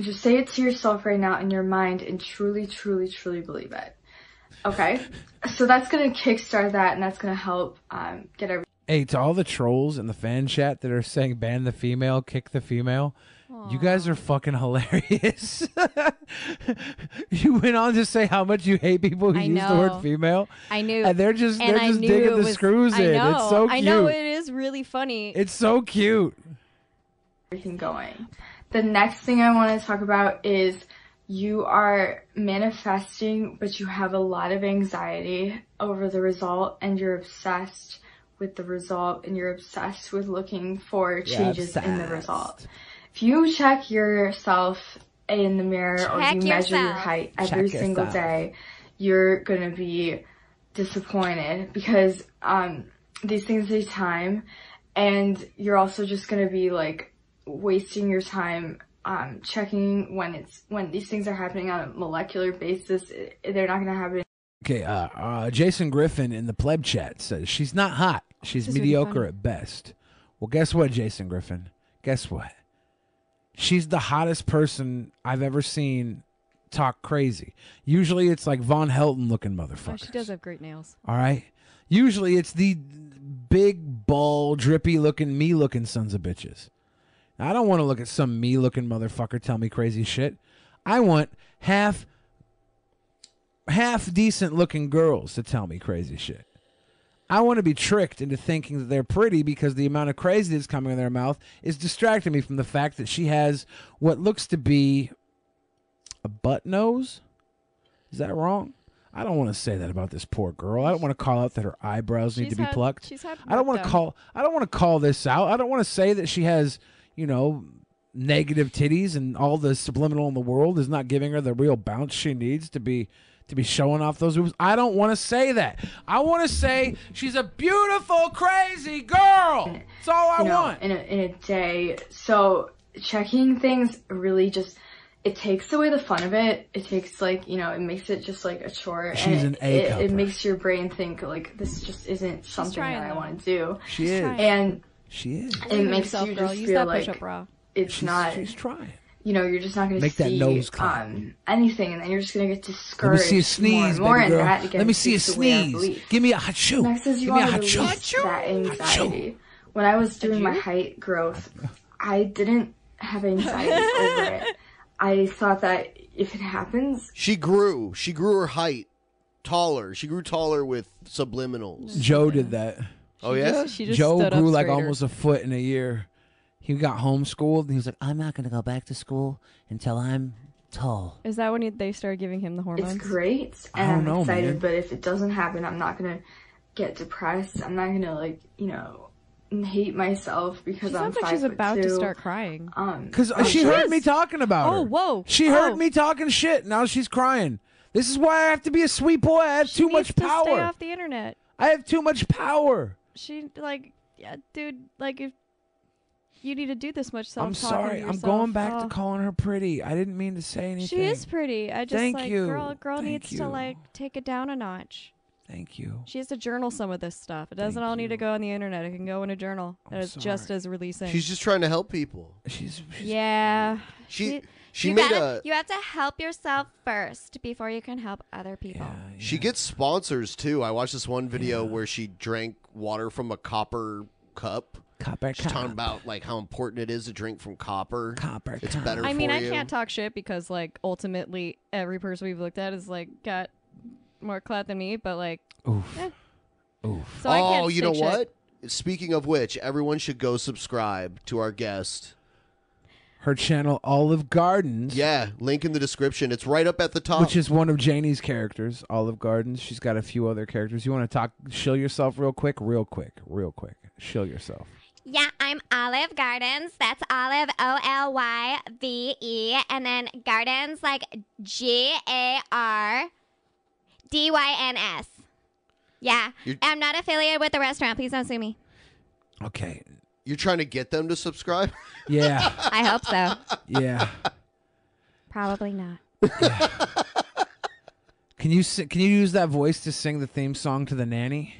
[SPEAKER 23] Just say it to yourself right now in your mind and truly, truly, truly believe it. Okay? so that's gonna kickstart that and that's gonna help um, get everything.
[SPEAKER 6] Hey, to all the trolls in the fan chat that are saying ban the female, kick the female, you guys are fucking hilarious. you went on to say how much you hate people who
[SPEAKER 7] I
[SPEAKER 6] use the word
[SPEAKER 7] know.
[SPEAKER 6] female.
[SPEAKER 7] I knew.
[SPEAKER 6] And they're just-
[SPEAKER 7] and
[SPEAKER 6] they're
[SPEAKER 7] I
[SPEAKER 6] just
[SPEAKER 7] knew
[SPEAKER 6] digging
[SPEAKER 7] it
[SPEAKER 6] the
[SPEAKER 7] was-
[SPEAKER 6] screws
[SPEAKER 7] I
[SPEAKER 6] in. It's
[SPEAKER 7] know,
[SPEAKER 6] so
[SPEAKER 7] I know
[SPEAKER 6] cute.
[SPEAKER 7] it is Oh, really funny.
[SPEAKER 6] It's so cute.
[SPEAKER 23] everything going. The next thing I want to talk about is you are manifesting, but you have a lot of anxiety over the result and you're obsessed with the result and you're obsessed with looking for
[SPEAKER 10] You're
[SPEAKER 23] changes in the result. If you check yourself in the mirror or
[SPEAKER 10] Check
[SPEAKER 23] you measure your
[SPEAKER 10] yourself.
[SPEAKER 23] height
[SPEAKER 10] Check
[SPEAKER 23] every single
[SPEAKER 10] yourself.
[SPEAKER 23] day, you're going to be disappointed because um, these things take time and you're also just gonna be like wasting your time um, checking when it's when these things are happening on a molecular basis. It, they're not gonna happen
[SPEAKER 6] Okay, uh, uh, Jason Griffin in the pleb chat says she's not hot. She's
[SPEAKER 23] Oh, This is really
[SPEAKER 6] mediocre
[SPEAKER 23] funny.
[SPEAKER 6] at best. Well, guess what, Jason Griffin? Guess what? She's the hottest person I've ever seen talk crazy. Usually it's like Von Helton looking
[SPEAKER 7] Oh,
[SPEAKER 6] motherfucker.
[SPEAKER 7] she does have great nails.
[SPEAKER 6] All right. Usually it's the big, ball, drippy looking, me looking sons of bitches. I don't want to look at some me looking motherfucker tell me crazy shit. I want half half decent looking girls to tell me crazy shit. I want to be tricked into thinking that they're pretty because the amount of crazy that's coming out of their mouth is distracting me from the fact that she has what looks to be a butt nose. Is that wrong? I don't want to say that about this poor girl. I don't want to call out that her eyebrows need
[SPEAKER 7] She's
[SPEAKER 6] to be
[SPEAKER 7] had-
[SPEAKER 6] plucked.
[SPEAKER 7] she's had
[SPEAKER 6] I don't
[SPEAKER 7] work
[SPEAKER 6] want to
[SPEAKER 7] done.
[SPEAKER 6] call. I don't want to call this out. I don't want to say that she has, you know, negative titties and all the subliminal in the world is not giving her the real bounce she needs to be to be showing off those moves. I don't want to say that. I want to say she's a beautiful, crazy girl. That's all I
[SPEAKER 23] you know,
[SPEAKER 6] want.
[SPEAKER 23] in a, in a day. So checking things really just it takes away the fun of it. It takes like you know it makes it just like a chore.
[SPEAKER 6] She's an
[SPEAKER 23] and
[SPEAKER 6] A
[SPEAKER 23] it, it
[SPEAKER 6] cupper.
[SPEAKER 23] makes your brain think like this just isn't something
[SPEAKER 7] trying,
[SPEAKER 23] that I
[SPEAKER 7] though.
[SPEAKER 23] want to do.
[SPEAKER 6] She is.
[SPEAKER 23] And
[SPEAKER 6] She is.
[SPEAKER 23] it makes
[SPEAKER 7] yourself,
[SPEAKER 23] you
[SPEAKER 7] girl.
[SPEAKER 23] just
[SPEAKER 7] Use
[SPEAKER 23] feel
[SPEAKER 7] that
[SPEAKER 23] like
[SPEAKER 7] push-up bra.
[SPEAKER 23] it's
[SPEAKER 6] She's-
[SPEAKER 23] not.
[SPEAKER 6] she's trying.
[SPEAKER 23] You know, you're just not gonna
[SPEAKER 6] Make that
[SPEAKER 23] see
[SPEAKER 6] nose clap.
[SPEAKER 23] um, anything, and then you're just gonna get
[SPEAKER 6] Let me
[SPEAKER 23] discouraged.
[SPEAKER 6] see a
[SPEAKER 23] more
[SPEAKER 6] sneeze,
[SPEAKER 23] and more,
[SPEAKER 6] baby
[SPEAKER 23] and
[SPEAKER 6] girl.
[SPEAKER 23] that again
[SPEAKER 6] Let me see a
[SPEAKER 23] takes away our
[SPEAKER 6] sneeze.
[SPEAKER 23] belief.
[SPEAKER 6] Give me a hachu.
[SPEAKER 23] Next is you
[SPEAKER 6] Give me a
[SPEAKER 23] want to
[SPEAKER 6] hachu.
[SPEAKER 23] release that anxiety. When I was doing my height growth, I didn't have anxiety over it. I thought that if it happens,
[SPEAKER 1] She grew. She grew her height taller. She grew taller with subliminals.
[SPEAKER 6] Joe did that.
[SPEAKER 1] Oh, She yeah? just- she just
[SPEAKER 6] Joe
[SPEAKER 1] stood up
[SPEAKER 6] grew like
[SPEAKER 1] straighter.
[SPEAKER 6] almost a foot in a year. He got homeschooled and he was like, "I'm not going to go back to school until I'm tall."
[SPEAKER 7] Is that when you- they started giving him the hormones?
[SPEAKER 23] it's great
[SPEAKER 6] I
[SPEAKER 23] and
[SPEAKER 6] don't
[SPEAKER 23] I'm
[SPEAKER 6] know,
[SPEAKER 23] excited.
[SPEAKER 6] man.
[SPEAKER 23] But if it doesn't happen, I'm not gonna get depressed. I'm not gonna like you know hate myself because
[SPEAKER 7] She
[SPEAKER 23] I'm
[SPEAKER 7] sounds
[SPEAKER 23] five
[SPEAKER 7] like she's
[SPEAKER 23] foot
[SPEAKER 7] about to
[SPEAKER 23] two.
[SPEAKER 7] start crying.
[SPEAKER 23] Um,
[SPEAKER 6] Because
[SPEAKER 23] but
[SPEAKER 6] uh, she
[SPEAKER 23] it
[SPEAKER 6] heard
[SPEAKER 23] is.
[SPEAKER 6] me talking about her.
[SPEAKER 23] Oh, whoa.
[SPEAKER 6] She heard
[SPEAKER 23] Oh.
[SPEAKER 6] me talking shit. Now she's crying. This is why I have to be a sweet boy. I have too much
[SPEAKER 7] to stay
[SPEAKER 6] power.
[SPEAKER 7] off the internet.
[SPEAKER 6] I have too much power.
[SPEAKER 7] She like, yeah, dude, like if you need to do this much self.
[SPEAKER 6] I'm sorry. I'm going back to calling her pretty. I didn't mean to say anything.
[SPEAKER 7] She is pretty. I just
[SPEAKER 6] Thank
[SPEAKER 7] like
[SPEAKER 6] you.
[SPEAKER 7] girl. Girl
[SPEAKER 6] Thank
[SPEAKER 7] needs
[SPEAKER 6] you.
[SPEAKER 7] to like take it down a notch.
[SPEAKER 6] Thank you.
[SPEAKER 7] She has to journal some of this stuff. It doesn't all need to go on the internet. It can go in a journal. That is just as releasing.
[SPEAKER 1] She's just trying to help people.
[SPEAKER 6] She's
[SPEAKER 10] Yeah.
[SPEAKER 1] she. She
[SPEAKER 10] you
[SPEAKER 1] made
[SPEAKER 10] gotta,
[SPEAKER 1] a.
[SPEAKER 10] You have to help yourself first before you can help other people.
[SPEAKER 1] She gets sponsors too. I watched this one video where she drank water from a copper cup
[SPEAKER 6] Copper
[SPEAKER 1] She's talking about like how important it is to drink from copper.
[SPEAKER 6] Copper.
[SPEAKER 1] It's better.
[SPEAKER 7] I mean,
[SPEAKER 1] for
[SPEAKER 7] I
[SPEAKER 1] you.
[SPEAKER 7] can't talk shit because like ultimately every person we've looked at is like got more clout than me, but like
[SPEAKER 6] Oof.
[SPEAKER 7] eh.
[SPEAKER 6] Oof.
[SPEAKER 7] So
[SPEAKER 1] oh,
[SPEAKER 7] I can't
[SPEAKER 1] you know
[SPEAKER 7] say shit.
[SPEAKER 1] what? Speaking of which, everyone should go subscribe to our guest.
[SPEAKER 6] Her channel Olive Gardens.
[SPEAKER 1] Yeah, link in the description. It's right up at the top.
[SPEAKER 6] Which is one of Janie's characters, Olive Gardens. She's got a few other characters. You want to talk, shill yourself real quick, real quick, real quick. Shill yourself.
[SPEAKER 10] Yeah, I'm Olive Gardens. That's Olive O L Y V E. And then Gardens, like G A R D Y N S. Yeah.
[SPEAKER 1] You're-
[SPEAKER 10] I'm not affiliated with the restaurant. Please don't sue me.
[SPEAKER 6] Okay.
[SPEAKER 1] You're trying to get them to subscribe?
[SPEAKER 6] Yeah.
[SPEAKER 10] I hope so.
[SPEAKER 6] Yeah.
[SPEAKER 10] Probably not.
[SPEAKER 6] Can you si- can you use that voice to sing the theme song to the nanny?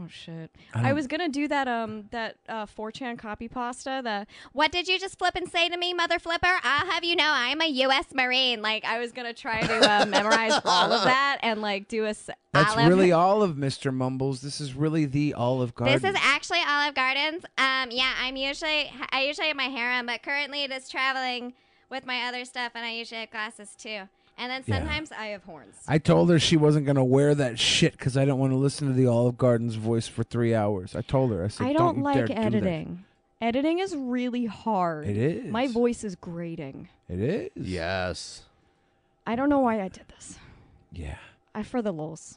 [SPEAKER 7] Oh shit!
[SPEAKER 6] I
[SPEAKER 7] I,
[SPEAKER 6] don't-
[SPEAKER 7] was gonna do that um that uh 4chan copy pasta that
[SPEAKER 10] What did you just flip and say to me, Mother Flipper? I'll have you know I'm a U.S. Marine. Like, I was going to try
[SPEAKER 7] to uh, memorize all of that and like do a s-
[SPEAKER 6] That's
[SPEAKER 7] olive-
[SPEAKER 6] really all of Mr. Mumbles. This is really the Olive Garden.
[SPEAKER 10] This is actually Olive Gardens. Um, yeah, I'm usually I usually have my hair on, but currently it is traveling with my other stuff, and I usually have glasses too. And then
[SPEAKER 6] Yeah.
[SPEAKER 10] sometimes I have horns.
[SPEAKER 6] I told her she wasn't going to wear that shit because I don't want to listen to the Olive Garden's voice for three hours. I told her. I said,
[SPEAKER 7] I
[SPEAKER 6] don't,
[SPEAKER 7] don't
[SPEAKER 6] you dare
[SPEAKER 7] like
[SPEAKER 6] do that."
[SPEAKER 7] editing. Editing is really hard.
[SPEAKER 6] It is.
[SPEAKER 7] My voice is grating.
[SPEAKER 6] It is.
[SPEAKER 1] Yes.
[SPEAKER 7] I don't know why I did this.
[SPEAKER 6] Yeah.
[SPEAKER 7] I for the lulz.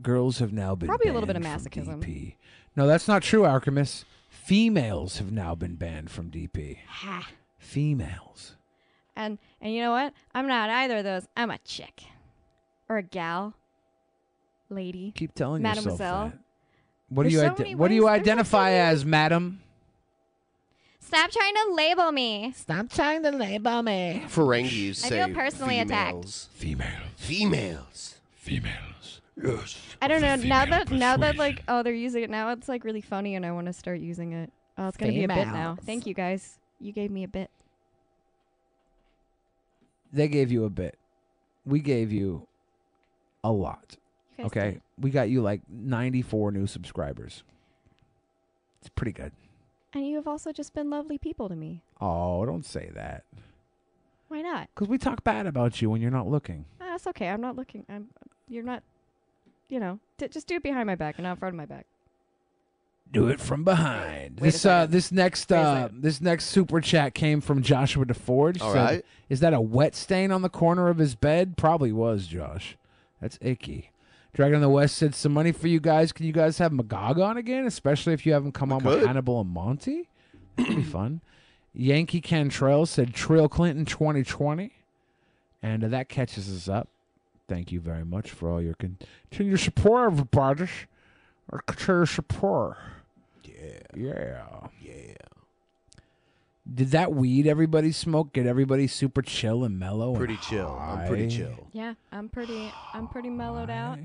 [SPEAKER 6] Girls have now been
[SPEAKER 7] Probably a little bit of
[SPEAKER 6] banned from
[SPEAKER 7] masochism.
[SPEAKER 6] DP. No, that's not true, Alchemist. Females have now been banned from DP.
[SPEAKER 7] Ha.
[SPEAKER 6] Females.
[SPEAKER 7] And and you know what? I'm not either of those. I'm a chick, or a gal, lady.
[SPEAKER 6] Keep telling yourself
[SPEAKER 7] Mademoiselle.
[SPEAKER 6] that. What do you
[SPEAKER 10] There's so
[SPEAKER 6] ide-
[SPEAKER 10] many
[SPEAKER 6] What do you
[SPEAKER 10] ways- there's so
[SPEAKER 6] identify as, madam?
[SPEAKER 10] Stop trying to label me.
[SPEAKER 8] Stop trying to label me.
[SPEAKER 1] Ferengis
[SPEAKER 10] I
[SPEAKER 1] say
[SPEAKER 10] feel personally attacked.
[SPEAKER 1] females.
[SPEAKER 6] Females.
[SPEAKER 1] Females.
[SPEAKER 18] Females. Yes.
[SPEAKER 7] I don't know. Now that now that like oh they're using it now it's like really funny and I want to start using it. Oh, it's gonna be a bit now.
[SPEAKER 10] Females.
[SPEAKER 7] Thank you guys. You gave me a bit.
[SPEAKER 6] They gave you a bit. We gave you a lot.
[SPEAKER 7] You guys
[SPEAKER 6] okay, we got you like ninety-four new subscribers. It's pretty good.
[SPEAKER 7] And you have also just been lovely people to me.
[SPEAKER 6] Oh, don't say that.
[SPEAKER 7] Why not?
[SPEAKER 6] Because we talk bad about you when you're not looking.
[SPEAKER 7] Ah, that's okay. I'm not looking. I'm. You're not. You know, d- just do it behind my back and not in front of my back.
[SPEAKER 6] Do it from behind.
[SPEAKER 7] Wait a
[SPEAKER 6] this uh, this next uh, this next super chat came from Joshua DeForge.
[SPEAKER 1] All
[SPEAKER 6] Said,
[SPEAKER 1] right.
[SPEAKER 6] Is that a wet stain on the corner of his bed? Probably was, Josh. That's icky. Dragon of the West said some money for you guys. Can you guys have Magog on again? Especially if you haven't come on with
[SPEAKER 1] could.
[SPEAKER 6] Hannibal and Monty. That'd be fun. Yankee Cantrell said Trail Clinton 2020. And uh, that catches us up. Thank you very much for all your con- continued support, everybody. Or continued support. Yeah. Yeah. Yeah. Did that weed everybody smoke get everybody super chill and mellow? and
[SPEAKER 1] Pretty chill. I'm pretty
[SPEAKER 6] high?
[SPEAKER 1] chill.
[SPEAKER 7] Yeah, I'm pretty. I'm pretty mellowed out.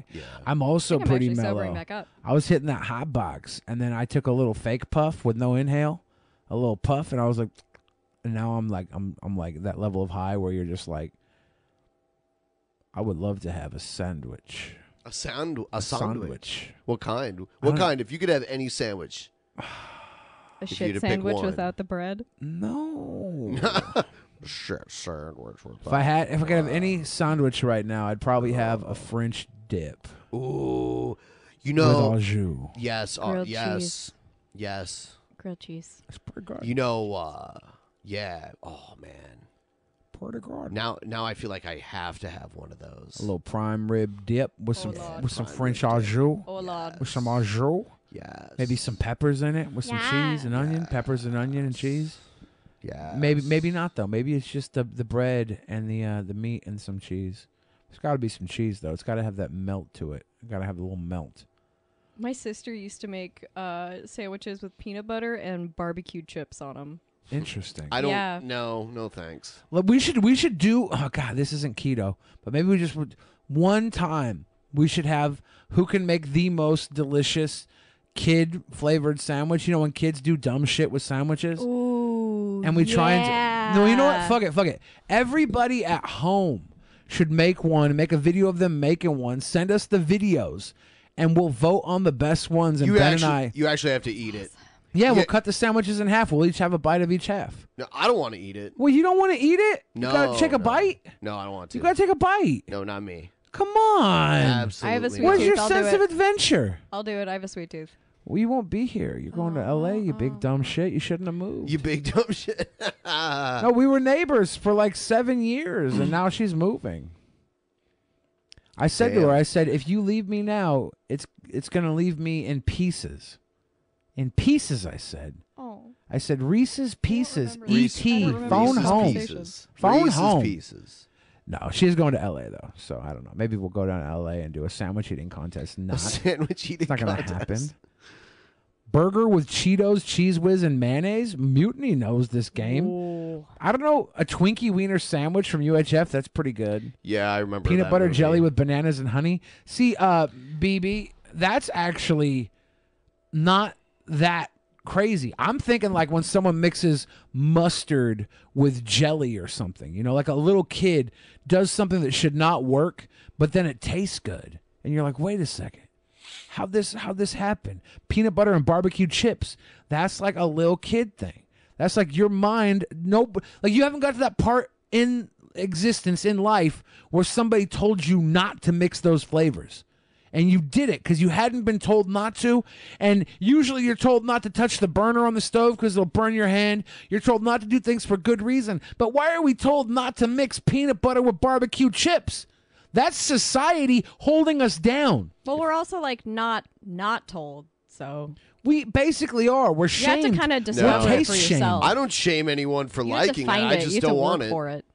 [SPEAKER 6] I'm also
[SPEAKER 7] I think I'm
[SPEAKER 6] pretty
[SPEAKER 7] actually
[SPEAKER 6] mellow.
[SPEAKER 7] sobering back up.
[SPEAKER 6] I was hitting that hot box, and then I took a little fake puff with no inhale, a little puff, and I was like, and now I'm like, I'm I'm like that level of high where you're just like, I would love to have a sandwich.
[SPEAKER 1] A sound a,
[SPEAKER 6] A
[SPEAKER 1] sandwich.
[SPEAKER 6] sandwich.
[SPEAKER 1] What kind? What
[SPEAKER 6] don't-
[SPEAKER 1] kind? If you could have any sandwich.
[SPEAKER 7] A
[SPEAKER 1] If you had
[SPEAKER 7] shit
[SPEAKER 1] to pick
[SPEAKER 7] sandwich
[SPEAKER 1] one.
[SPEAKER 7] without the bread.
[SPEAKER 6] No.
[SPEAKER 1] Shit sandwich. with
[SPEAKER 6] If I
[SPEAKER 1] that.
[SPEAKER 6] had, if I could have any sandwich right now, I'd probably have a French dip.
[SPEAKER 1] Uh. Ooh, you
[SPEAKER 6] with
[SPEAKER 1] know
[SPEAKER 6] au jus.
[SPEAKER 1] Yes, uh,
[SPEAKER 7] Grilled
[SPEAKER 1] yes.
[SPEAKER 7] cheese.
[SPEAKER 1] Yes.
[SPEAKER 7] Grilled cheese.
[SPEAKER 6] It's pretty good.
[SPEAKER 1] You know uh yeah. Oh man.
[SPEAKER 6] Pretty good.
[SPEAKER 1] Now now I feel like I have to have one of those.
[SPEAKER 6] A little prime rib dip with some with some French au jus.
[SPEAKER 7] Oh, Lord.
[SPEAKER 6] With some au jus.
[SPEAKER 1] Yes.
[SPEAKER 6] Maybe some peppers in it with some cheese and onion. Peppers and onion and cheese.
[SPEAKER 1] Yeah.
[SPEAKER 6] Maybe maybe not though. Maybe it's just the the bread and the uh, the meat and some cheese. There's got to be some cheese though. It's got to have that melt to it. Got to have a little melt.
[SPEAKER 7] My sister used to make uh, sandwiches with peanut butter and barbecued chips on them.
[SPEAKER 6] Interesting.
[SPEAKER 1] Hmm. I don't
[SPEAKER 7] Yeah.
[SPEAKER 1] no, no thanks.
[SPEAKER 6] Look, we should we should do. Oh God, this isn't keto, but maybe we just would one time we should have who can make the most delicious kid flavored sandwich. You know when kids do dumb shit with sandwiches,
[SPEAKER 7] Ooh,
[SPEAKER 6] and we try and no, you know what?
[SPEAKER 7] yeah.
[SPEAKER 6] Fuck it, fuck it. Everybody at home should make one. Make a video of them making one. Send us the videos, and we'll vote on the best ones. And
[SPEAKER 1] you
[SPEAKER 6] Ben
[SPEAKER 1] actually
[SPEAKER 6] and I.
[SPEAKER 1] you actually have to eat it.
[SPEAKER 6] Yeah, we'll cut the sandwiches in half. We'll each have a bite of each half.
[SPEAKER 1] No, I don't want to eat it.
[SPEAKER 6] Well, you don't want to eat it.
[SPEAKER 1] No,
[SPEAKER 6] you gotta take a
[SPEAKER 1] no.
[SPEAKER 6] bite.
[SPEAKER 1] No, I don't want to.
[SPEAKER 6] You gotta take a bite.
[SPEAKER 1] No, not me.
[SPEAKER 6] Come on.
[SPEAKER 1] Absolutely.
[SPEAKER 7] I have a sweet
[SPEAKER 6] Where's
[SPEAKER 7] tooth.
[SPEAKER 6] your
[SPEAKER 7] I'll do
[SPEAKER 6] sense
[SPEAKER 7] it.
[SPEAKER 6] of adventure?
[SPEAKER 7] I'll do it. I have a sweet tooth.
[SPEAKER 6] Well, you won't be here. You're going to L.A. You big dumb shit. You shouldn't have moved.
[SPEAKER 1] You big dumb shit.
[SPEAKER 6] no, we were neighbors for like seven years, and now she's moving. I said to
[SPEAKER 1] Damn.
[SPEAKER 6] her, I said, if you leave me now, it's it's gonna leave me in pieces, in pieces. I said.
[SPEAKER 7] Oh.
[SPEAKER 6] I said Reese's Pieces, E.T.
[SPEAKER 1] Reese's
[SPEAKER 6] Phone
[SPEAKER 1] Pieces.
[SPEAKER 6] home,
[SPEAKER 1] Pieces.
[SPEAKER 6] phone
[SPEAKER 1] Reese's
[SPEAKER 6] home.
[SPEAKER 1] Pieces.
[SPEAKER 6] No, she's going to L.A. though, so I don't know. Maybe we'll go down to L.A. and do a sandwich eating contest. Not
[SPEAKER 1] sandwich eating.
[SPEAKER 6] It's not gonna happen.
[SPEAKER 1] contest.
[SPEAKER 6] Burger with Cheetos, cheese whiz, and mayonnaise. Mutiny knows this game. I don't know a Twinkie wiener sandwich from UHF. That's pretty good.
[SPEAKER 1] Yeah, I remember
[SPEAKER 6] Peanut
[SPEAKER 1] that
[SPEAKER 6] butter
[SPEAKER 1] movie.
[SPEAKER 6] jelly with bananas and honey. See, uh, BB, that's actually not that crazy. I'm thinking like when someone mixes mustard with jelly or something, you know, like a little kid does something that should not work, but then it tastes good. And you're like, wait a second. How this how this happen? Peanut butter and barbecue chips. That's like a little kid thing. That's like your mind no like you haven't got to that part in existence in life where somebody told you not to mix those flavors and you did it because you hadn't been told not to. And usually you're told not to touch the burner on the stove because it'll burn your hand. You're told not to do things for good reason. But why are we told not to mix peanut butter with barbecue chips? That's society holding us down.
[SPEAKER 7] Well, we're also like not not told. So
[SPEAKER 6] We basically are. We're
[SPEAKER 7] You have
[SPEAKER 6] shamed.
[SPEAKER 7] to kinda discover it
[SPEAKER 6] We're
[SPEAKER 7] for
[SPEAKER 6] taste shamed.
[SPEAKER 7] yourself.
[SPEAKER 1] I don't shame anyone for
[SPEAKER 7] you have to
[SPEAKER 1] liking
[SPEAKER 7] find
[SPEAKER 1] it.
[SPEAKER 7] it.
[SPEAKER 1] I just
[SPEAKER 7] you have
[SPEAKER 1] don't
[SPEAKER 7] to work
[SPEAKER 1] want it.
[SPEAKER 7] for it.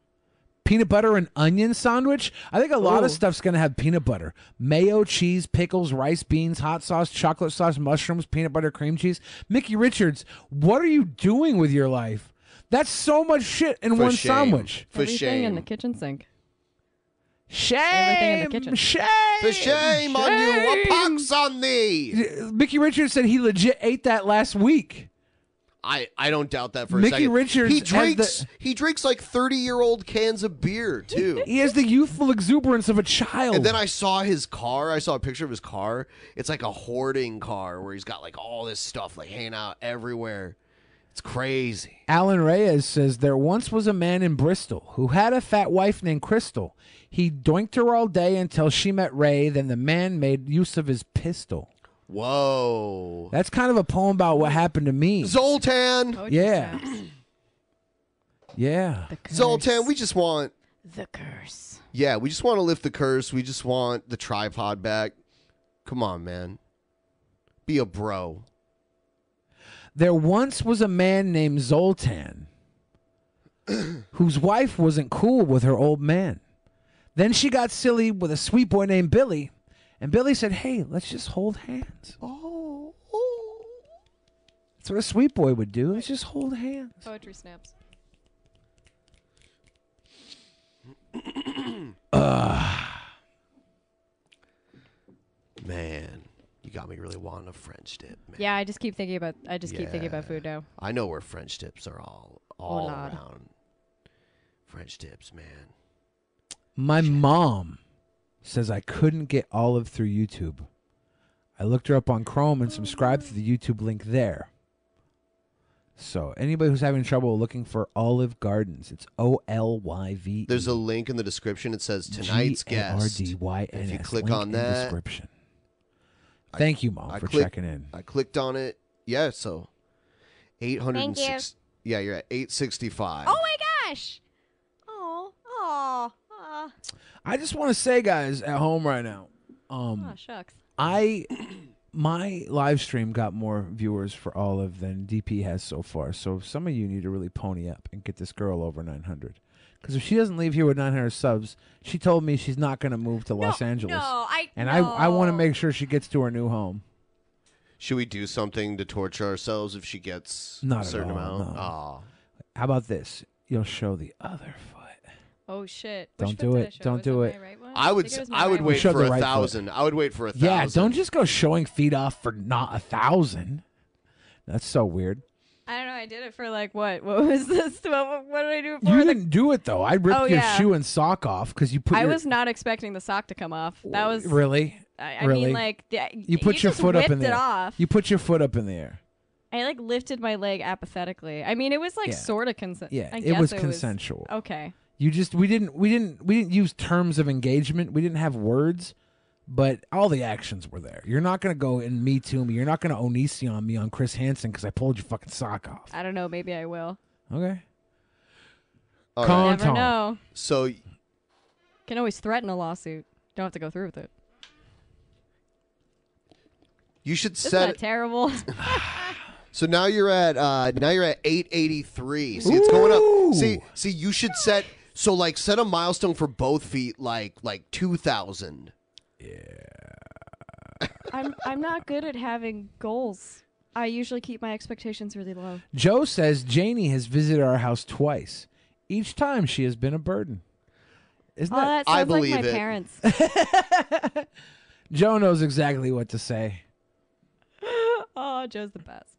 [SPEAKER 6] peanut butter and onion sandwich. I think a lot
[SPEAKER 7] Ooh.
[SPEAKER 6] of stuff's gonna have peanut butter, mayo, cheese, pickles, rice, beans, hot sauce, chocolate sauce, mushrooms, peanut butter, cream cheese. Mickey Richards, what are you doing with your life? That's so much shit in
[SPEAKER 7] For
[SPEAKER 6] one
[SPEAKER 7] shame.
[SPEAKER 6] sandwich.
[SPEAKER 7] Everything in the kitchen sink.
[SPEAKER 6] Shame.
[SPEAKER 7] Everything in the kitchen.
[SPEAKER 6] Shame.
[SPEAKER 1] For shame on you, a pox on thee.
[SPEAKER 6] Mickey Richards said he legit ate that last week.
[SPEAKER 1] I, I don't doubt that for
[SPEAKER 6] Mickey
[SPEAKER 1] a second.
[SPEAKER 6] Richards
[SPEAKER 1] he
[SPEAKER 6] has
[SPEAKER 1] drinks
[SPEAKER 6] the-
[SPEAKER 1] he drinks like thirty year old cans of beer too.
[SPEAKER 6] He has the youthful exuberance of a child.
[SPEAKER 1] And then I saw his car. I saw a picture of his car. It's like a hoarding car where he's got like all this stuff like hanging out everywhere. It's crazy.
[SPEAKER 6] Alan Reyes says there once was a man in Bristol who had a fat wife named Crystal. He doinked her all day until she met Ray. Then the man made use of his pistol.
[SPEAKER 1] Whoa.
[SPEAKER 6] That's kind of a poem about what happened to me.
[SPEAKER 1] Zoltan.
[SPEAKER 6] Yeah. Yeah.
[SPEAKER 1] Zoltan, we just want
[SPEAKER 7] The curse.
[SPEAKER 1] Yeah, we just want to lift the curse. We just want the tripod back. Come on, man. Be a bro.
[SPEAKER 6] There once was a man named Zoltan whose wife wasn't cool with her old man. Then she got silly with a sweet boy named Billy, and Billy said, Hey, let's just hold hands.
[SPEAKER 1] Oh.
[SPEAKER 6] That's what a sweet boy would do. Let's just hold hands.
[SPEAKER 7] Poetry snaps.
[SPEAKER 6] Ugh.
[SPEAKER 1] Man, you got me really wanting a French dip.
[SPEAKER 7] Yeah, I just keep thinking about. I just keep thinking about food now.
[SPEAKER 1] I know where French dips are all all
[SPEAKER 7] Lord.
[SPEAKER 1] around. French dips, man.
[SPEAKER 6] My mom says I couldn't get Olive through YouTube. I looked her up on Chrome and subscribed to the YouTube link there. So anybody who's having trouble looking for Olive Gardens, it's O L Y V. E
[SPEAKER 1] There's a link in the description. It says tonight's guest.
[SPEAKER 6] G-A-R-D-Y-N-S.
[SPEAKER 1] If you click
[SPEAKER 6] Link
[SPEAKER 1] on
[SPEAKER 6] in
[SPEAKER 1] that,
[SPEAKER 6] description. Thank you, mom,
[SPEAKER 1] I
[SPEAKER 6] for
[SPEAKER 1] click-
[SPEAKER 6] checking in.
[SPEAKER 1] I clicked on it. Yeah, so eight hundred and six. Yeah, you're at eight sixty five.
[SPEAKER 10] Oh my gosh. Oh, oh, oh.
[SPEAKER 6] I just want to say, guys, at home right now, um,
[SPEAKER 7] Oh,
[SPEAKER 10] Aw, shucks.
[SPEAKER 6] I my live stream got more viewers for Olive than DP has so far. So some of you need to really pony up and get this girl over 900. Because if she doesn't leave here with 900 subs, she told me she's not going to move to Los Angeles.
[SPEAKER 10] no, I-
[SPEAKER 6] and I I want to make sure she gets to her new home.
[SPEAKER 1] Should we do something to torture ourselves if she gets
[SPEAKER 6] Not
[SPEAKER 1] a
[SPEAKER 6] at
[SPEAKER 1] certain
[SPEAKER 6] all,
[SPEAKER 1] amount? Ah.
[SPEAKER 6] no.
[SPEAKER 1] Aw.
[SPEAKER 6] How about this? You'll show the other.
[SPEAKER 7] Oh shit! Which
[SPEAKER 6] Don't
[SPEAKER 7] foot
[SPEAKER 6] do
[SPEAKER 7] did I
[SPEAKER 6] it.
[SPEAKER 7] show?
[SPEAKER 6] Don't
[SPEAKER 7] Was
[SPEAKER 6] do
[SPEAKER 7] my
[SPEAKER 6] it.
[SPEAKER 7] right one?
[SPEAKER 1] I would.
[SPEAKER 7] think it was my
[SPEAKER 1] I would
[SPEAKER 7] right
[SPEAKER 1] wait
[SPEAKER 6] Show
[SPEAKER 1] for
[SPEAKER 6] the
[SPEAKER 1] a
[SPEAKER 6] right foot.
[SPEAKER 1] thousand. I would wait for a thousand.
[SPEAKER 6] Yeah, don't just go showing feet off for not a thousand. That's so weird.
[SPEAKER 7] I don't know. I did it for like what? What was this? What, what, what did I do?
[SPEAKER 6] You didn't do it though. I ripped
[SPEAKER 7] Oh,
[SPEAKER 6] your
[SPEAKER 7] yeah.
[SPEAKER 6] shoe and sock off because you put.
[SPEAKER 7] I
[SPEAKER 6] your-
[SPEAKER 7] was not expecting the sock to come off. That was
[SPEAKER 6] really.
[SPEAKER 7] I, I
[SPEAKER 6] really?
[SPEAKER 7] mean, like the-
[SPEAKER 6] you put your
[SPEAKER 7] just
[SPEAKER 6] foot up
[SPEAKER 7] whipped
[SPEAKER 6] in the
[SPEAKER 7] it
[SPEAKER 6] air.
[SPEAKER 7] off.
[SPEAKER 6] You put your foot up in the air.
[SPEAKER 7] I like lifted my leg apathetically. I mean, it was like
[SPEAKER 6] Yeah.
[SPEAKER 7] sort of consent.
[SPEAKER 6] Yeah,
[SPEAKER 7] I
[SPEAKER 6] it
[SPEAKER 7] guess
[SPEAKER 6] was consensual.
[SPEAKER 7] Okay.
[SPEAKER 6] You just we didn't we didn't we didn't use terms of engagement. We didn't have words, but all the actions were there. You're not gonna go and me too me. You're not gonna onision me on Chris Hansen because I pulled your fucking sock off.
[SPEAKER 7] I don't know. Maybe I will.
[SPEAKER 6] Okay.
[SPEAKER 1] All
[SPEAKER 7] right. Never know.
[SPEAKER 1] So
[SPEAKER 7] Can always threaten a lawsuit. Don't have to go through with it.
[SPEAKER 1] you should
[SPEAKER 7] Isn't
[SPEAKER 1] set.
[SPEAKER 7] that terrible?
[SPEAKER 1] So now you're at uh now you're at 883. See, it's going up. See, see, you should set so like set a milestone for both feet, like like 2,000.
[SPEAKER 7] I'm I'm not good at having goals. I usually keep my expectations really low.
[SPEAKER 6] Joe says Janie has visited our house twice. Each time she has been a burden. Isn't
[SPEAKER 7] Oh, that
[SPEAKER 6] that,
[SPEAKER 7] sounds like my parents.
[SPEAKER 6] Joe knows exactly what to say.
[SPEAKER 7] oh, Joe's the best.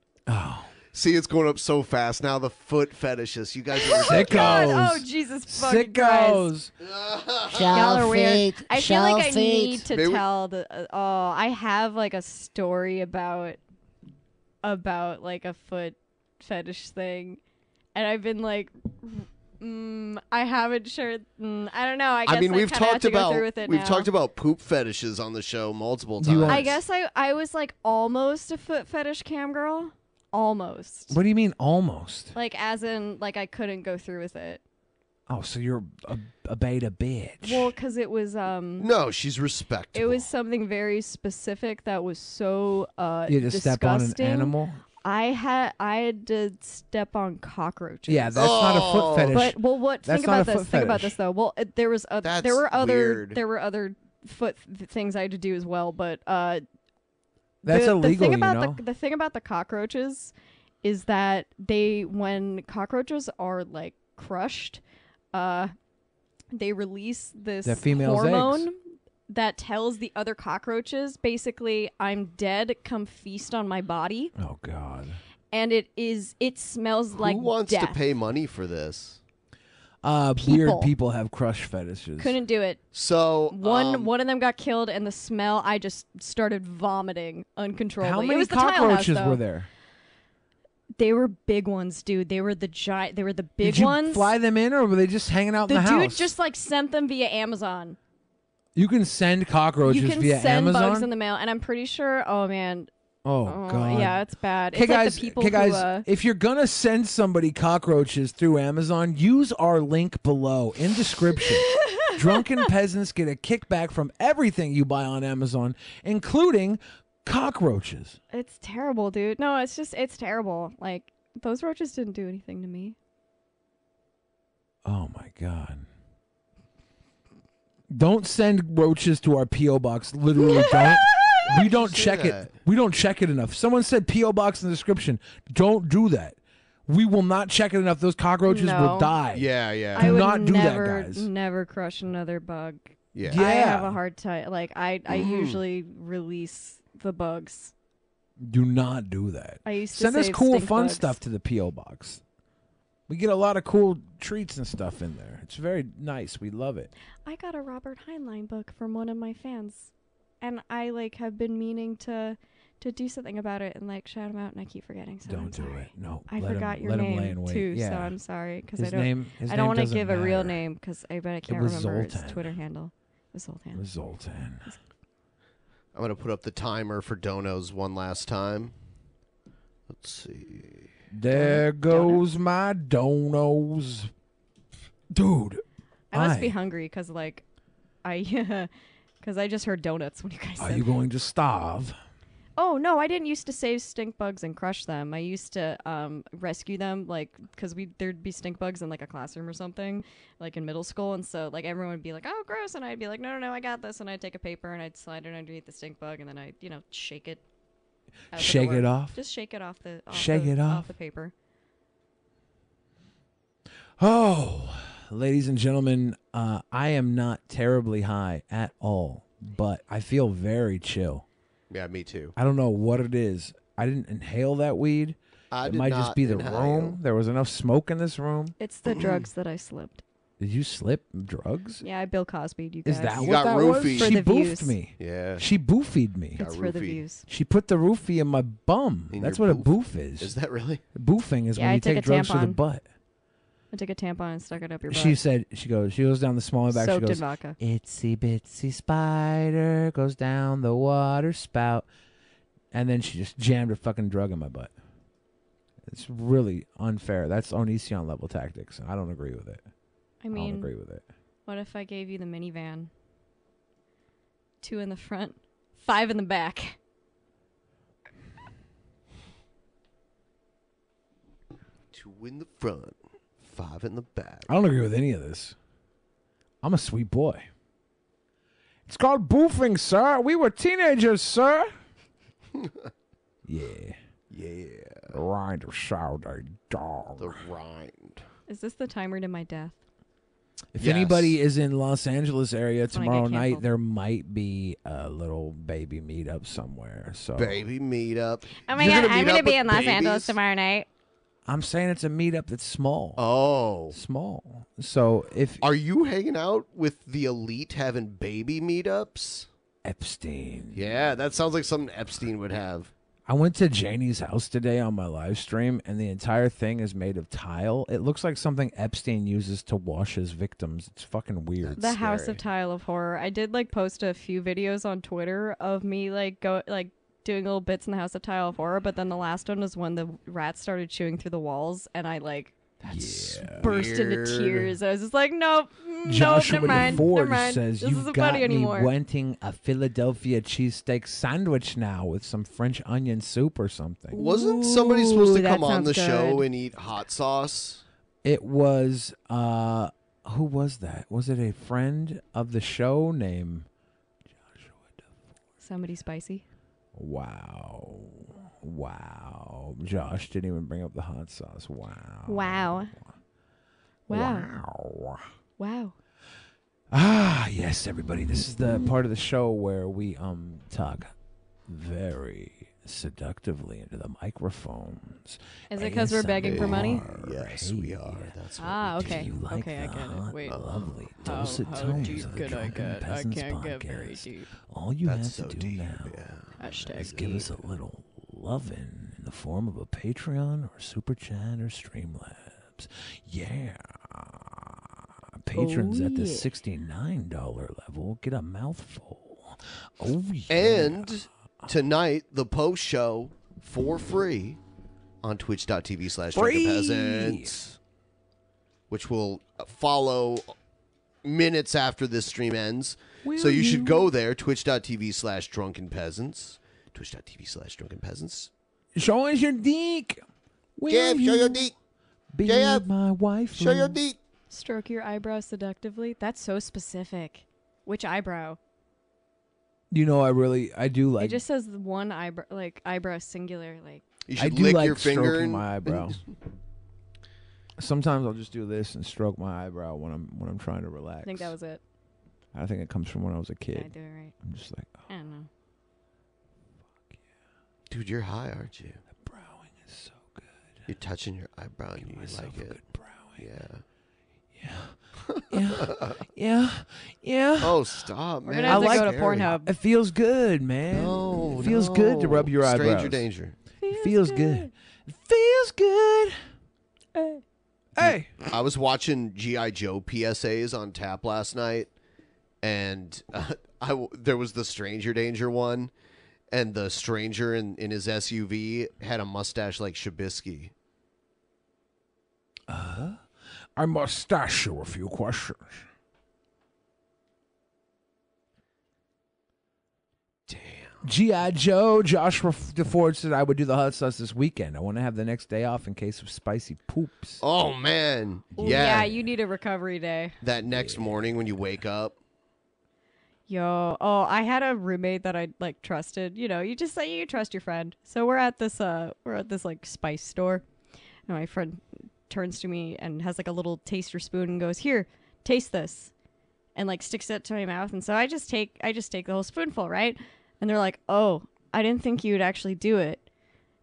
[SPEAKER 1] See, it's going up so fast now. The foot fetishes. You guys are
[SPEAKER 6] Sickos.
[SPEAKER 7] God, oh, Jesus fucking
[SPEAKER 6] Sickos.
[SPEAKER 7] Christ.
[SPEAKER 6] Shall
[SPEAKER 7] Y'all are weird.
[SPEAKER 6] feet,
[SPEAKER 7] I feel like I
[SPEAKER 6] shall
[SPEAKER 7] need
[SPEAKER 6] feet.
[SPEAKER 7] to
[SPEAKER 6] Maybe we-
[SPEAKER 7] tell the. Uh, oh, I have like a story about about like a foot fetish thing, and I've been like. Mm, I haven't shared. Mm, I don't know. I guess
[SPEAKER 1] I mean,
[SPEAKER 7] I
[SPEAKER 1] we've
[SPEAKER 7] kinda have
[SPEAKER 1] talked
[SPEAKER 7] to go
[SPEAKER 1] about
[SPEAKER 7] through with it
[SPEAKER 1] we've
[SPEAKER 7] now.
[SPEAKER 1] talked about poop fetishes on the show multiple
[SPEAKER 6] Do you
[SPEAKER 1] times.
[SPEAKER 6] want-
[SPEAKER 7] I guess I I was like almost a foot fetish cam girl, almost.
[SPEAKER 6] What do you mean almost?
[SPEAKER 7] Like as in like I couldn't go through with it.
[SPEAKER 6] Oh, so you're a, a beta bitch.
[SPEAKER 7] Well, because it was um.
[SPEAKER 1] No, she's respect.
[SPEAKER 7] It was something very specific that was so uh
[SPEAKER 6] You had to step on an
[SPEAKER 7] disgusting.
[SPEAKER 6] animal?
[SPEAKER 7] I had I had to step on cockroaches.
[SPEAKER 6] Yeah, that's not a foot Oh. fetish.
[SPEAKER 7] But well, what?
[SPEAKER 6] That's
[SPEAKER 7] think about
[SPEAKER 6] not a
[SPEAKER 7] this.
[SPEAKER 6] foot
[SPEAKER 7] Think about
[SPEAKER 6] fetish.
[SPEAKER 7] this though. Well, it, there was other there were other
[SPEAKER 6] weird.
[SPEAKER 7] there were other foot th- things I had to do as well. But uh,
[SPEAKER 6] That's
[SPEAKER 7] the, The
[SPEAKER 6] illegal,
[SPEAKER 7] thing
[SPEAKER 6] you
[SPEAKER 7] about
[SPEAKER 6] know?
[SPEAKER 7] the the thing about the cockroaches is that they when cockroaches are like crushed, uh, they release this
[SPEAKER 6] The female's eggs.
[SPEAKER 7] hormone that tells the other cockroaches basically I'm dead. Come feast on my body.
[SPEAKER 6] Oh God.
[SPEAKER 7] And it is. It smells like
[SPEAKER 1] Who wants
[SPEAKER 7] death.
[SPEAKER 1] to pay money for this?
[SPEAKER 6] Uh,
[SPEAKER 7] People.
[SPEAKER 6] Weird people have crush fetishes.
[SPEAKER 7] Couldn't do it.
[SPEAKER 1] So
[SPEAKER 7] One
[SPEAKER 6] um,
[SPEAKER 7] one of them got killed, and the smell. I just started vomiting uncontrollably.
[SPEAKER 6] How
[SPEAKER 7] it
[SPEAKER 6] many
[SPEAKER 7] was the tile house,
[SPEAKER 6] cockroaches
[SPEAKER 7] though.
[SPEAKER 6] were there?
[SPEAKER 7] They were big ones, dude. They were the giant. They were the big
[SPEAKER 6] Did you
[SPEAKER 7] ones.
[SPEAKER 6] fly them in, or were they just hanging out
[SPEAKER 7] the
[SPEAKER 6] in the
[SPEAKER 7] dude
[SPEAKER 6] house?
[SPEAKER 7] just like sent them via Amazon.
[SPEAKER 6] you can send cockroaches
[SPEAKER 7] you can
[SPEAKER 6] Oh, via
[SPEAKER 7] send
[SPEAKER 6] Amazon.
[SPEAKER 7] bugs in the mail, and I'm pretty sure. Oh man.
[SPEAKER 6] Oh, God.
[SPEAKER 7] Yeah, it's bad.
[SPEAKER 6] Okay,
[SPEAKER 7] it's like
[SPEAKER 6] guys.
[SPEAKER 7] the people
[SPEAKER 6] okay, guys.
[SPEAKER 7] who. Uh,
[SPEAKER 6] If you're gonna send somebody cockroaches through Amazon, use our link below in description. Drunken peasants get a kickback from everything you buy on Amazon, including cockroaches.
[SPEAKER 7] It's terrible, dude. No, it's just it's terrible. Like those roaches didn't do anything to me.
[SPEAKER 6] Oh my god. Don't send roaches to our PO box. Literally don't. We don't
[SPEAKER 1] say
[SPEAKER 6] check
[SPEAKER 1] that?
[SPEAKER 6] it. We don't check it enough. Someone said PO box in the description. Don't do that. We will not check it enough. Those cockroaches
[SPEAKER 7] No.
[SPEAKER 6] will die.
[SPEAKER 1] Yeah, yeah.
[SPEAKER 6] Do
[SPEAKER 7] I would
[SPEAKER 6] not do
[SPEAKER 7] never,
[SPEAKER 6] that, guys.
[SPEAKER 7] Never crush another bug.
[SPEAKER 1] Yeah.
[SPEAKER 7] I have
[SPEAKER 6] Yeah.
[SPEAKER 7] a hard time. Like I, I
[SPEAKER 6] Mhm.
[SPEAKER 7] usually release the bugs.
[SPEAKER 6] Do not do that.
[SPEAKER 7] I used to
[SPEAKER 6] send us
[SPEAKER 7] save
[SPEAKER 6] cool,
[SPEAKER 7] stink
[SPEAKER 6] fun
[SPEAKER 7] bugs.
[SPEAKER 6] stuff to the PO box. We get a lot of cool treats and stuff in there. It's very nice. We love it.
[SPEAKER 7] I got a Robert Heinlein book from one of my fans, and I like have been meaning to to do something about it and like shout him out, and I keep forgetting. So
[SPEAKER 6] Don't
[SPEAKER 7] I'm
[SPEAKER 6] do
[SPEAKER 7] sorry.
[SPEAKER 6] it. No,
[SPEAKER 7] I
[SPEAKER 6] let him-
[SPEAKER 7] forgot your
[SPEAKER 6] let him
[SPEAKER 7] name
[SPEAKER 6] lay in wait.
[SPEAKER 7] too, so
[SPEAKER 6] Yeah.
[SPEAKER 7] I'm sorry because I
[SPEAKER 6] His
[SPEAKER 7] don't.
[SPEAKER 6] name- his
[SPEAKER 7] I don't
[SPEAKER 6] name
[SPEAKER 7] want to
[SPEAKER 6] doesn't
[SPEAKER 7] give a real
[SPEAKER 6] matter.
[SPEAKER 7] name because I bet I can't
[SPEAKER 6] was
[SPEAKER 7] remember his
[SPEAKER 6] Zoltan.
[SPEAKER 7] Twitter handle. It was Zoltan.
[SPEAKER 6] It was Zoltan.
[SPEAKER 1] I'm gonna put up the timer for Donos one last time. Let's see.
[SPEAKER 6] There goes my donos. Dude.
[SPEAKER 7] I must be hungry because like I because I just heard donuts when you guys.
[SPEAKER 6] Are
[SPEAKER 7] said
[SPEAKER 6] you
[SPEAKER 7] that.
[SPEAKER 6] going to starve?
[SPEAKER 7] Oh no, I didn't used to save stink bugs and crush them. I used to um, rescue them, like because we there'd be stink bugs in like a classroom or something, like in middle school, and so like everyone would be like, "Oh, gross," and I'd be like, "No, no, no, I got this," and I'd take a paper and I'd slide it underneath the stink bug, and then I, would you know, shake it. out the
[SPEAKER 6] Shake it
[SPEAKER 7] door.
[SPEAKER 6] off?
[SPEAKER 7] Just shake it off the. Off
[SPEAKER 6] Shake
[SPEAKER 7] the-
[SPEAKER 6] it
[SPEAKER 7] off
[SPEAKER 6] off?
[SPEAKER 7] the paper.
[SPEAKER 6] Oh, ladies and gentlemen, uh, I am not terribly high at all, but I feel very chill.
[SPEAKER 1] Yeah, me too.
[SPEAKER 6] I don't know what it is. I didn't inhale that weed.
[SPEAKER 1] I
[SPEAKER 6] it
[SPEAKER 1] did
[SPEAKER 6] might just
[SPEAKER 1] not
[SPEAKER 6] be the
[SPEAKER 1] inhale.
[SPEAKER 6] room. There was enough smoke in this room.
[SPEAKER 7] It's the drugs that I slipped.
[SPEAKER 6] Did you slip drugs?
[SPEAKER 7] Yeah, I Bill Cosby. You guys.
[SPEAKER 6] Is that what that was?
[SPEAKER 7] For
[SPEAKER 6] She
[SPEAKER 7] the views.
[SPEAKER 6] boofed me.
[SPEAKER 1] Yeah.
[SPEAKER 6] She boofied me.
[SPEAKER 7] It's for the views.
[SPEAKER 6] She put the roofie in my bum.
[SPEAKER 1] In
[SPEAKER 6] That's
[SPEAKER 1] your
[SPEAKER 6] what a boof is.
[SPEAKER 1] Is that really?
[SPEAKER 6] Boofing is
[SPEAKER 7] Yeah,
[SPEAKER 6] when
[SPEAKER 7] I
[SPEAKER 6] you
[SPEAKER 7] took
[SPEAKER 6] take
[SPEAKER 7] a
[SPEAKER 6] drugs to the
[SPEAKER 7] tampon.
[SPEAKER 6] butt.
[SPEAKER 7] I took a tampon and stuck it up your butt.
[SPEAKER 6] She said she goes. She goes down the smaller back.
[SPEAKER 7] Soaked
[SPEAKER 6] she
[SPEAKER 7] in
[SPEAKER 6] goes.
[SPEAKER 7] vodka.
[SPEAKER 6] Itsy bitsy spider goes down the water spout, and then she just jammed a fucking drug in my butt. It's really unfair. That's Onision level tactics, and I don't agree with it.
[SPEAKER 7] I mean,
[SPEAKER 6] don't agree with it.
[SPEAKER 7] What if I gave you the minivan? Two in the front, five in the back.
[SPEAKER 1] Two in the front, five in the back.
[SPEAKER 6] I don't agree with any of this. I'm a sweet boy. It's called boofing, sir. We were teenagers, sir. yeah.
[SPEAKER 1] Yeah.
[SPEAKER 6] Rind of Saturday dog.
[SPEAKER 1] The rind.
[SPEAKER 7] Is this the timer to my death?
[SPEAKER 6] If
[SPEAKER 1] Yes.
[SPEAKER 6] anybody is in Los Angeles area
[SPEAKER 7] That's when I get
[SPEAKER 6] tomorrow night,
[SPEAKER 7] canceled.
[SPEAKER 6] there might be a little baby meetup somewhere. So
[SPEAKER 1] Baby meetup.
[SPEAKER 10] Oh my
[SPEAKER 1] You're
[SPEAKER 10] god,
[SPEAKER 1] gonna
[SPEAKER 10] I'm
[SPEAKER 1] meet
[SPEAKER 10] gonna
[SPEAKER 1] up
[SPEAKER 10] be
[SPEAKER 1] with
[SPEAKER 10] in Los
[SPEAKER 1] babies?
[SPEAKER 10] Angeles tomorrow night.
[SPEAKER 6] I'm saying it's a meetup that's small.
[SPEAKER 1] Oh.
[SPEAKER 6] Small. So if
[SPEAKER 1] Are you hanging out with the elite having baby meetups?
[SPEAKER 6] Epstein.
[SPEAKER 1] Yeah, that sounds like something Epstein would have.
[SPEAKER 6] I went to Janie's house today on my live stream, and the entire thing is made of tile. It looks like something Epstein uses to wash his victims. It's fucking weird.
[SPEAKER 7] the House of Tile of Horror. I did like post a few videos on Twitter of me like go like doing little bits in the House of Tile of Horror, but then the last one was when the rats started chewing through the walls, and I like burst into
[SPEAKER 6] Weird.
[SPEAKER 7] tears. I was just like, nope, mm,
[SPEAKER 6] Joshua
[SPEAKER 7] nope, never mind,
[SPEAKER 6] DeFord
[SPEAKER 7] never mind.
[SPEAKER 6] says
[SPEAKER 7] this
[SPEAKER 6] you've
[SPEAKER 7] isn't
[SPEAKER 6] got
[SPEAKER 7] funny
[SPEAKER 6] me
[SPEAKER 7] anymore.
[SPEAKER 6] wanting a Philadelphia cheesesteak sandwich now with some French onion soup or something.
[SPEAKER 1] Wasn't somebody supposed to
[SPEAKER 6] Ooh,
[SPEAKER 1] come
[SPEAKER 6] that
[SPEAKER 1] on the
[SPEAKER 6] sounds
[SPEAKER 1] show
[SPEAKER 6] good.
[SPEAKER 1] and eat hot sauce?
[SPEAKER 6] It was uh who was that? Was it a friend of the show name?
[SPEAKER 7] Somebody spicy.
[SPEAKER 6] Wow. Wow. Josh didn't even bring up the hot sauce. Wow.
[SPEAKER 10] Wow.
[SPEAKER 1] Oh.
[SPEAKER 6] Wow.
[SPEAKER 7] Wow.
[SPEAKER 6] Ah, yes, everybody. This is the part of the show where we um talk very seductively into the microphones.
[SPEAKER 7] Is it 'cause we're begging for money?
[SPEAKER 6] ASMR. Yes, we are. That's
[SPEAKER 7] Ah, okay.
[SPEAKER 6] you like
[SPEAKER 7] okay, I
[SPEAKER 6] the
[SPEAKER 7] get it.
[SPEAKER 6] hot,
[SPEAKER 7] Wait.
[SPEAKER 6] lovely,
[SPEAKER 7] How-
[SPEAKER 6] dulcet
[SPEAKER 7] how
[SPEAKER 6] tones
[SPEAKER 7] deep
[SPEAKER 6] of the
[SPEAKER 7] could I
[SPEAKER 6] Drunken
[SPEAKER 7] get? I
[SPEAKER 6] Peasants
[SPEAKER 7] can't get very
[SPEAKER 6] podcast.
[SPEAKER 7] deep.
[SPEAKER 6] All you
[SPEAKER 7] That's
[SPEAKER 6] have to do now is give us a little lovin' in the form of a Patreon or Super Chat or Streamlabs. Yeah.
[SPEAKER 7] Oh,
[SPEAKER 6] Patrons at the
[SPEAKER 1] Oh, yeah.
[SPEAKER 6] $69 level get a mouthful. Oh, yeah.
[SPEAKER 1] And tonight, the post show for free on twitch.tv slash Drunken
[SPEAKER 6] Free.
[SPEAKER 1] peasants, which will follow minutes after this stream ends. so
[SPEAKER 6] Will
[SPEAKER 1] you,
[SPEAKER 6] you?
[SPEAKER 1] should go there, twitch.tv slash drunken peasants, twitch.tv slash drunken peasants.
[SPEAKER 6] Show us your dick. Will
[SPEAKER 1] Jeff, show your
[SPEAKER 6] you
[SPEAKER 1] dick.
[SPEAKER 6] Be
[SPEAKER 1] Jeff,
[SPEAKER 6] my wife.
[SPEAKER 1] show your dick.
[SPEAKER 7] Stroke your eyebrow seductively. That's so specific. Which eyebrow?
[SPEAKER 6] You know, I really, I do
[SPEAKER 7] it
[SPEAKER 6] like.
[SPEAKER 7] just says the one eyebrow, like eyebrow singular, like.
[SPEAKER 1] You
[SPEAKER 6] I
[SPEAKER 1] should
[SPEAKER 6] do
[SPEAKER 1] lick
[SPEAKER 6] like
[SPEAKER 1] your finger
[SPEAKER 6] stroking
[SPEAKER 1] and-
[SPEAKER 6] my eyebrow. Sometimes I'll just do this and stroke my eyebrow when I'm when I'm trying to relax.
[SPEAKER 7] I think that was it.
[SPEAKER 6] I think it comes from when I was a
[SPEAKER 7] Did I
[SPEAKER 6] kid.
[SPEAKER 7] do it right?
[SPEAKER 6] I'm just like,
[SPEAKER 7] I don't know.
[SPEAKER 1] Dude, you're high, aren't you? The browing is so good. You're touching your eyebrow and you like it. Yeah. Yeah.
[SPEAKER 6] yeah, yeah.
[SPEAKER 1] Oh, stop, man.
[SPEAKER 6] I like
[SPEAKER 1] That's scary.
[SPEAKER 6] It feels good, man.
[SPEAKER 1] No,
[SPEAKER 6] it feels good to
[SPEAKER 1] no.
[SPEAKER 6] rub your eyebrows.
[SPEAKER 1] Stranger danger.
[SPEAKER 6] It feels good. It feels good. Hey.
[SPEAKER 1] I was watching GI Joe PSAs on tap last night, and uh, I w- there was the Stranger Danger one, and the stranger in, in his SUV had a mustache like Shabisky.
[SPEAKER 6] Uh, I must ask you a few questions. G.I. Joe, Joshua F- DeFord said I would do the hot sauce this weekend. I want to have the next day off in case of spicy poops.
[SPEAKER 1] Oh man,
[SPEAKER 7] Ooh,
[SPEAKER 1] yeah.
[SPEAKER 7] you need a recovery day.
[SPEAKER 1] That next morning when you wake up,
[SPEAKER 7] Yo, oh, I had a roommate that I like trusted. You know, you just say you trust your friend. So we're at this uh we're at this like spice store. And my friend turns to me and has like a little taster spoon and goes, "Here, taste this." And like sticks it to my mouth. And so I just take I just take the whole spoonful, right? And they're like, "Oh, I didn't think you would actually do it."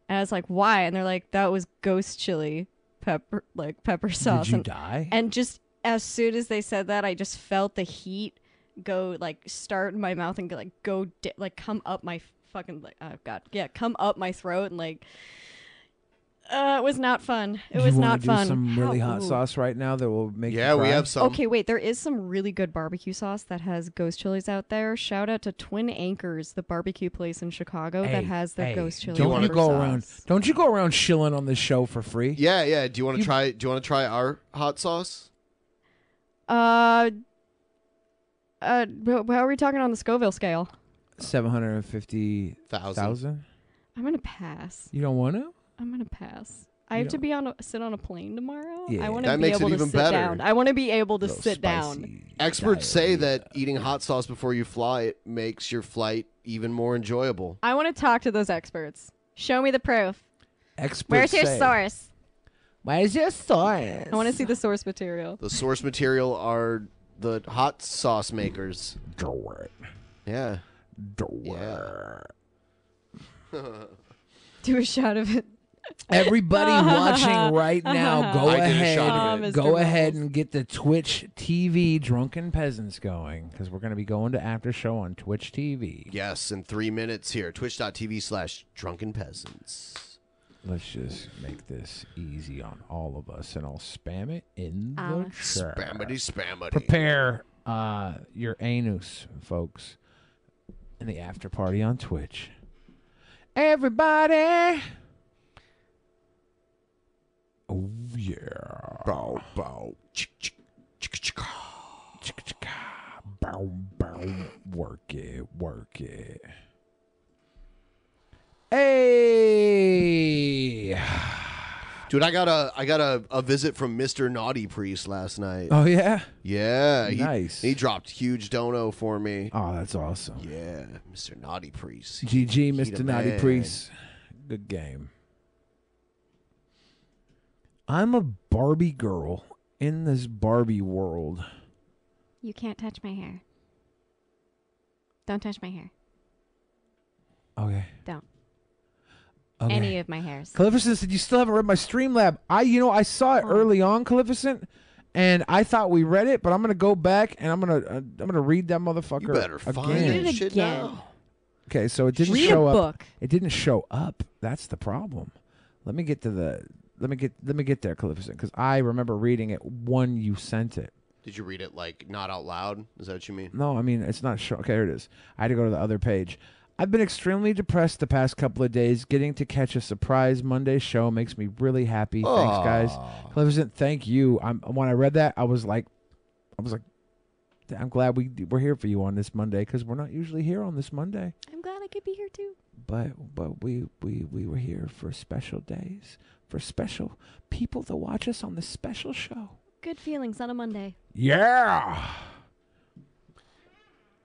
[SPEAKER 7] And I was like, "Why?" And they're like, "That was ghost chili pepper like pepper sauce."
[SPEAKER 6] you
[SPEAKER 7] and,
[SPEAKER 6] die?
[SPEAKER 7] And just as soon as they said that, I just felt the heat go like start in my mouth and go, like go di- like come up my fucking like oh god yeah come up my throat and like uh it was not fun. It
[SPEAKER 6] Do
[SPEAKER 7] was
[SPEAKER 6] you wanna
[SPEAKER 7] not
[SPEAKER 6] do
[SPEAKER 7] fun.
[SPEAKER 6] some really
[SPEAKER 7] How-
[SPEAKER 6] hot
[SPEAKER 7] ooh.
[SPEAKER 6] sauce right now that will make. you
[SPEAKER 1] Yeah, we
[SPEAKER 6] cry?
[SPEAKER 1] have some.
[SPEAKER 7] Okay, wait. There is some really good barbecue sauce that has ghost chilies out there. Shout out to Twin Anchors, the barbecue place in Chicago that
[SPEAKER 6] Hey,
[SPEAKER 7] has their
[SPEAKER 6] hey,
[SPEAKER 7] ghost chili.
[SPEAKER 6] Don't you
[SPEAKER 7] pepper
[SPEAKER 6] go
[SPEAKER 7] sauce.
[SPEAKER 6] around? Don't you go around shilling on this show for free?
[SPEAKER 1] Yeah, yeah. Do you want to try? Do you want to try our hot sauce?
[SPEAKER 7] Uh, uh, wh- how are we talking on the Scoville scale?
[SPEAKER 6] Seven hundred and fifty thousand.
[SPEAKER 7] I'm gonna pass.
[SPEAKER 6] You don't want to?
[SPEAKER 7] I'm gonna pass. I
[SPEAKER 6] You
[SPEAKER 7] have to
[SPEAKER 6] don't-
[SPEAKER 7] be on a, sit on a plane tomorrow. I
[SPEAKER 1] Yeah.
[SPEAKER 7] want
[SPEAKER 1] That
[SPEAKER 7] to be
[SPEAKER 1] makes it
[SPEAKER 7] able to
[SPEAKER 1] even
[SPEAKER 7] sit
[SPEAKER 1] better.
[SPEAKER 7] down. I want to be able to sit down.
[SPEAKER 1] Experts say that eating hot sauce before you fly it makes your flight even more enjoyable.
[SPEAKER 7] I want to talk to those experts. Show me the proof.
[SPEAKER 6] Experts.
[SPEAKER 7] Where's your say- source?
[SPEAKER 6] Where's your source?
[SPEAKER 7] I want to see the source material.
[SPEAKER 1] The source material are the hot sauce makers. Do it. Yeah.
[SPEAKER 6] Do
[SPEAKER 7] Do a shot of it.
[SPEAKER 6] Everybody watching right
[SPEAKER 7] Uh-huh.
[SPEAKER 6] now, go
[SPEAKER 1] I did a
[SPEAKER 6] ahead,
[SPEAKER 1] shot of it.
[SPEAKER 6] go
[SPEAKER 1] Mr.
[SPEAKER 6] ahead and get the Twitch TV Drunken Peasants going because we're going to be going to after show on Twitch TV.
[SPEAKER 1] Yes, in three minutes here. Twitch.tv slash drunken peasants.
[SPEAKER 6] Let's just make this easy on all of us, and I'll spam it in the
[SPEAKER 3] Uh,
[SPEAKER 1] Um.
[SPEAKER 6] chat.
[SPEAKER 1] Spammity, spammity.
[SPEAKER 6] Prepare uh, your anus, folks, in the after party on Twitch. Everybody. Oh yeah. Bow bow. Bow bow. Work it, work it. Hey.
[SPEAKER 1] Dude, I got a I got a, a visit from Mr. Naughty Priest last night.
[SPEAKER 6] Oh yeah.
[SPEAKER 1] Yeah. he-
[SPEAKER 6] Nice.
[SPEAKER 1] He, dropped huge dono for me.
[SPEAKER 6] Oh, that's awesome.
[SPEAKER 1] Yeah, Mr. Naughty Priest.
[SPEAKER 6] GG,
[SPEAKER 1] He
[SPEAKER 6] Mr.
[SPEAKER 1] the
[SPEAKER 6] Naughty
[SPEAKER 1] man.
[SPEAKER 6] Priest. Good game. I'm a Barbie girl in this Barbie world.
[SPEAKER 10] You can't touch my hair. Don't touch my hair.
[SPEAKER 6] Okay.
[SPEAKER 10] Don't.
[SPEAKER 6] Okay.
[SPEAKER 10] Any of my hairs.
[SPEAKER 6] Calificent said, "You still haven't read my Streamlab." I, you know, I saw it early on, Calificent, and I thought we read it, but I'm gonna go back and I'm gonna, uh, I'm gonna read that motherfucker.
[SPEAKER 1] You better
[SPEAKER 6] again.
[SPEAKER 1] find Read it shit again. now.
[SPEAKER 6] Okay, so it didn't
[SPEAKER 1] Read a
[SPEAKER 6] show up.
[SPEAKER 1] book.
[SPEAKER 6] It didn't show up. That's the problem. Let me get to the. Let me get. Let me get there, Calificent, because I remember reading it when you sent it.
[SPEAKER 1] Did you read it like not out loud? Is that what you mean?
[SPEAKER 6] No, I mean it's not sure. Okay, here it is. I had to go to the other page. I've been extremely depressed the past couple of days. Getting to catch a surprise Monday show makes me really happy. Thanks, guys. Cleversant, thank you. I'm when I read that, I was like, I was like, I'm glad we we're here for you on this Monday because we're not usually here on this Monday.
[SPEAKER 7] I'm glad I could be here too.
[SPEAKER 6] But but we we we were here for special days, for special people to watch us on this special show.
[SPEAKER 7] Good feelings on a Monday.
[SPEAKER 6] Yeah.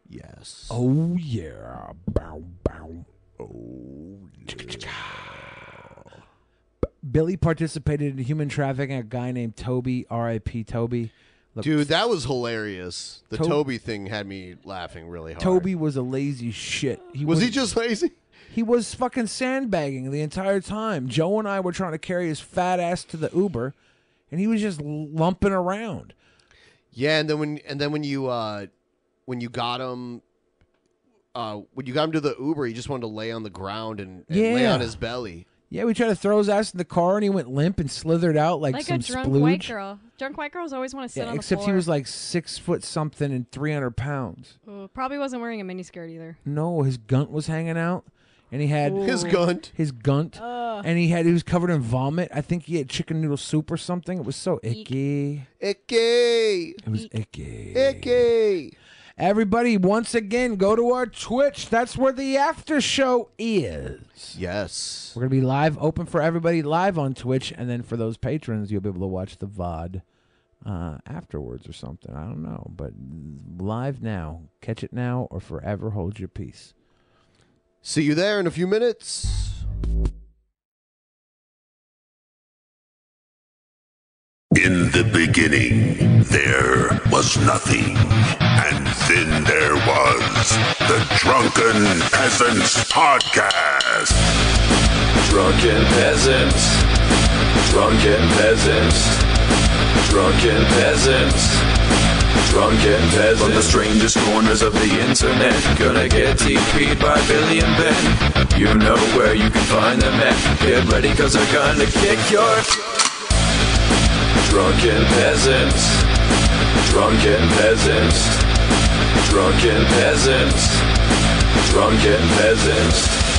[SPEAKER 1] Yes.
[SPEAKER 6] Oh yeah. Bow bow. Oh. Billy participated in human trafficking. A guy named Toby, R.I.P. Toby. Look,
[SPEAKER 1] Dude, that was hilarious. The
[SPEAKER 6] To-
[SPEAKER 1] Toby thing had me laughing really hard.
[SPEAKER 6] Toby was a lazy shit. He
[SPEAKER 1] Was he
[SPEAKER 6] wasn't-
[SPEAKER 1] just lazy?
[SPEAKER 6] He was fucking sandbagging the entire time. Joe and I were trying to carry his fat ass to the Uber, and he was just lumping around.
[SPEAKER 1] Yeah, and then when and then when you uh when you got him uh when you got him to the Uber, he just wanted to lay on the ground and, and lay
[SPEAKER 6] Yeah.
[SPEAKER 1] on his belly.
[SPEAKER 6] Yeah, we tried to throw his ass in the car, and he went limp and slithered out like,
[SPEAKER 7] Like,
[SPEAKER 6] some
[SPEAKER 7] a drunk
[SPEAKER 6] splooge.
[SPEAKER 7] white girl. Drunk white girls always want to sit
[SPEAKER 6] Yeah,
[SPEAKER 7] on the floor.
[SPEAKER 6] except he was like six foot something and three hundred pounds.
[SPEAKER 7] Oh, probably wasn't wearing a miniskirt either.
[SPEAKER 6] No, his gunt was hanging out, and he had
[SPEAKER 7] His Ooh. gunt.
[SPEAKER 6] his gunt,
[SPEAKER 7] Ugh.
[SPEAKER 6] and he had he was covered in vomit. I think he had chicken noodle soup or something. It was so icky.
[SPEAKER 1] Icky.
[SPEAKER 6] It was icky.
[SPEAKER 1] Icky.
[SPEAKER 6] Everybody, once again, go to our Twitch. That's where the after show is.
[SPEAKER 1] Yes.
[SPEAKER 6] We're gonna be live, open for everybody, live on Twitch, and then for those patrons, you'll be able to watch the VOD uh, afterwards or something. I don't know, but live now, catch it now, or forever hold your peace.
[SPEAKER 1] See you there in a few minutes.
[SPEAKER 13] In the beginning, there was nothing. And then there was the Drunken Peasants Podcast.
[SPEAKER 2] Drunken peasants. Drunken peasants. Drunken peasants. Drunken peasants. From the strangest corners of the internet. Gonna get TP'd by Billy and Ben. You know where you can find them at. Get ready, cause they're gonna kick your. Drunken peasants. Drunken peasants. Drunken peasants. Drunken peasants.